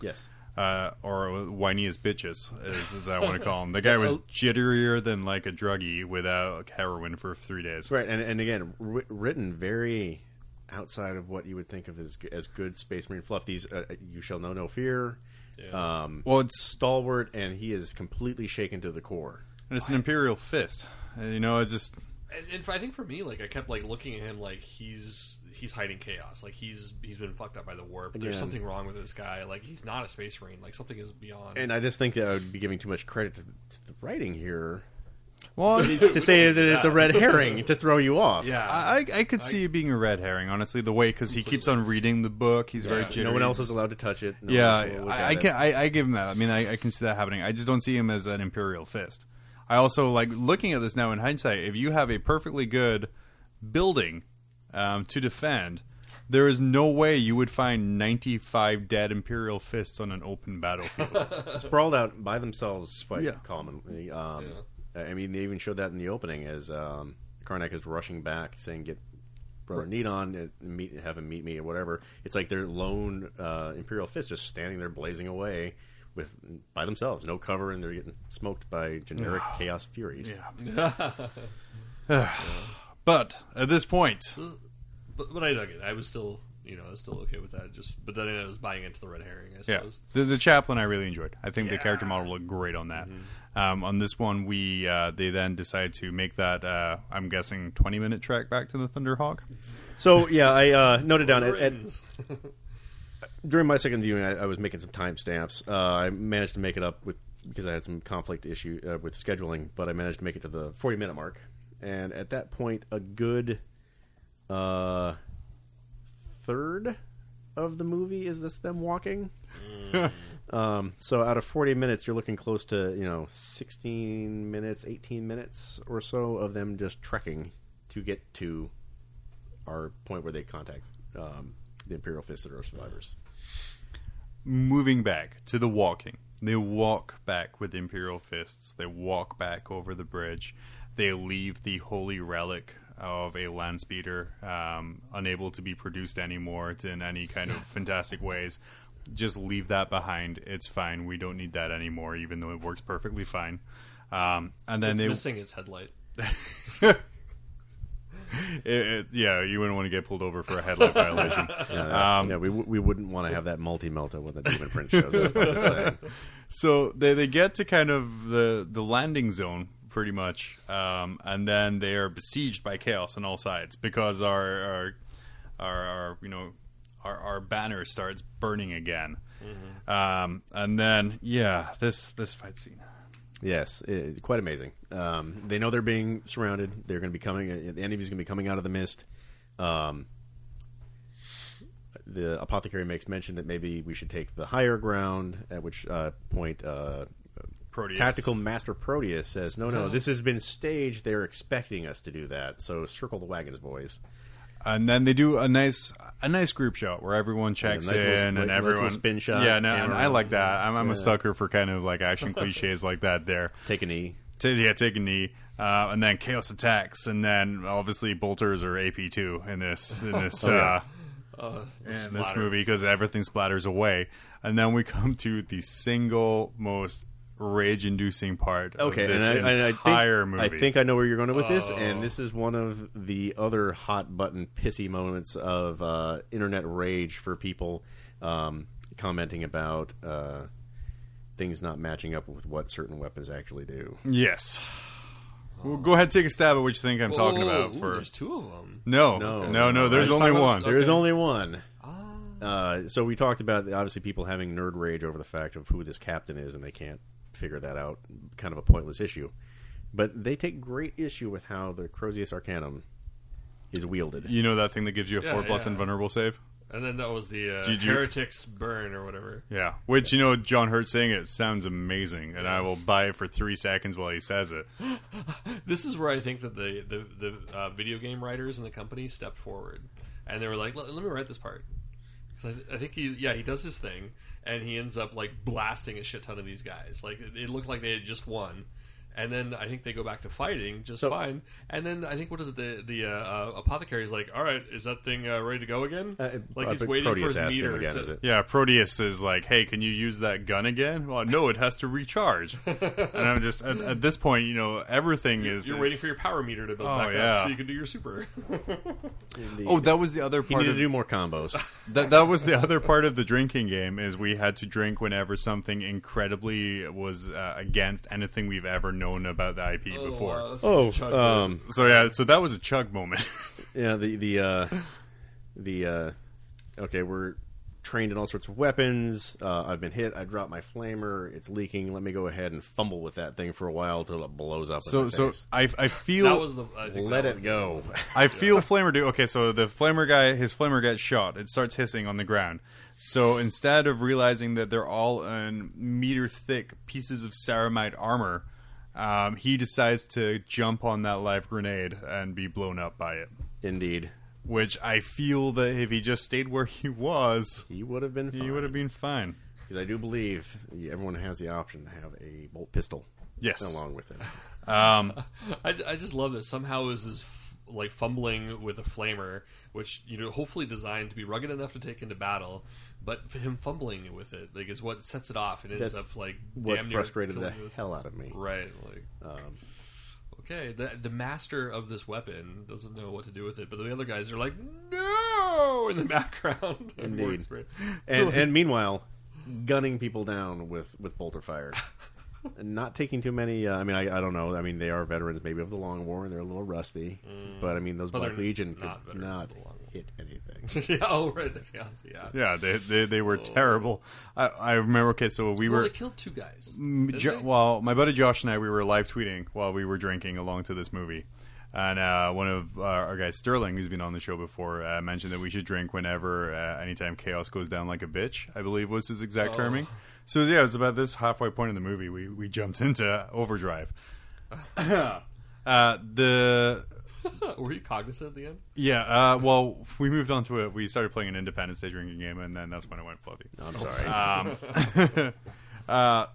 Speaker 2: Yes.
Speaker 3: uh, or whiny as bitches, as, as I want to call him. The guy was
Speaker 1: Oh.
Speaker 3: jitterier than like a druggie without heroin for three days.
Speaker 2: Right, and and again, wri- written very outside of what you would think of as as good Space Marine fluff. These uh, you shall know no fear.
Speaker 1: Yeah.
Speaker 2: Um,
Speaker 3: Well, it's
Speaker 2: stalwart, and he is completely shaken to the core.
Speaker 3: it's an imperial fist. Uh, You know, it just
Speaker 1: And, and for, I think for me, like I kept like looking at him, like he's he's hiding chaos, like he's he's been fucked up by the warp. There's
Speaker 2: Again.
Speaker 1: something wrong with this guy. Like he's not a space marine. Like something is beyond.
Speaker 2: And I just think that I would be giving too much credit to, to the writing here
Speaker 3: well.
Speaker 2: to say that it's a red herring to throw you off.
Speaker 1: yeah,
Speaker 3: I, I I could see it being a red herring, honestly. The way because he keeps on reading the book, he's very jittery.
Speaker 2: no one else is allowed to touch it. No one else
Speaker 3: Yeah,
Speaker 2: will look
Speaker 3: I,
Speaker 2: at
Speaker 3: I
Speaker 2: it.
Speaker 3: can I, I give him that. I mean, I, I can see that happening. I just don't see him as an imperial fist. I also like looking at this now in hindsight. If you have a perfectly good building um, to defend, there is no way you would find ninety-five dead imperial fists on an open battlefield.
Speaker 2: sprawled out by themselves quite
Speaker 3: Yeah.
Speaker 2: commonly. Um, I mean, they even showed that in the opening as um, Karnak is rushing back, saying, "Get brother Nidon, and meet, have him meet me, or whatever." It's like their lone uh, Imperial fist just standing there, blazing away with by themselves, no cover, and they're getting smoked by generic chaos furies.
Speaker 3: but at this point,
Speaker 1: but, but I dug it. I was still, you know, I was still okay with that. Just, but then I was buying into the red herring. I
Speaker 3: yeah,
Speaker 1: suppose.
Speaker 3: the, the chaplain I really enjoyed. I think the character model looked great on that.
Speaker 1: Mm-hmm.
Speaker 3: Um, on this one, we uh, they then decide to make that uh, I'm guessing twenty-minute trek back to the Thunderhawk.
Speaker 2: So yeah, I uh, noted down at, at
Speaker 1: Rings.
Speaker 2: during my second viewing, I, I was making some timestamps. Uh, I managed to make it up with because I had some conflict issue uh, with scheduling, but I managed to make it to the forty minute mark. And at that point, a good uh, third of the movie is this them walking. um, so out of forty minutes, you're looking close to you know sixteen minutes, eighteen minutes or so of them just trekking to get to our point where they contact um, the Imperial Fist that are survivors.
Speaker 3: moving back to the walking. They walk back with Imperial fists. They walk back over the bridge. They leave the holy relic of a land speeder, um, unable to be produced anymore in any kind of fantastic ways. Just leave that behind. It's fine. We don't need that anymore, even though it works perfectly fine. Um, and then
Speaker 1: it's
Speaker 3: they,
Speaker 1: missing its headlight.
Speaker 3: it- it- yeah, you wouldn't want to get pulled over for a headlight violation.
Speaker 2: Um, yeah, we, w- we wouldn't want to have that multi melta when the demon prince shows up. I'm just saying.
Speaker 3: so they, they get to kind of the the landing zone pretty much um, and then they are besieged by chaos on all sides because our our our, our you know our, our banner starts burning again um, and then yeah this this fight scene
Speaker 2: Yes, it's quite amazing. Um, they know they're being surrounded. They're going to be coming. uh, The enemy's going to be coming out of the mist. Um, the apothecary makes mention that maybe we should take the higher ground. At which uh, point, uh,
Speaker 3: proteus
Speaker 2: tactical master Proteus says, "No, no, this has been staged. They're expecting us to do that. So circle the wagons, boys."
Speaker 3: and then they do a nice a nice group shot where everyone checks
Speaker 2: nice
Speaker 3: in
Speaker 2: little
Speaker 3: and
Speaker 2: split- nice little
Speaker 3: everyone
Speaker 2: spin shot,
Speaker 3: yeah no, and
Speaker 2: camera.
Speaker 3: i like that i'm, I'm a sucker for kind of like action cliches like that there
Speaker 2: Take a knee.
Speaker 3: Ta yeah, take a knee, uh, and then chaos attacks, and then obviously bolters are AP two in this
Speaker 2: Oh,
Speaker 3: in this
Speaker 1: Uh, the
Speaker 3: uh, in this
Speaker 1: splatter.
Speaker 3: movie because everything splatters away, and then we come to the single most rage inducing part.
Speaker 2: Okay,
Speaker 3: of this
Speaker 2: and I, and I
Speaker 3: entire
Speaker 2: think,
Speaker 3: movie. Oh.
Speaker 2: I think I know where you're going with this, and this is one of the other hot button pissy moments of uh, internet rage for people um, commenting about uh, things not matching up with what certain weapons actually do.
Speaker 3: yes. Well, go ahead, take a stab at what you think I'm
Speaker 1: Whoa,
Speaker 3: talking
Speaker 1: whoa,
Speaker 3: about
Speaker 1: whoa, Oh, ooh, there's
Speaker 3: first.
Speaker 1: two of them.
Speaker 3: No,
Speaker 2: Oh, No.
Speaker 3: no, no,
Speaker 1: Are
Speaker 3: There's
Speaker 1: you
Speaker 3: only
Speaker 1: talking about-
Speaker 3: one.
Speaker 2: There's
Speaker 1: Okay.
Speaker 2: only one.
Speaker 1: Ah,
Speaker 2: Uh, so we talked about obviously people having nerd rage over the fact of who this captain is, and they can't figure that out. Kind of a pointless issue, but they take great issue with how the Crozius Arcanum is wielded.
Speaker 3: You know that thing that gives you a
Speaker 1: Yeah,
Speaker 3: four plus
Speaker 1: yeah.
Speaker 3: invulnerable save.
Speaker 1: And then that was the uh,
Speaker 3: Did you-
Speaker 1: Heretics Burn or whatever.
Speaker 3: Yeah, which you know, John Hurt saying it sounds amazing, and I will buy it for three seconds while he says it.
Speaker 1: This is where I think that the the, the uh, video game writers and the company stepped forward, and they were like, "Let, let me write this part." 'Cause I, th- I think he, yeah, he does his thing, and he ends up like blasting a shit ton of these guys. Like it, it looked like they had just won, and then I think they go back to fighting just fine. And then I think what is it? The the uh, uh, apothecary is like, "All right, is that thing uh, ready to go again?"
Speaker 2: Uh,
Speaker 1: like
Speaker 2: I
Speaker 1: he's
Speaker 2: think
Speaker 1: waiting
Speaker 2: Proteus
Speaker 1: for his
Speaker 2: asked him
Speaker 1: meter.
Speaker 2: again,
Speaker 1: to-
Speaker 2: is it?
Speaker 3: Yeah, Proteus is like, "Hey, can you use that gun again?" Well, no, it has to recharge. and I'm just at, at this point, you know, everything is.
Speaker 1: You're waiting for your power meter to build
Speaker 3: Oh,
Speaker 1: back
Speaker 3: yeah.
Speaker 1: up so you can do your super.
Speaker 3: oh, that was the other
Speaker 2: He
Speaker 3: part.
Speaker 2: needed
Speaker 3: Of,
Speaker 2: to do more combos.
Speaker 3: that that was the other part of the drinking game is we had to drink whenever something incredibly was uh, against anything we've ever known about the IP before.
Speaker 1: wow, that's
Speaker 2: Oh,
Speaker 1: a chug there.
Speaker 2: um,
Speaker 3: So yeah, so that was a chug moment.
Speaker 2: yeah, the the uh, the uh, okay, we're trained in all sorts of weapons. Uh, I've been hit. I dropped my flamer. It's leaking. Let me go ahead and fumble with that thing for a while until it blows up. in
Speaker 3: so
Speaker 2: my
Speaker 3: so
Speaker 2: face.
Speaker 3: I I feel
Speaker 1: that was the I think
Speaker 2: let
Speaker 1: that
Speaker 2: it
Speaker 1: was-
Speaker 2: go.
Speaker 3: I feel Flamer do okay. So the Flamer guy, his Flamer gets shot. It starts hissing on the ground. So instead of realizing that they're all in meter thick pieces of ceramite armor, um, he decides to jump on that live grenade and be blown up by it.
Speaker 2: Indeed,
Speaker 3: Which I feel that if he just stayed where he was,
Speaker 2: he would have been. Fine.
Speaker 3: he would have been fine.
Speaker 2: Because I do believe everyone has the option to have a bolt pistol.
Speaker 3: Yes.
Speaker 2: Along with it.
Speaker 3: Um,
Speaker 1: I, I just love that somehow is this f- like fumbling with a flamer, which you know hopefully designed to be rugged enough to take into battle, but for him fumbling with it like is what sets it off and ends up like
Speaker 2: what
Speaker 1: damn near
Speaker 2: frustrated the Um,
Speaker 1: killing us.
Speaker 2: hell out of me.
Speaker 1: Right, like okay, the the master of this weapon doesn't know what to do with it, but the other guys are like no in the background. And more
Speaker 2: Indeed.
Speaker 1: spray.
Speaker 2: And and meanwhile, gunning people down with with bolter fire. And Not taking too many. Uh, I mean, I, I don't know. I mean, they are veterans, maybe of the Long War, and they're a little rusty. But I mean, those
Speaker 1: Mm. But
Speaker 2: Black
Speaker 1: they're
Speaker 2: Legion
Speaker 1: not
Speaker 2: could
Speaker 1: veterans
Speaker 2: not
Speaker 1: of the Long War.
Speaker 2: hit anything.
Speaker 1: yeah, oh right, the chaos. Yeah,
Speaker 3: yeah, they, they they were terrible. I, I remember. Okay, so we
Speaker 1: well,
Speaker 3: were
Speaker 1: they killed two guys.
Speaker 3: M-
Speaker 2: Mm.
Speaker 1: didn't
Speaker 3: Jo-
Speaker 1: they?
Speaker 3: well, my buddy Josh and I, we were live tweeting while we were drinking along to this movie. And uh, one of uh, our guys, Sterling, who's been on the show before, uh, mentioned that we should drink whenever, uh, anytime chaos goes down like a bitch, I believe was his exact terming. So, yeah, it was about this halfway point in the movie. We, we jumped into overdrive. uh, the
Speaker 1: Were you cognizant at the end?
Speaker 3: yeah, uh, well, we moved on to it. We started playing an Independence Day drinking game, and then that's when it went fluffy.
Speaker 2: I'm sorry.
Speaker 1: Um,
Speaker 3: Uh,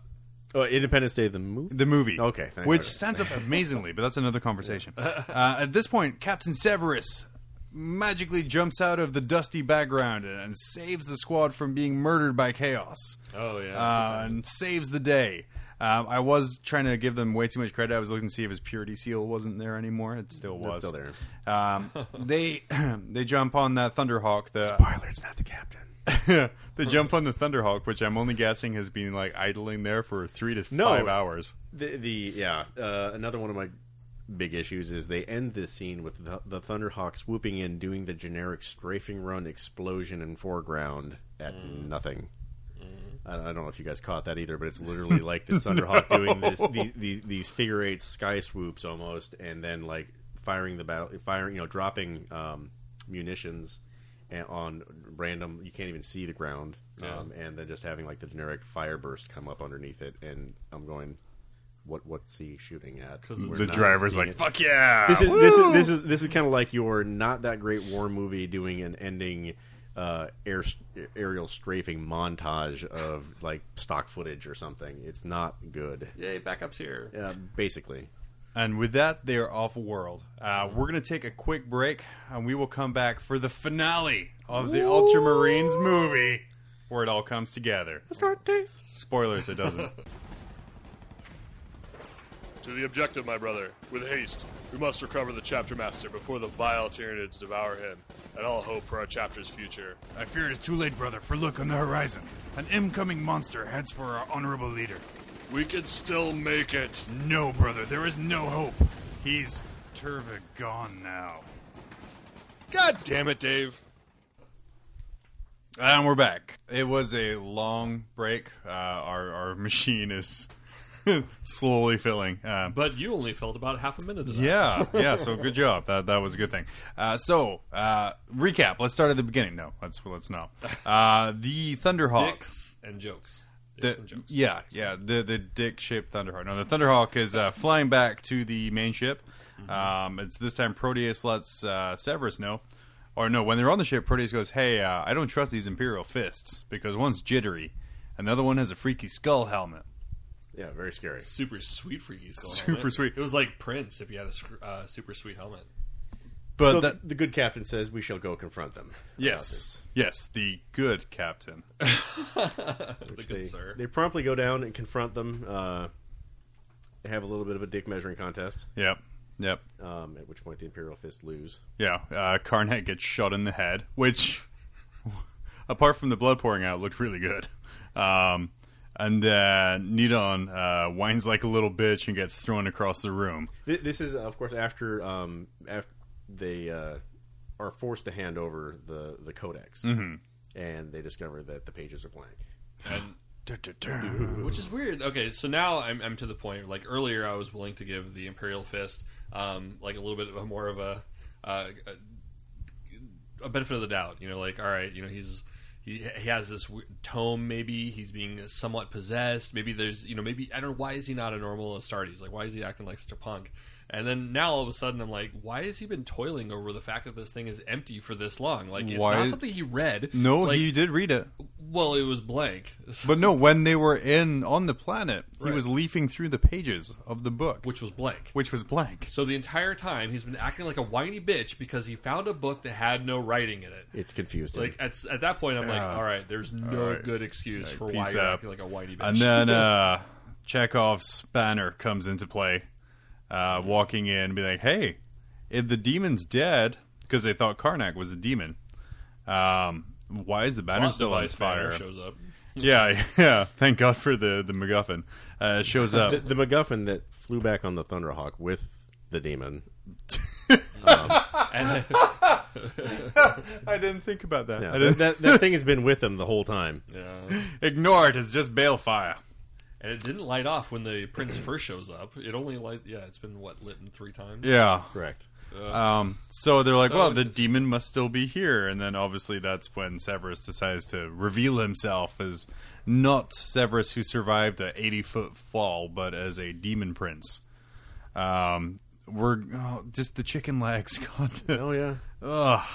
Speaker 2: oh, Independence Day, the movie.
Speaker 3: The movie.
Speaker 2: Okay, thank
Speaker 3: Which
Speaker 2: you.
Speaker 3: stands up amazingly, but that's another conversation. Uh, at this point, Captain Severus magically jumps out of the dusty background and, and saves the squad from being murdered by chaos
Speaker 1: Oh yeah,
Speaker 3: uh, and saves the day. Um, I was trying to give them way too much credit. I was looking to see if his purity seal wasn't there anymore. It still was.
Speaker 2: still there.
Speaker 3: Um, they they jump on that Thunderhawk.
Speaker 1: Uh,
Speaker 3: The
Speaker 2: Spoiler: It's not the captain.
Speaker 3: they jump on the Thunderhawk, which I'm only guessing has been like idling there for three to
Speaker 2: No.
Speaker 3: five hours.
Speaker 2: The the yeah. Uh, another one of my big issues is they end this scene with the, the Thunderhawk swooping in, doing the generic strafing run explosion in foreground at nothing. I I don't know if you guys caught that either, but it's literally like this Thunderhawk doing this, these, these these figure eight sky swoops almost, and then like firing the battle, firing you know dropping um, munitions and on random. You can't even see the ground, um, and then just having like the generic fire burst come up underneath it, and I'm going, what what's he shooting at? We're
Speaker 3: the
Speaker 2: not
Speaker 3: driver's
Speaker 2: seeing
Speaker 3: like,
Speaker 2: it.
Speaker 3: "Fuck yeah!"
Speaker 2: This is, this is this is this is kind of like your not that great war movie doing an ending uh, air aerial strafing montage of like stock footage or something. It's not good.
Speaker 1: yay, backup's here.
Speaker 2: Uh, basically,
Speaker 3: And with that, they are off world. Uh, we're going to take a quick break, and we will come back for the finale of the Ultramarines movie, where it all comes together.
Speaker 2: start days.
Speaker 3: Spoilers, it doesn't.
Speaker 4: To the objective, my brother. With haste, we must recover the chapter master before the vile Tyranids devour him, and all hope for our chapter's future.
Speaker 5: I fear it is too late, brother, for look on the horizon. An incoming monster heads for our honorable leader.
Speaker 4: We can still make it.
Speaker 5: No, brother, there is no hope. He's Turva gone now.
Speaker 4: God damn it, Dave.
Speaker 3: and we're back. It was a long break. Uh, our, our machine is slowly filling. Um,
Speaker 1: But you only filled about half a minute of that.
Speaker 3: yeah, yeah. So good job. That that was a good thing. Uh, so uh, recap. Let's start at the beginning. No, let's let's not. Uh, the Thunderhawks.
Speaker 1: Dicks and jokes. Dicks
Speaker 3: The,
Speaker 1: and jokes.
Speaker 3: yeah, yeah. The the dick shaped Thunderhawk. No, the Thunderhawk is uh, flying back to the main ship.
Speaker 1: Mm-hmm.
Speaker 3: Um, it's this time Proteus lets uh, Severus know, or no, when they're on the ship, Proteus goes, "Hey, uh, I don't trust these Imperial fists because one's jittery, and the other one has a freaky skull helmet."
Speaker 2: Yeah, very scary.
Speaker 1: Super sweet freaky skull.
Speaker 3: Super
Speaker 1: helmet.
Speaker 3: sweet.
Speaker 1: It was like Prince if you had a sc- uh, super sweet helmet.
Speaker 3: But
Speaker 2: so
Speaker 3: that
Speaker 2: the good captain says we shall go confront them.
Speaker 3: yes, yes, the good captain.
Speaker 1: The
Speaker 2: They,
Speaker 1: good sir.
Speaker 2: they promptly go down and confront them. Uh, have a little bit of a dick measuring contest.
Speaker 3: Yep, yep,
Speaker 2: Um, at which point the Imperial Fist lose.
Speaker 3: yeah. Uh, Carnage gets shot in the head, which, apart from the blood pouring out, looked really good. Um, and uh, Nidon uh, whines like a little bitch and gets thrown across the room.
Speaker 2: Th- This is, of course, after um, after they uh, are forced to hand over the the codex, and they discover that the pages are blank.
Speaker 1: And
Speaker 5: Dun-dun-dun.
Speaker 1: Which is weird. Okay, so now I'm, I'm to the point. Like earlier, I was willing to give the Imperial Fist um, like a little bit of a, more of a, uh, a a benefit of the doubt. You know, like all right, you know he's he, he has this weird tome. Maybe he's being somewhat possessed. Maybe there's you know maybe I don't know why is he not a normal Astartes? Like why is he acting like such a punk? And then now all of a sudden I'm like, why has he been toiling over the fact that this thing is empty for this long? Like it's
Speaker 3: Why-
Speaker 1: not something he read.
Speaker 3: No,
Speaker 1: Like,
Speaker 3: he did read it,
Speaker 1: well it was blank. So-
Speaker 3: but no, when they were in on the planet, he
Speaker 1: Right.
Speaker 3: was leafing through the pages of the book,
Speaker 1: which was blank.
Speaker 3: which was blank.
Speaker 1: So the entire time he's been acting like a whiny bitch because he found a book that had no writing in it.
Speaker 2: It's confused. him.
Speaker 1: Like at, s- at that point, I'm like,
Speaker 3: Yeah.
Speaker 1: all right, there's no
Speaker 3: right.
Speaker 1: good excuse for why
Speaker 3: peace
Speaker 1: you're
Speaker 3: out.
Speaker 1: acting like a whiny bitch.
Speaker 3: And then uh, Chekhov's banner comes into play, uh, walking in and be like, "Hey, if the demon's dead, because they thought Karnak was a demon, um, why is the banner
Speaker 1: Plot
Speaker 3: still on
Speaker 1: device banner
Speaker 3: fire?"
Speaker 1: shows up.
Speaker 3: Yeah, yeah. Thank God for the the MacGuffin. Uh, shows up.
Speaker 2: the, the MacGuffin that flew back on the Thunderhawk with the demon.
Speaker 1: And then,
Speaker 3: I didn't think about that.
Speaker 2: Yeah,
Speaker 3: I
Speaker 2: that,
Speaker 3: didn't.
Speaker 2: that, that thing has been with them the whole time.
Speaker 1: yeah.
Speaker 3: Ignore it. It's just balefire.
Speaker 1: and it didn't light off when the prince first shows up. It only light. Yeah, it's been what lit in three times.
Speaker 3: Yeah.
Speaker 2: Correct.
Speaker 3: Um, so they're like,
Speaker 1: So
Speaker 3: well,
Speaker 1: it
Speaker 3: the
Speaker 1: just-
Speaker 3: demon must still be here. And then obviously that's when Severus decides to reveal himself as not Severus who survived a 80 foot fall, but as a demon prince. Um, we're oh, just the chicken legs. God,
Speaker 2: Oh yeah.
Speaker 3: ugh.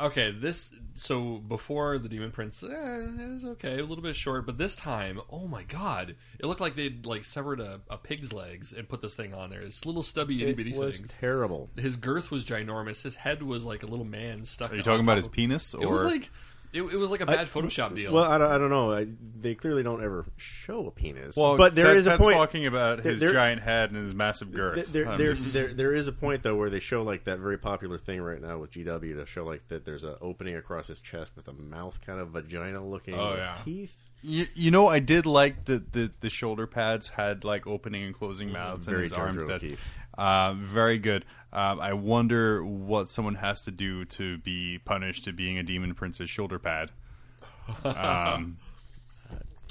Speaker 1: Okay, this so before the Demon Prince, eh, it was okay, a little bit short, but this time, oh my god, it looked like they'd like severed a, a pig's legs and put this thing on there. This little stubby itty bitty
Speaker 2: It was
Speaker 1: things.
Speaker 2: terrible.
Speaker 1: His girth was ginormous. His head was like a little man stuck.
Speaker 3: Are you
Speaker 1: on
Speaker 3: talking about
Speaker 1: top
Speaker 3: his
Speaker 1: of-
Speaker 3: penis? Or
Speaker 1: It was like it, it was like a bad Photoshop deal.
Speaker 2: Well, I don't, I don't know. I, they clearly don't ever show a penis.
Speaker 3: well,
Speaker 2: but there
Speaker 3: Ted-
Speaker 2: is a
Speaker 3: Ted's
Speaker 2: point.
Speaker 3: talking about
Speaker 2: there-
Speaker 3: his
Speaker 2: there-
Speaker 3: giant head and his massive girth.
Speaker 2: Th- there,
Speaker 3: I'm
Speaker 2: there,
Speaker 3: just-
Speaker 2: there, there is a point though where they show like that very popular thing right now with GW to show like that there's an opening across his chest with a mouth kind of vagina looking
Speaker 1: Oh,
Speaker 2: with
Speaker 1: yeah.
Speaker 2: teeth.
Speaker 3: You, you know, I did like that the, the shoulder pads had like opening and closing mouths and
Speaker 2: very
Speaker 3: his
Speaker 2: Jar
Speaker 3: arms
Speaker 2: Jar
Speaker 3: did.
Speaker 2: O'Keefe.
Speaker 3: Uh, very good. Um, I wonder what someone has to do to be punished to being a demon prince's shoulder pad.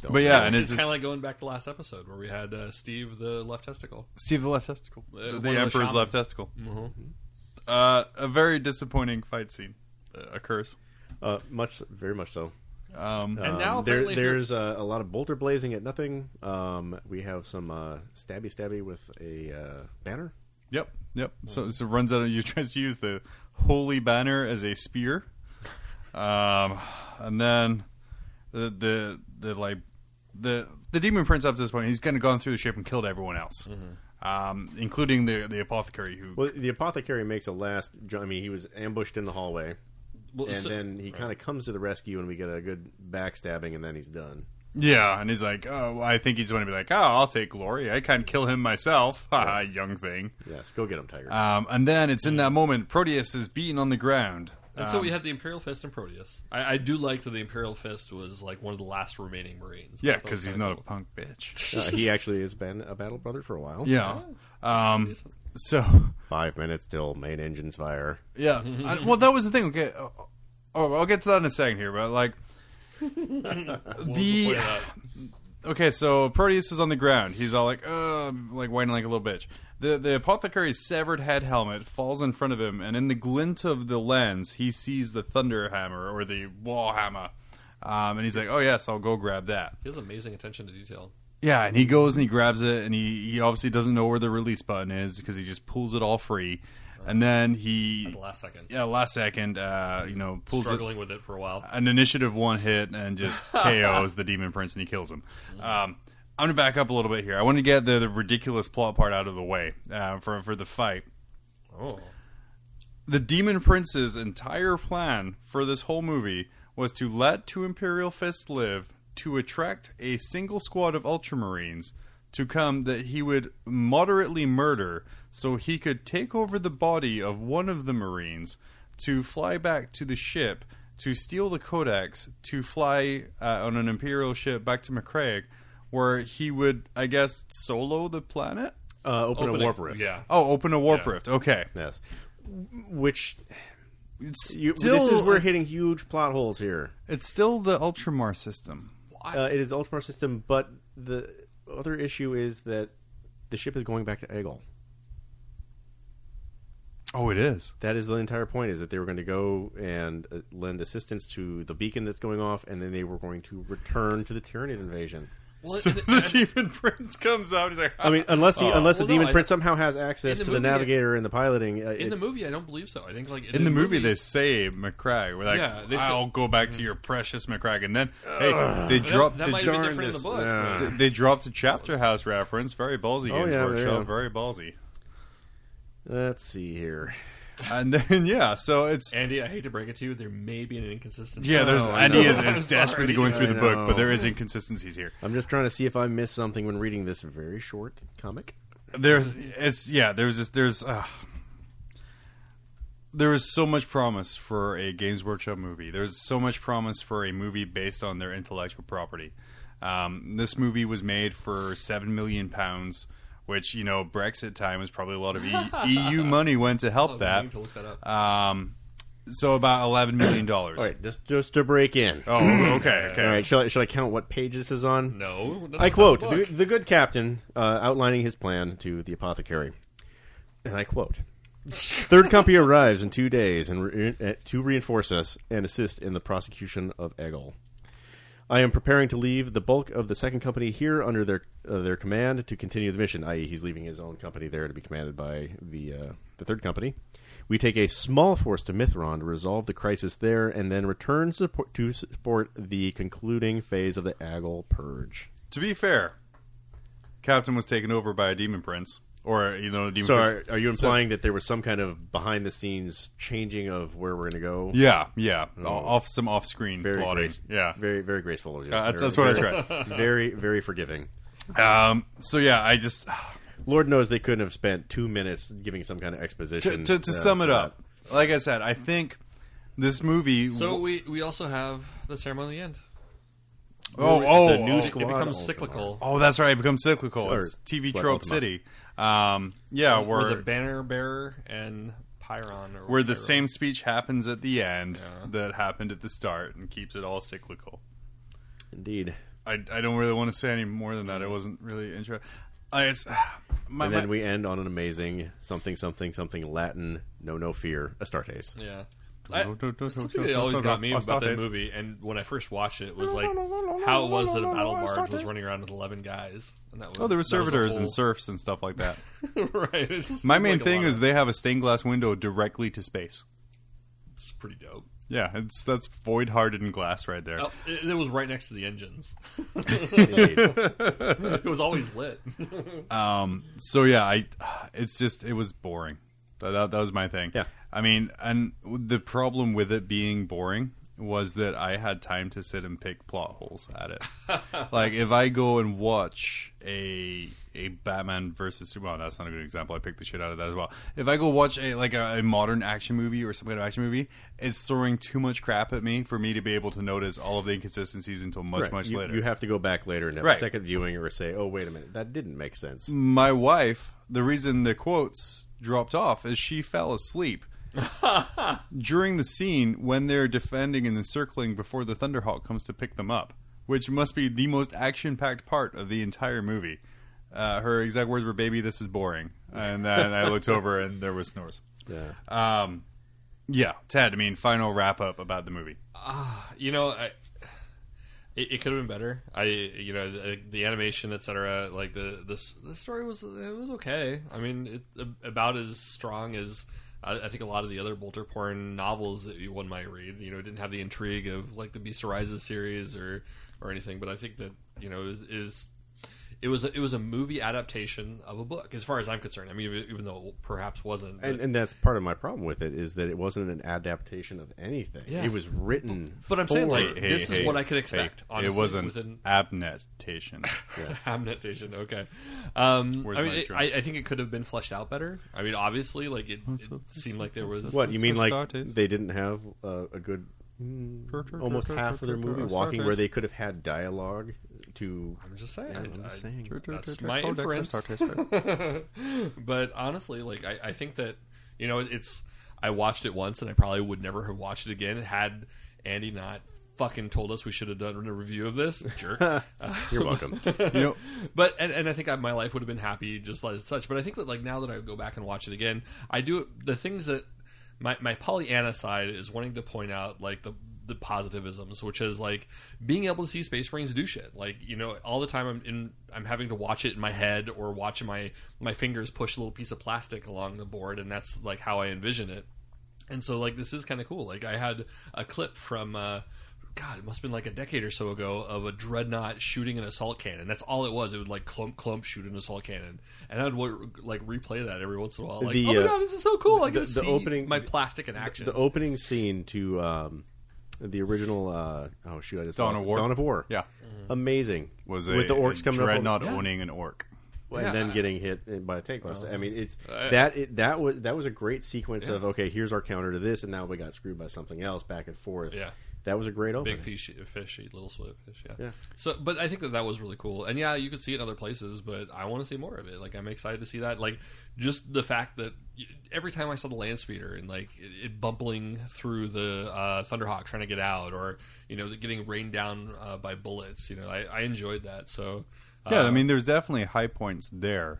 Speaker 2: Don't
Speaker 3: But yeah,
Speaker 2: know.
Speaker 3: and
Speaker 1: it's
Speaker 3: it's
Speaker 1: kind
Speaker 3: just
Speaker 1: of like going back to last episode where we had uh, Steve the left testicle.
Speaker 3: Steve the left testicle,
Speaker 1: Uh,
Speaker 3: the,
Speaker 1: one of the
Speaker 3: emperor's
Speaker 1: shaman.
Speaker 3: left testicle. Mm-hmm. Uh, a very disappointing fight scene uh, occurs.
Speaker 2: uh, much, very much so.
Speaker 3: Um,
Speaker 1: And
Speaker 2: Um,
Speaker 1: now
Speaker 2: there,
Speaker 1: apparently if you're-
Speaker 2: there's uh, a lot of bolter blazing at nothing. Um, we have some uh, stabby stabby with a uh, banner.
Speaker 3: Yep, yep. So, so it runs out of you tries to use the holy banner as a spear, um, and then the the the like the the demon prince up to this point he's kind of gone through the ship and killed everyone else, um, including the the apothecary who
Speaker 2: Well, the apothecary makes a last. jo- I mean, he was ambushed in the hallway,
Speaker 1: Well,
Speaker 2: and
Speaker 1: so-
Speaker 2: then he kind of comes to the rescue, and we get a good backstabbing, and then he's done.
Speaker 3: yeah, and he's like, oh, well, I think he's going to be like, oh, I'll take glory. I can't kill him myself, haha, young thing.
Speaker 2: Yes, go get him, Tiger.
Speaker 3: Um, and then it's in that moment Proteus is beaten on the ground.
Speaker 1: and
Speaker 2: um,
Speaker 1: so we had the Imperial Fist and Proteus. I, I do like that the Imperial Fist was like one of the last remaining Marines. I
Speaker 3: Yeah,
Speaker 1: thought that was
Speaker 3: because he's
Speaker 1: kinda
Speaker 3: not a
Speaker 1: cool.
Speaker 3: punk bitch.
Speaker 2: Uh, he actually has been a battle brother for a while.
Speaker 3: Yeah. Um,
Speaker 1: Decent.
Speaker 3: so
Speaker 2: Five minutes till main engines fire.
Speaker 3: Yeah. I- well, that was the thing. Okay. uh, Oh, I'll get to that in a second here, but like the
Speaker 1: Point it out.
Speaker 3: okay, so Proteus is on the ground. He's all like, uh, like whining like a little bitch. The the apothecary's severed head helmet falls in front of him, and in the glint of the lens, he sees the thunder hammer or the wall hammer, um, and he's like, oh yes, I'll go grab that.
Speaker 1: He has amazing attention to detail.
Speaker 3: Yeah, and he goes and he grabs it, and he, he obviously doesn't know where the release button is because he just pulls it all free, and then he
Speaker 1: At the last second,
Speaker 3: yeah last second uh, you know pulls it
Speaker 1: struggling with it for a while.
Speaker 3: an initiative one hit and just KOs the demon prince and he kills him. Um, I'm gonna back up a little bit here. I want to get the, the ridiculous plot part out of the way uh, for for the fight. Uh,
Speaker 1: Oh,
Speaker 3: The demon prince's entire plan for this whole movie was to let two imperial fists live to attract a single squad of ultramarines to come that he would moderately murder so he could take over the body of one of the marines to fly back to the ship to steal the codex to fly uh, on an imperial ship back to McCraig where he would I guess solo the planet
Speaker 2: Uh, open
Speaker 1: Opening-
Speaker 2: a warp rift.
Speaker 1: Yeah,
Speaker 3: oh open a warp rift okay
Speaker 2: Yes. Which
Speaker 3: it's
Speaker 2: you,
Speaker 3: still uh,
Speaker 2: this is we're hitting huge plot holes here.
Speaker 3: it's still the ultramar system
Speaker 2: Uh, it is the Ultramar system, but the other issue is that the ship is going back to Eggle.
Speaker 3: Oh, it is.
Speaker 2: That is the entire point: is that they were going to go and uh, lend assistance to the beacon that's going off, and then they were going to return to the Tyranid invasion.
Speaker 1: Well,
Speaker 3: So
Speaker 1: in the-
Speaker 3: the demon prince comes out. He's like,
Speaker 2: I mean, unless he,
Speaker 1: Uh,
Speaker 2: unless
Speaker 1: Well,
Speaker 2: the
Speaker 1: no,
Speaker 2: demon
Speaker 1: I-
Speaker 2: prince somehow has access
Speaker 1: in the
Speaker 2: to the
Speaker 1: movie-
Speaker 2: navigator and the piloting. Uh,
Speaker 1: in
Speaker 2: it-
Speaker 1: the movie, I don't believe so. I think like
Speaker 3: in the movie, they say McCrag. We're like,
Speaker 1: Yeah, they say-
Speaker 3: I'll go back to your precious McCrag, and then hey, they dropped
Speaker 1: that
Speaker 3: they,
Speaker 1: might
Speaker 3: dro-
Speaker 1: be
Speaker 2: darn
Speaker 1: different in
Speaker 2: this-
Speaker 1: the book.
Speaker 2: yeah.
Speaker 3: they- they dropped a chapter house reference. Very ballsy,
Speaker 2: Oh,
Speaker 3: Games
Speaker 2: yeah,
Speaker 3: Workshop.
Speaker 2: yeah.
Speaker 3: Very ballsy.
Speaker 2: let's see here.
Speaker 3: And then yeah, so it's
Speaker 1: Andy, I hate to break it to you, there may be an inconsistency.
Speaker 3: yeah. There's
Speaker 2: Oh, I
Speaker 3: Andy
Speaker 2: know.
Speaker 3: is,
Speaker 1: I'm
Speaker 3: is
Speaker 1: sorry.
Speaker 3: desperately going through
Speaker 2: I
Speaker 3: the book,
Speaker 2: know.
Speaker 3: but there is inconsistencies here.
Speaker 2: I'm just trying to see if I missed something when reading this very short comic.
Speaker 3: there's it's yeah there's this there's uh, there is so much promise for a games workshop movie there's so much promise for a movie based on their intellectual property um, this movie was made for 7 million pounds which you know brexit time was probably a lot of e- eu money went to help
Speaker 1: Oh, I need
Speaker 3: that
Speaker 1: to look that up.
Speaker 3: um, so about 11 million dollars
Speaker 2: All right, just just to break in.
Speaker 3: oh okay okay
Speaker 2: All right, should I, should I count what page this is on?
Speaker 1: no,
Speaker 2: I quote the, the good captain uh, outlining his plan to the apothecary, and I quote: Third company arrives in two days and re- uh, to reinforce us and assist in the prosecution of Eggle. I am preparing to leave the bulk of the second company here under their uh, their command to continue the mission. I.e., he's leaving his own company there to be commanded by the uh, the third company. We take a small force to Mithron to resolve the crisis there, and then return support to support the concluding phase of the Eggle purge.
Speaker 3: to be fair captain was taken over by a demon prince or you know a demon
Speaker 2: So are,
Speaker 3: prince
Speaker 2: are you
Speaker 3: So-
Speaker 2: implying that there was some kind of behind the scenes changing of where we're going to go?
Speaker 3: Yeah, yeah. O- Off some off screen
Speaker 2: Mm. Very
Speaker 3: plotting.
Speaker 2: grace-
Speaker 3: Yeah.
Speaker 2: Very very graceful. of you.
Speaker 3: Uh, that's-
Speaker 2: Very-
Speaker 3: that's what
Speaker 2: very-
Speaker 3: I
Speaker 2: Very very forgiving.
Speaker 3: Um, so yeah, I just
Speaker 2: Lord knows they couldn't have spent two minutes giving some kind of
Speaker 3: to,
Speaker 2: exposition.
Speaker 3: to, to
Speaker 2: uh,
Speaker 3: sum it
Speaker 2: for
Speaker 3: up, like I said, I think this movie.
Speaker 1: So we we also have the ceremony end.
Speaker 3: oh oh
Speaker 2: the new
Speaker 3: oh,
Speaker 2: squad
Speaker 1: It becomes
Speaker 2: Ultramar.
Speaker 1: cyclical.
Speaker 3: oh, that's right. It becomes cyclical.
Speaker 2: Or
Speaker 3: It's TV
Speaker 2: Sweat
Speaker 3: trope
Speaker 2: Ultima.
Speaker 3: city. Um, yeah,
Speaker 1: Where the
Speaker 3: where
Speaker 1: banner bearer and Pyron, or
Speaker 3: where the
Speaker 1: whatever.
Speaker 3: same speech happens at the end that happened at the start and keeps it all cyclical.
Speaker 2: that. Indeed.
Speaker 3: I, I don't really want to say any more than
Speaker 1: Mm.
Speaker 3: that. I wasn't really interested. I, it's, my,
Speaker 2: And
Speaker 3: my-
Speaker 2: then we end on an amazing something something something Latin no no fear Astartes.
Speaker 1: Yeah. I,
Speaker 3: Don't- don't- don't-
Speaker 1: something
Speaker 3: don't-
Speaker 1: that always
Speaker 3: don't-
Speaker 1: got me
Speaker 3: don't-
Speaker 1: about that
Speaker 3: Astartes.
Speaker 1: movie, and when I first watched it, was like how it was that a battle barge was running around with eleven guys, and that was
Speaker 3: oh, there
Speaker 1: that
Speaker 3: were
Speaker 1: was a
Speaker 3: servitors and
Speaker 1: whole-
Speaker 3: serfs and stuff like that.
Speaker 1: right. It's just
Speaker 3: My
Speaker 1: like
Speaker 3: main
Speaker 1: a
Speaker 3: thing
Speaker 1: lot
Speaker 3: is
Speaker 1: of-
Speaker 3: they have a stained glass window directly to space.
Speaker 1: it's pretty dope.
Speaker 3: Yeah, it's that's void hardened glass right there.
Speaker 1: Oh, it, it was right next to the engines.
Speaker 2: Indeed.
Speaker 1: It was always lit.
Speaker 3: Um, so yeah, I it's just it was boring. That, that that was my thing.
Speaker 2: Yeah.
Speaker 3: I mean, and the problem with it being boring was that I had time to sit and pick plot holes at it. like if I go and watch a a Batman versus Superman, that's not a good example. I picked the shit out of that as well. If I go watch a like a, a modern action movie or some kind of action movie, it's throwing too much crap at me for me to be able to notice all of the inconsistencies until much
Speaker 2: Right.
Speaker 3: much
Speaker 2: you,
Speaker 3: later.
Speaker 2: You have to go back later and have
Speaker 3: Right. Mm.
Speaker 2: a second viewing or say, oh wait a minute, that didn't make sense.
Speaker 3: my wife, the reason the quotes dropped off is she fell asleep during the scene when they're defending and encircling before the Thunderhawk comes to pick them up. which must be the most action-packed part of the entire movie. Uh, her exact words were, "Baby, this is boring," and then I looked over and there was snores.
Speaker 2: Yeah.
Speaker 3: Um, yeah, Ted. I mean, final wrap up about the movie.
Speaker 1: you know, I, it, it could have been better. I, you know, the, the animation, etc. Like the this the story was it was okay. I mean, it, about as strong as I, I think a lot of the other bolter porn novels that you- one might read. You know, it didn't have the intrigue of like the Beast Arises series or or anything. But I think that you know is is. It was a, it was a movie adaptation of a book, as far as I'm concerned. I mean, even even though it perhaps wasn't, but-
Speaker 2: And, and that's part of my problem with it is that it wasn't an adaptation of anything.
Speaker 1: Yeah.
Speaker 2: It was written.
Speaker 1: But I'm saying,
Speaker 2: for-
Speaker 1: like, This is what I could expect, honestly,
Speaker 3: it was an
Speaker 1: within-
Speaker 3: adaptation.
Speaker 1: Amnetation. Okay. Um,
Speaker 3: Where's
Speaker 1: I mean,
Speaker 3: my
Speaker 1: it, I,
Speaker 3: drums?
Speaker 1: I think it could have been fleshed out better. I mean, obviously, like it, it seemed like there was.
Speaker 2: what you mean? Like
Speaker 3: what Star Taste-
Speaker 2: they didn't have uh, a good mm, almost half of their movie walking where they could have had dialogue to.
Speaker 1: I'm just saying.
Speaker 2: I'm
Speaker 1: I-
Speaker 2: just saying.
Speaker 1: That's my inference. but honestly, like I, I think that you know it's. I watched it once, and I probably would never have watched it again had Andy not fucking told us we should have done a review of this jerk.
Speaker 2: You're welcome.
Speaker 3: you know,
Speaker 1: but and, and I think I, my life would have been happy just as such. But I think that like now that I go back and watch it again, I do the things that my my Pollyanna side is wanting to point out like the the positivisms, which is like being able to see Space Marines do shit. Like you know, all the time I'm in, I'm having to watch it in my head or watch my my fingers push a little piece of plastic along the board, and that's like how I envision it and so like this is kind of cool like i had a clip from uh God, it must have been like a decade or so ago of a dreadnought shooting an assault cannon. That's all it was. It would like clump, clump, shoot an assault cannon, and I would wa- like replay that every once in a while. Like,
Speaker 2: The,
Speaker 1: oh my
Speaker 2: uh,
Speaker 1: god, this is so cool! I
Speaker 2: the-
Speaker 1: get to
Speaker 2: the
Speaker 1: see
Speaker 2: opening-
Speaker 1: my plastic in action.
Speaker 2: the opening scene to um, the original. Uh, oh shoot! I just
Speaker 3: Dawn
Speaker 2: lost
Speaker 3: of
Speaker 2: it.
Speaker 3: War.
Speaker 2: Dawn of War.
Speaker 3: yeah,
Speaker 2: Amazing.
Speaker 3: was
Speaker 2: with
Speaker 3: a,
Speaker 2: the orcs
Speaker 3: a
Speaker 2: coming up
Speaker 3: dreadnought
Speaker 1: Yeah.
Speaker 3: owning an orc.
Speaker 2: and
Speaker 1: Yeah, Oh,
Speaker 2: then
Speaker 1: I-
Speaker 2: getting hit by a tank buster. I mean, it's that it, that was that was a great sequence of okay, here's our counter to this, and now we got screwed by something else back and forth.
Speaker 1: Yeah.
Speaker 2: that was a great opening.
Speaker 1: Big fish, fishy, little swift fish. Yeah.
Speaker 2: Yeah.
Speaker 1: So, but I think that that was really cool, and yeah, you could see it in other places, but I want to see more of it. Like, I'm excited to see that. Like, just the fact that y- every time I saw the land speeder and like it, it bumpling through the uh, Thunderhawk trying to get out, or you know, getting rained down uh, by bullets, you know, I, I enjoyed that. So, uh,
Speaker 3: Yeah, I mean, there's definitely high points there.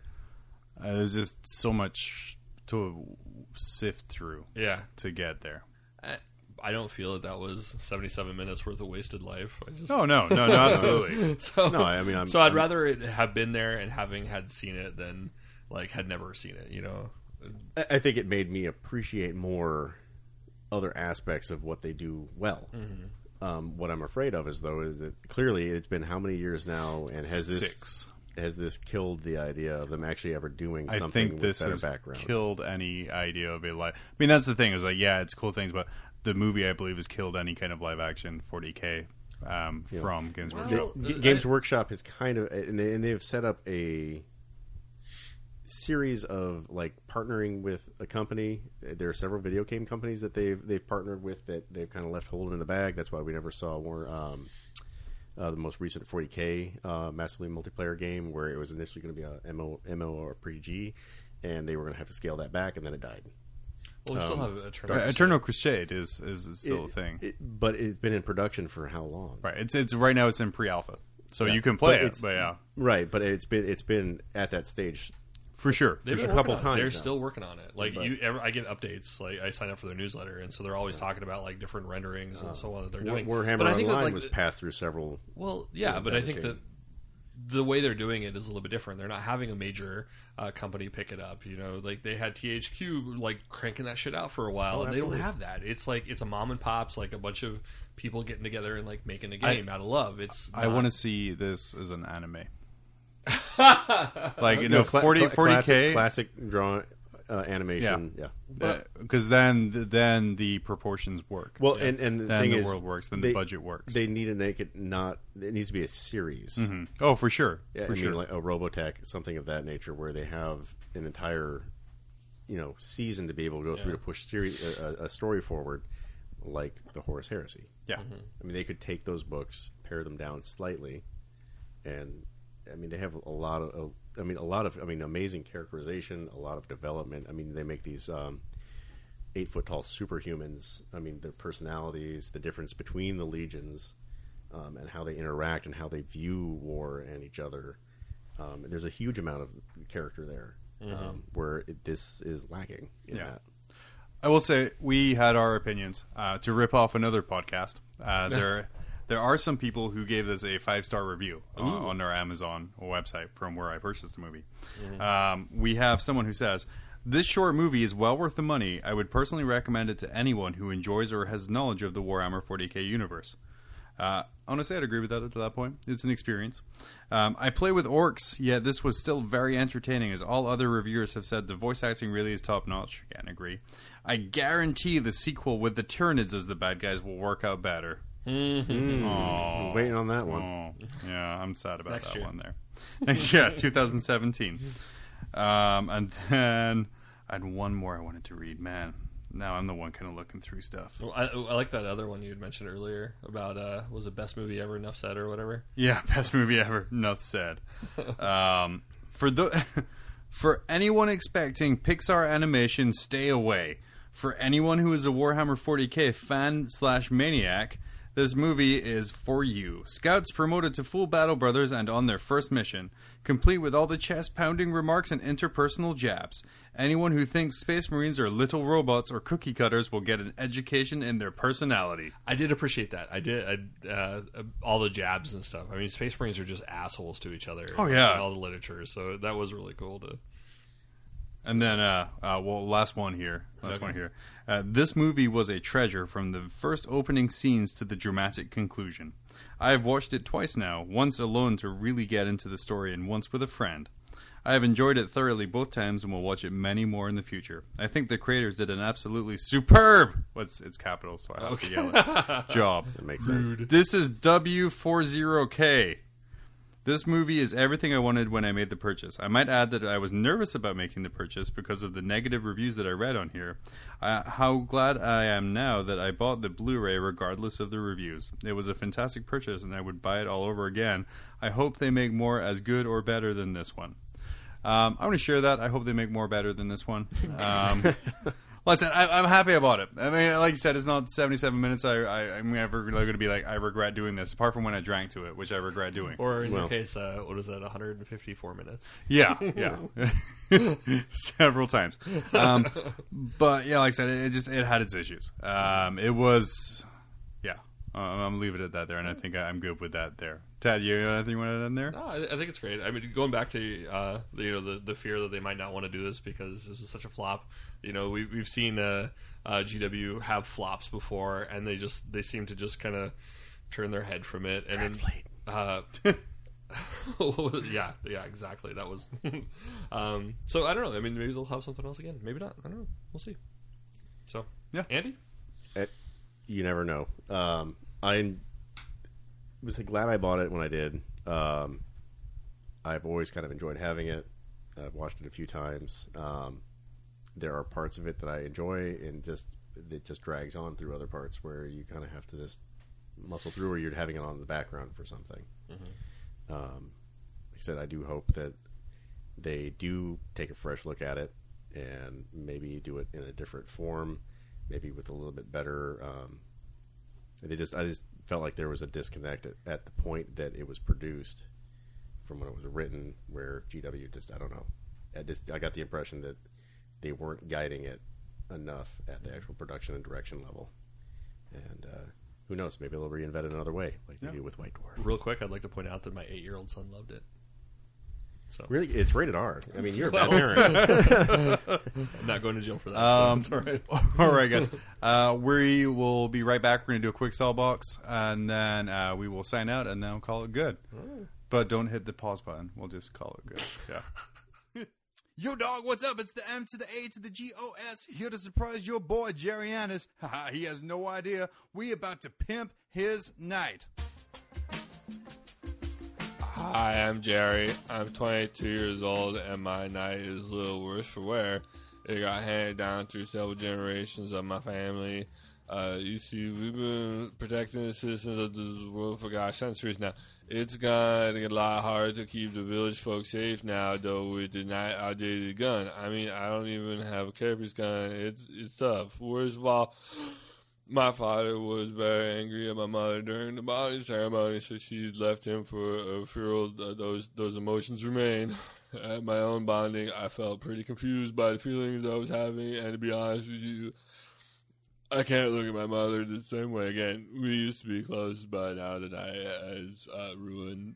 Speaker 3: Uh, there's just so much to sift through
Speaker 1: yeah,
Speaker 3: to get there.
Speaker 1: I, I don't feel that that was 77 minutes worth of wasted life. I just
Speaker 3: No, Oh, no, no, no, absolutely.
Speaker 1: So
Speaker 2: No, I mean, I'm-
Speaker 1: so I'd
Speaker 2: I'm-
Speaker 1: rather it have been there and having had seen it than like had never seen it. You know,
Speaker 2: I I think it made me appreciate more other aspects of what they do well.
Speaker 1: Mm-hmm.
Speaker 2: Um, what I'm afraid of is though is that clearly it's been how many years now, and has this
Speaker 3: Six.
Speaker 2: has this killed the idea of them actually ever doing
Speaker 3: I
Speaker 2: something
Speaker 3: think
Speaker 2: with
Speaker 3: this
Speaker 2: better
Speaker 3: has
Speaker 2: background?
Speaker 3: killed any idea of a live. I mean, that's the thing. Is like, yeah, it's cool things, but the movie, I believe, has killed any kind of live action 40k um, from Games
Speaker 1: Well, uh,
Speaker 3: Workshop.
Speaker 2: G-
Speaker 1: I-
Speaker 2: Games Workshop is kind of, and, they, and they've set up a series of like partnering with a company. There are several video game companies that they've they've partnered with that they've kind of left holding in the bag. That's why we never saw more. Um, uh, the most recent 40k uh, massively multiplayer game where it was initially going to be a MO, MO or PG, and they were going to have to scale that back, and then it died.
Speaker 1: well, we still
Speaker 2: Um,
Speaker 1: have a turn.
Speaker 3: Uh, Eternal Crusade is is, is still a
Speaker 2: It-
Speaker 3: thing,
Speaker 2: it- but it's been in production for how long?
Speaker 3: right? It's it's right now. It's in pre-alpha, so you can play
Speaker 2: But
Speaker 3: it.
Speaker 2: it's-
Speaker 3: But yeah,
Speaker 2: Right, but it's been it's been at that stage
Speaker 3: for sure.
Speaker 1: They've
Speaker 2: a
Speaker 1: been working
Speaker 2: couple
Speaker 1: on it.
Speaker 2: times
Speaker 1: They're
Speaker 2: now.
Speaker 1: still working on it. Like
Speaker 2: But-
Speaker 1: you, ever, I get updates. Like I sign up for their newsletter, and so they're always talking about like different renderings
Speaker 2: Uh,
Speaker 1: and so on that they're
Speaker 2: War-
Speaker 1: doing.
Speaker 2: Warhammer
Speaker 1: but I
Speaker 2: Online
Speaker 1: think that, like,
Speaker 2: was
Speaker 1: the-
Speaker 2: passed through several.
Speaker 1: Well, yeah, but I think that
Speaker 2: damaging.
Speaker 1: the way they're doing it is a little bit different. They're not having a major uh, company pick it up. You know, like they had THQ like cranking that shit out for a while, and they don't have that. It's like it's a mom and pops, like a bunch of people getting together and like making a game out of love. It's
Speaker 3: I
Speaker 1: not-
Speaker 3: want to see this as an anime. like you know,
Speaker 2: cla-
Speaker 3: 40
Speaker 2: cla-
Speaker 3: 40
Speaker 2: classic,
Speaker 3: k
Speaker 2: classic draw uh, animation. Yeah.
Speaker 3: because uh, then then the proportions work.
Speaker 2: Well, and and the
Speaker 3: Then
Speaker 2: thing
Speaker 3: the
Speaker 2: is,
Speaker 3: world works, then the budget works.
Speaker 2: They need to make it not. It needs to be a series.
Speaker 3: Mhm. oh, for sure,
Speaker 2: Yeah,
Speaker 3: for
Speaker 2: I
Speaker 3: sure.
Speaker 2: mean, like a Robotech, something of that nature, where they have an entire, you know, season to be able to go through to push series, a, a- a story forward, like the Horus Heresy.
Speaker 3: yeah,
Speaker 2: I mean, they could take those books, pare them down slightly, and I mean, they have a lot of, I mean, a lot of, I mean, amazing characterization, a lot of development. I mean, they make these um, eight foot tall superhumans. I mean, their personalities, the difference between the legions. um, and how they interact and how they view war and each other. Um, there's a huge amount of character there um, where it, this is lacking. In
Speaker 3: Yeah.
Speaker 2: that.
Speaker 3: I will say we had our opinions. Uh, to rip off another podcast, uh, there there are some people who gave this a five star review on, on our Amazon website from where I purchased the movie. Um, we have someone who says. This short movie is well worth the money. I would personally recommend it to anyone who enjoys or has knowledge of the Warhammer 40k universe. Uh, honestly, I'd agree with that at that point. It's an experience. Um, I play with orcs, yet this was still very entertaining, as all other reviewers have said. The voice acting really is top notch. Again, agree. I guarantee the sequel with the Tyranids as the bad guys will work out better.
Speaker 2: I'm waiting on that one.
Speaker 3: Oh, yeah, I'm sad about that
Speaker 1: year.
Speaker 3: one there. Next year, 2017. Um, and then I had one more I wanted to read. Man, now I'm the one kind of looking through stuff.
Speaker 1: Well, I, I like that other one you had mentioned earlier about uh, was it best movie ever, enough said or whatever.
Speaker 3: Yeah, best movie ever. Not sad. Um, for the for anyone expecting Pixar animation, stay away. For anyone who is a Warhammer 40k fan slash maniac, this movie is for you. Scouts promoted to full battle brothers and on their first mission, complete with all the chest pounding remarks and interpersonal jabs. Anyone who thinks Space Marines are little robots or cookie cutters will get an education in their personality.
Speaker 1: I did appreciate that. I did I, uh, all the jabs and stuff. I mean, Space Marines are just assholes to each other.
Speaker 3: Oh, yeah.
Speaker 1: in all the literature. So that was really cool to.
Speaker 3: And then, uh, uh, well, last one here. Last one here. Uh, this movie was a treasure from the first opening scenes to the dramatic conclusion. I have watched it twice now, once alone to really get into the story, and once with a friend. I have enjoyed it thoroughly both times and will watch it many more in the future. I think the creators did an absolutely superb. What's it's capital, so I have to yell it. Job.
Speaker 2: That makes sense.
Speaker 3: This is W40K. This movie is everything I wanted when I made the purchase. I might add that I was nervous about making the purchase because of the negative reviews that I read on here. Uh, how glad I am now that I bought the Blu ray regardless of the reviews. It was a fantastic purchase and I would buy it all over again. I hope they make more as good or better than this one. Um, I want to share that. I hope they make more better than this one. Um, listen, I, I'm happy about it. I mean, like you said, it's not 77 minutes. I, I, I'm never going to be like, I regret doing this, apart from when I drank to it, which I regret doing.
Speaker 1: Or in
Speaker 2: Well.
Speaker 1: your case, uh, what is that? 154 minutes.
Speaker 3: Yeah, yeah, several times. Um, but yeah, like I said, it, it just it had its issues. Um, it was, yeah. Uh, I'm gonna leave it at that there, and I think I- I'm good with that there. Tad, you got anything you want to add in there?
Speaker 1: No, I, I think it's great. I mean, going back to uh, the, you know the, the fear that they might not want to do this because this is such a flop. You know, we, we've seen uh, uh, GW have flops before, and they just they seem to just kind of turn their head from it. And Then, uh, yeah, yeah, exactly. That was. um, so I don't know. I mean, maybe they'll have something else again. Maybe not. I don't know. We'll see. So
Speaker 3: Yeah.
Speaker 1: Andy.
Speaker 2: it, you never know. Um, I was glad I bought it when I did. Um, I've always kind of enjoyed having it. I've watched it a few times. Um, there are parts of it that I enjoy, and just it just drags on through other parts where you kind of have to just muscle through, or you're having it on in the background for something. Um, like I said, I do hope that they do take a fresh look at it and maybe do it in a different form, maybe with a little bit better. Um, they just, I just felt like there was a disconnect at, at the point that it was produced from when it was written, where GW just, I don't know, I just, I got the impression that they weren't guiding it enough at the actual production and direction level, and uh, who knows, maybe they'll reinvent it another way, like they do with White Dwarf.
Speaker 1: Real quick, I'd like to point out that my eight-year-old son loved it. So
Speaker 2: Really, it's rated R. I mean, you're a bad
Speaker 1: Well.
Speaker 2: parent.
Speaker 1: I'm not going to jail for that.
Speaker 3: Um,
Speaker 1: so it's all right.
Speaker 3: all right, guys. Uh, we will be right back. We're going to do a quick sell box, and then uh, we will sign out, and then we'll call it good.
Speaker 1: Oh.
Speaker 3: But don't hit the pause button. We'll just call it good. Yeah. Yo, dog, what's up? It's the M to the A to the G O S here to surprise your boy, Jerry Annis. Haha, he has no idea. We about to pimp his night.
Speaker 4: Hi, I'm Jerry. I'm 22 years old, and my night is a little worse for wear. It got handed down through several generations of my family. Uh, you see, we've been protecting the citizens of this world for gosh centuries now. It's gotten a lot harder to keep the village folks safe now, though with the night outdated gun. I mean, I don't even have a carabin's gun. It's it's tough. Worst of all, My father was very angry at my mother during the body ceremony, so she left him for a funeral. Th- Those those emotions remain. At my own bonding, I felt pretty confused by the feelings I was having, and to be honest with you, I can't look at my mother the same way again. We used to be close, but now that I is uh, ruined.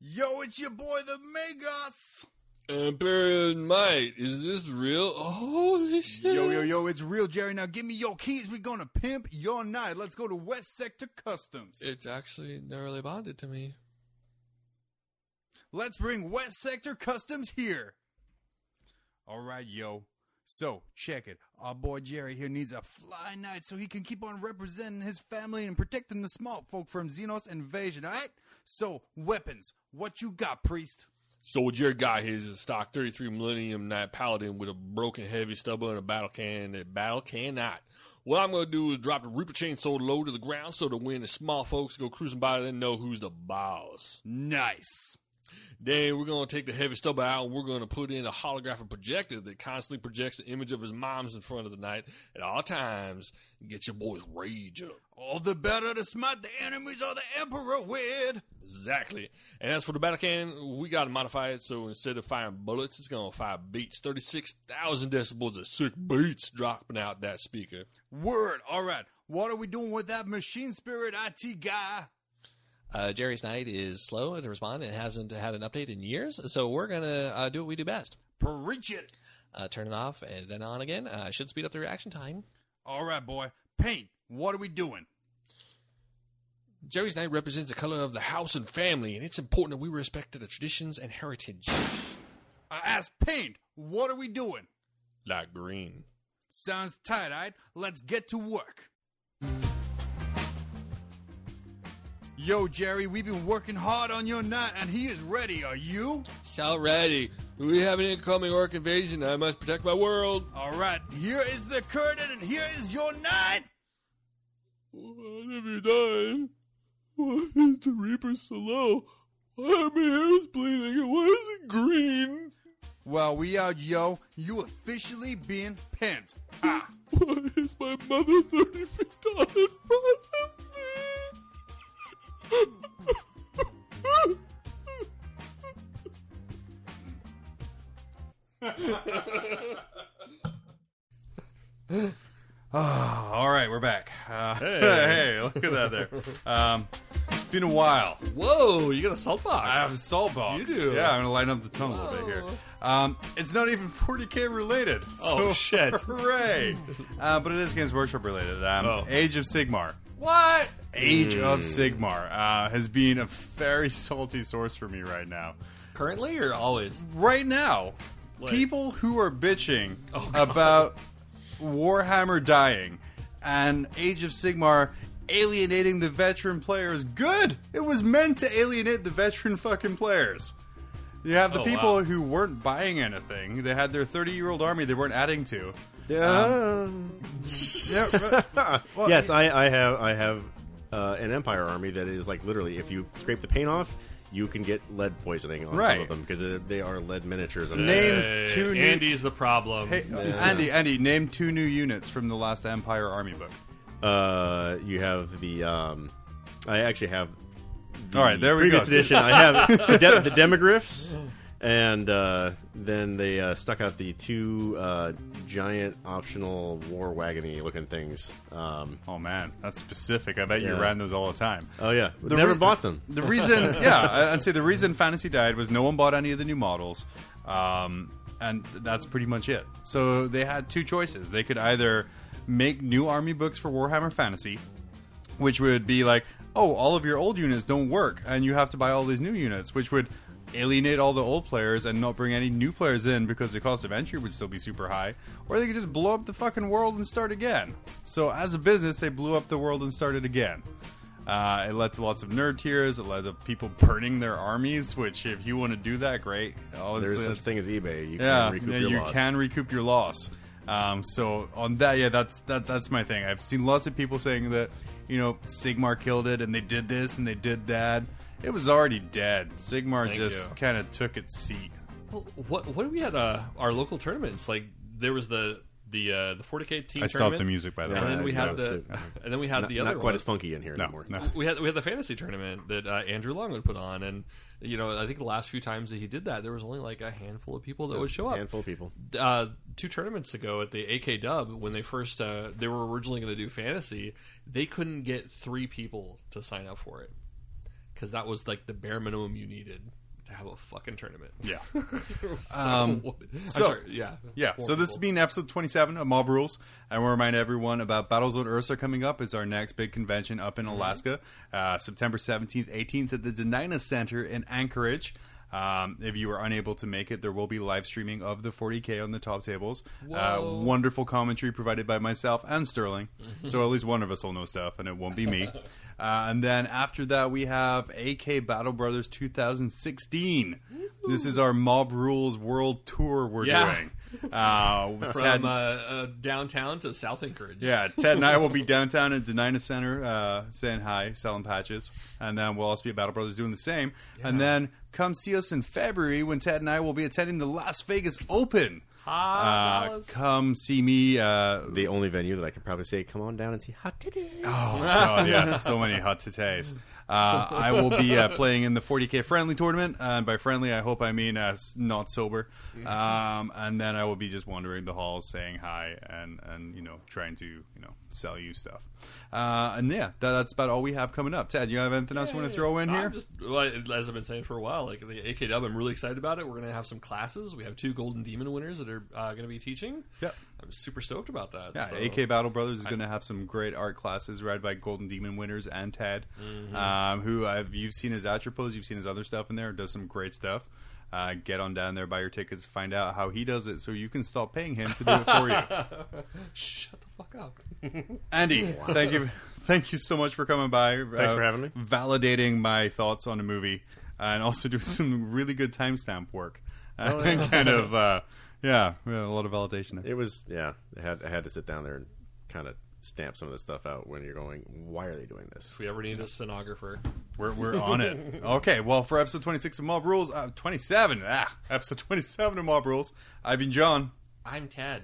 Speaker 3: Yo, it's your boy, the Megas.
Speaker 4: Imperial Might, is this real? Holy shit!
Speaker 3: Yo, yo, yo, it's real, Jerry. Now give me your keys. we going to pimp your night. Let's go to West Sector Customs.
Speaker 4: It's actually narrowly bonded to me.
Speaker 3: Let's bring West Sector Customs here. All right, yo. So, check it. Our boy Jerry here needs a fly night so he can keep on representing his family and protecting the small folk from Xenos invasion, alright? So, weapons. What you got, priest?
Speaker 4: So what your guy here is a stock 33 Millennium Knight Paladin with a broken heavy stubble and a battle can that battle cannot. What I'm gonna do is drop the Reaper chainsaw low to the ground so that when the small folks go cruising by, they know who's the boss.
Speaker 3: Nice.
Speaker 4: Then we're gonna take the heavy stubble out and we're gonna put in a holographic projector that constantly projects the image of his mom's in front of the knight at all times and get your boy's rage up.
Speaker 3: All the better to smite the enemies of the Emperor with.
Speaker 4: Exactly. And as for the battle cannon, we got to modify it so instead of firing bullets, it's going to fire beats. 36,000 decibels of sick beats dropping out that speaker.
Speaker 3: Word. Alright. What are we doing with that machine spirit IT guy?
Speaker 6: Uh, Jerry's Knight is slow to respond and hasn't had an update in years, so we're going to uh, do what we do best.
Speaker 3: Preach it.
Speaker 6: Uh, turn it off and then on again. Uh, should speed up the reaction time.
Speaker 3: Alright, boy. Paint. What are we doing?
Speaker 4: Jerry's Knight represents the color of the house and family, and it's important that we respect the traditions and heritage.
Speaker 3: I asked Paint, what are we doing?
Speaker 4: Like green.
Speaker 3: Sounds tight eyed. Let's get to work. Yo, Jerry, we've been working hard on your nut, and he is ready. Are you?
Speaker 4: So ready. We have an incoming orc invasion. I must protect my world.
Speaker 3: All right, here is the curtain, and here is your nut.
Speaker 4: What have you done? Why is the Reaper so low? Why are my ears bleeding? And why is it green?
Speaker 3: Well, we out, yo. You officially been pimped. Ah,
Speaker 4: Why is my mother 30 feet tall in front of me?
Speaker 3: Ah, all right, we're back. Uh, hey. look at that there. Um, it's been a while.
Speaker 1: Whoa, you got a salt box.
Speaker 3: I have a salt box.
Speaker 1: You do.
Speaker 3: Yeah, I'm gonna lighten up the tongue a little bit here. Um, it's not even 40k related. So
Speaker 1: Oh, shit.
Speaker 3: Hooray! Uh, but it is Games Workshop related. Um,
Speaker 1: Oh. Mm.
Speaker 3: Age of Sigmar.
Speaker 1: what?
Speaker 3: Age of Sigmar uh, has been a very salty source for me right now.
Speaker 6: Currently or always?
Speaker 3: Right now, people who are bitching
Speaker 2: Oh,
Speaker 3: about Warhammer dying and Age of Sigmar alienating the veteran players. Good! It was meant to alienate the veteran fucking players. You have the
Speaker 1: Oh,
Speaker 3: people
Speaker 1: wow.
Speaker 3: who weren't buying anything. They had their 30 year old army they weren't adding to. Yeah, but- well,
Speaker 2: Um, yes, I, I have I have uh, an Empire army that is like literally, if you scrape the paint off, you can get lead poisoning on some
Speaker 3: Right.
Speaker 2: of them because they are lead miniatures. And
Speaker 3: Name
Speaker 1: Hey,
Speaker 3: two new-
Speaker 1: Andy's the problem.
Speaker 3: Hey, Andy, Andy, name two new units from the last Empire army book.
Speaker 2: uh, you have the. Um, I actually have. The
Speaker 3: All right, there we go.
Speaker 2: previous edition. I have the, de- the demogryphs, and uh, then they uh, stuck out the two uh, giant optional war wagony looking things. Um,
Speaker 3: Oh man, that's specific. I bet you
Speaker 2: Yeah.
Speaker 3: ran those all the time.
Speaker 2: oh yeah,
Speaker 3: The
Speaker 2: never
Speaker 3: reason-
Speaker 2: bought them.
Speaker 3: The reason, yeah, I- I'd say the reason fantasy died was no one bought any of the new models, um, and that's pretty much it. So they had two choices. They could either make new army books for Warhammer Fantasy, which would be like, oh, all of your old units don't work, and you have to buy all these new units, which would alienate all the old players and not bring any new players in because the cost of entry would still be super high, or they could just blow up the fucking world and start again. So as a business, they blew up the world and started again. Uh, it led to lots of nerd tears. It led to people burning their armies. Which, if you want to do that, great. Honestly,
Speaker 2: There is such
Speaker 3: that's-
Speaker 2: thing as eBay. You
Speaker 3: yeah,
Speaker 2: can recoup
Speaker 3: yeah,
Speaker 2: your
Speaker 3: you
Speaker 2: loss.
Speaker 3: can recoup your loss. Um, so on that, yeah, that's that that's my thing. I've seen lots of people saying that you know Sigmar killed it, and they did this and they did that. It was already dead. Sigmar just
Speaker 1: you.
Speaker 3: kind of took its seat.
Speaker 1: Well, What what do we had uh, our local tournaments like? There was the the uh, the 40k team.
Speaker 3: I stopped
Speaker 1: tournament,
Speaker 3: the music by the
Speaker 1: And
Speaker 3: way.
Speaker 1: then we
Speaker 2: Yeah,
Speaker 1: had
Speaker 2: that
Speaker 1: the
Speaker 2: was stupid.
Speaker 1: and then we had
Speaker 2: Not,
Speaker 1: the other
Speaker 2: not quite
Speaker 1: one.
Speaker 2: as funky in here
Speaker 3: No,
Speaker 2: anymore.
Speaker 3: no.
Speaker 1: we had we had the fantasy tournament that uh, Andrew Long would put on, and you know I think the last few times that he did that, there was only like a handful of people that would show up.
Speaker 2: Handful of people.
Speaker 1: Uh, two tournaments ago at the AK Dub, when they first uh, they were originally going to do fantasy, they couldn't get three people to sign up for it because that was like the bare minimum you needed to have a fucking tournament.
Speaker 3: Yeah.
Speaker 1: so,
Speaker 3: Um,
Speaker 1: I'm
Speaker 3: so-
Speaker 1: sorry, yeah,
Speaker 3: Yeah,
Speaker 1: Four
Speaker 3: so this has
Speaker 1: people.
Speaker 3: been episode 27 of Mob Rules. I want to remind everyone about Battles on Earth are coming up. It's our next big convention up
Speaker 1: Mm-hmm.
Speaker 3: in Alaska, uh, September 17th, 18th at the Denina Center in Anchorage. Um, if you are unable to make it, there will be live streaming of the 40K on the top tables. Uh,
Speaker 1: Whoa. Mm-hmm.
Speaker 3: wonderful commentary provided by myself and Sterling. so at least one of us will know stuff, and it won't be me. Uh, and then after that, we have AK Battle Brothers 2016. This is our Mob Rules World Tour we're
Speaker 1: Yeah.
Speaker 3: doing. Uh, Ted,
Speaker 1: from uh, uh, downtown to South Anchorage.
Speaker 3: yeah, Ted and I will be downtown at Denina Center uh, saying hi, selling patches, and then we'll also be at Battle Brothers doing the same. And then come see us in February when Ted and I will be attending the Las Vegas Open.
Speaker 1: Ah,
Speaker 3: Uh,
Speaker 1: Dallas.
Speaker 3: come see me. Uh,
Speaker 2: The only venue that I could probably say, "Come on down and see hot titties."
Speaker 3: Oh god, yeah, so many hot titties. Uh, I will be uh, playing in the 40k friendly tournament, uh, and by friendly, I hope I mean uh, s- not sober. Um, and then I will be just wandering the halls, saying hi, and and you know, trying to you know sell you stuff. Uh, and yeah, that, that's about all we have coming up. Ted, you have anything else you want to throw in here?
Speaker 1: I'm just, well, as I've been saying for a while, like the AK Dub, I'm really excited about it. We're going to have some classes. We have two Golden Demon winners that are uh, going to be teaching.
Speaker 3: Yep.
Speaker 1: I'm super stoked about that.
Speaker 3: Yeah,
Speaker 1: so.
Speaker 3: AK Battle Brothers is going to have some great art classes read by Golden Demon winners and Ted, um, who I've, you've seen his atropos, you've seen his other stuff in there, does some great stuff. Uh, get on down there, buy your tickets, find out how he does it, so you can stop paying him to do it for you.
Speaker 1: Shut the fuck up.
Speaker 3: Andy, thank you, thank you so much for coming by. uh,
Speaker 2: Thanks for having me.
Speaker 3: Validating my thoughts on a movie, uh, and also doing some really good timestamp work.
Speaker 2: Oh,
Speaker 3: and kind of, uh, yeah, yeah, a lot of validation. There.
Speaker 2: It was yeah. I had I had to sit down there and kind of stamp some of this stuff out when you're going. Why are they doing this?
Speaker 1: If we ever need a stenographer,
Speaker 3: We're, we're on it. Okay, well, for episode 26 of Mob Rules, uh, 27, ah, episode 27 of Mob Rules, I've been John.
Speaker 1: I'm Ted.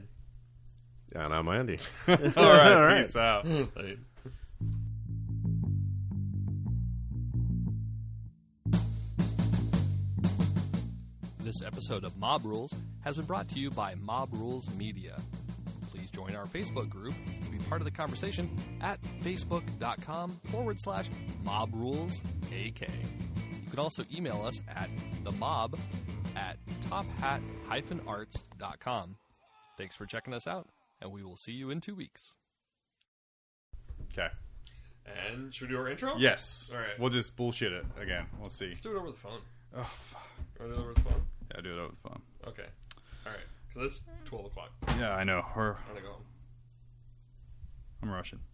Speaker 2: And I'm Andy.
Speaker 3: All right,
Speaker 2: All right. Hmm.
Speaker 3: peace out.
Speaker 1: Like, This episode of Mob Rules has been brought to you by Mob Rules Media. Please join our Facebook group to be part of the conversation at facebook.com forward slash mob rules AK. You can also email us at the mob at tophat arts.com. Thanks for checking us out, and we will see you in two weeks.
Speaker 3: Okay,
Speaker 1: And should we do our intro?
Speaker 3: yes.
Speaker 1: All right.
Speaker 3: We'll just bullshit it again. We'll see.
Speaker 1: Let's do it over the phone.
Speaker 3: Oh, fuck.
Speaker 1: You wanna do it over the phone?
Speaker 3: Yeah, do it over the phone.
Speaker 1: Okay. All right. Because it's 12 o'clock.
Speaker 3: Yeah, I know. We're,
Speaker 1: I'm going to go home.
Speaker 3: I'm rushing.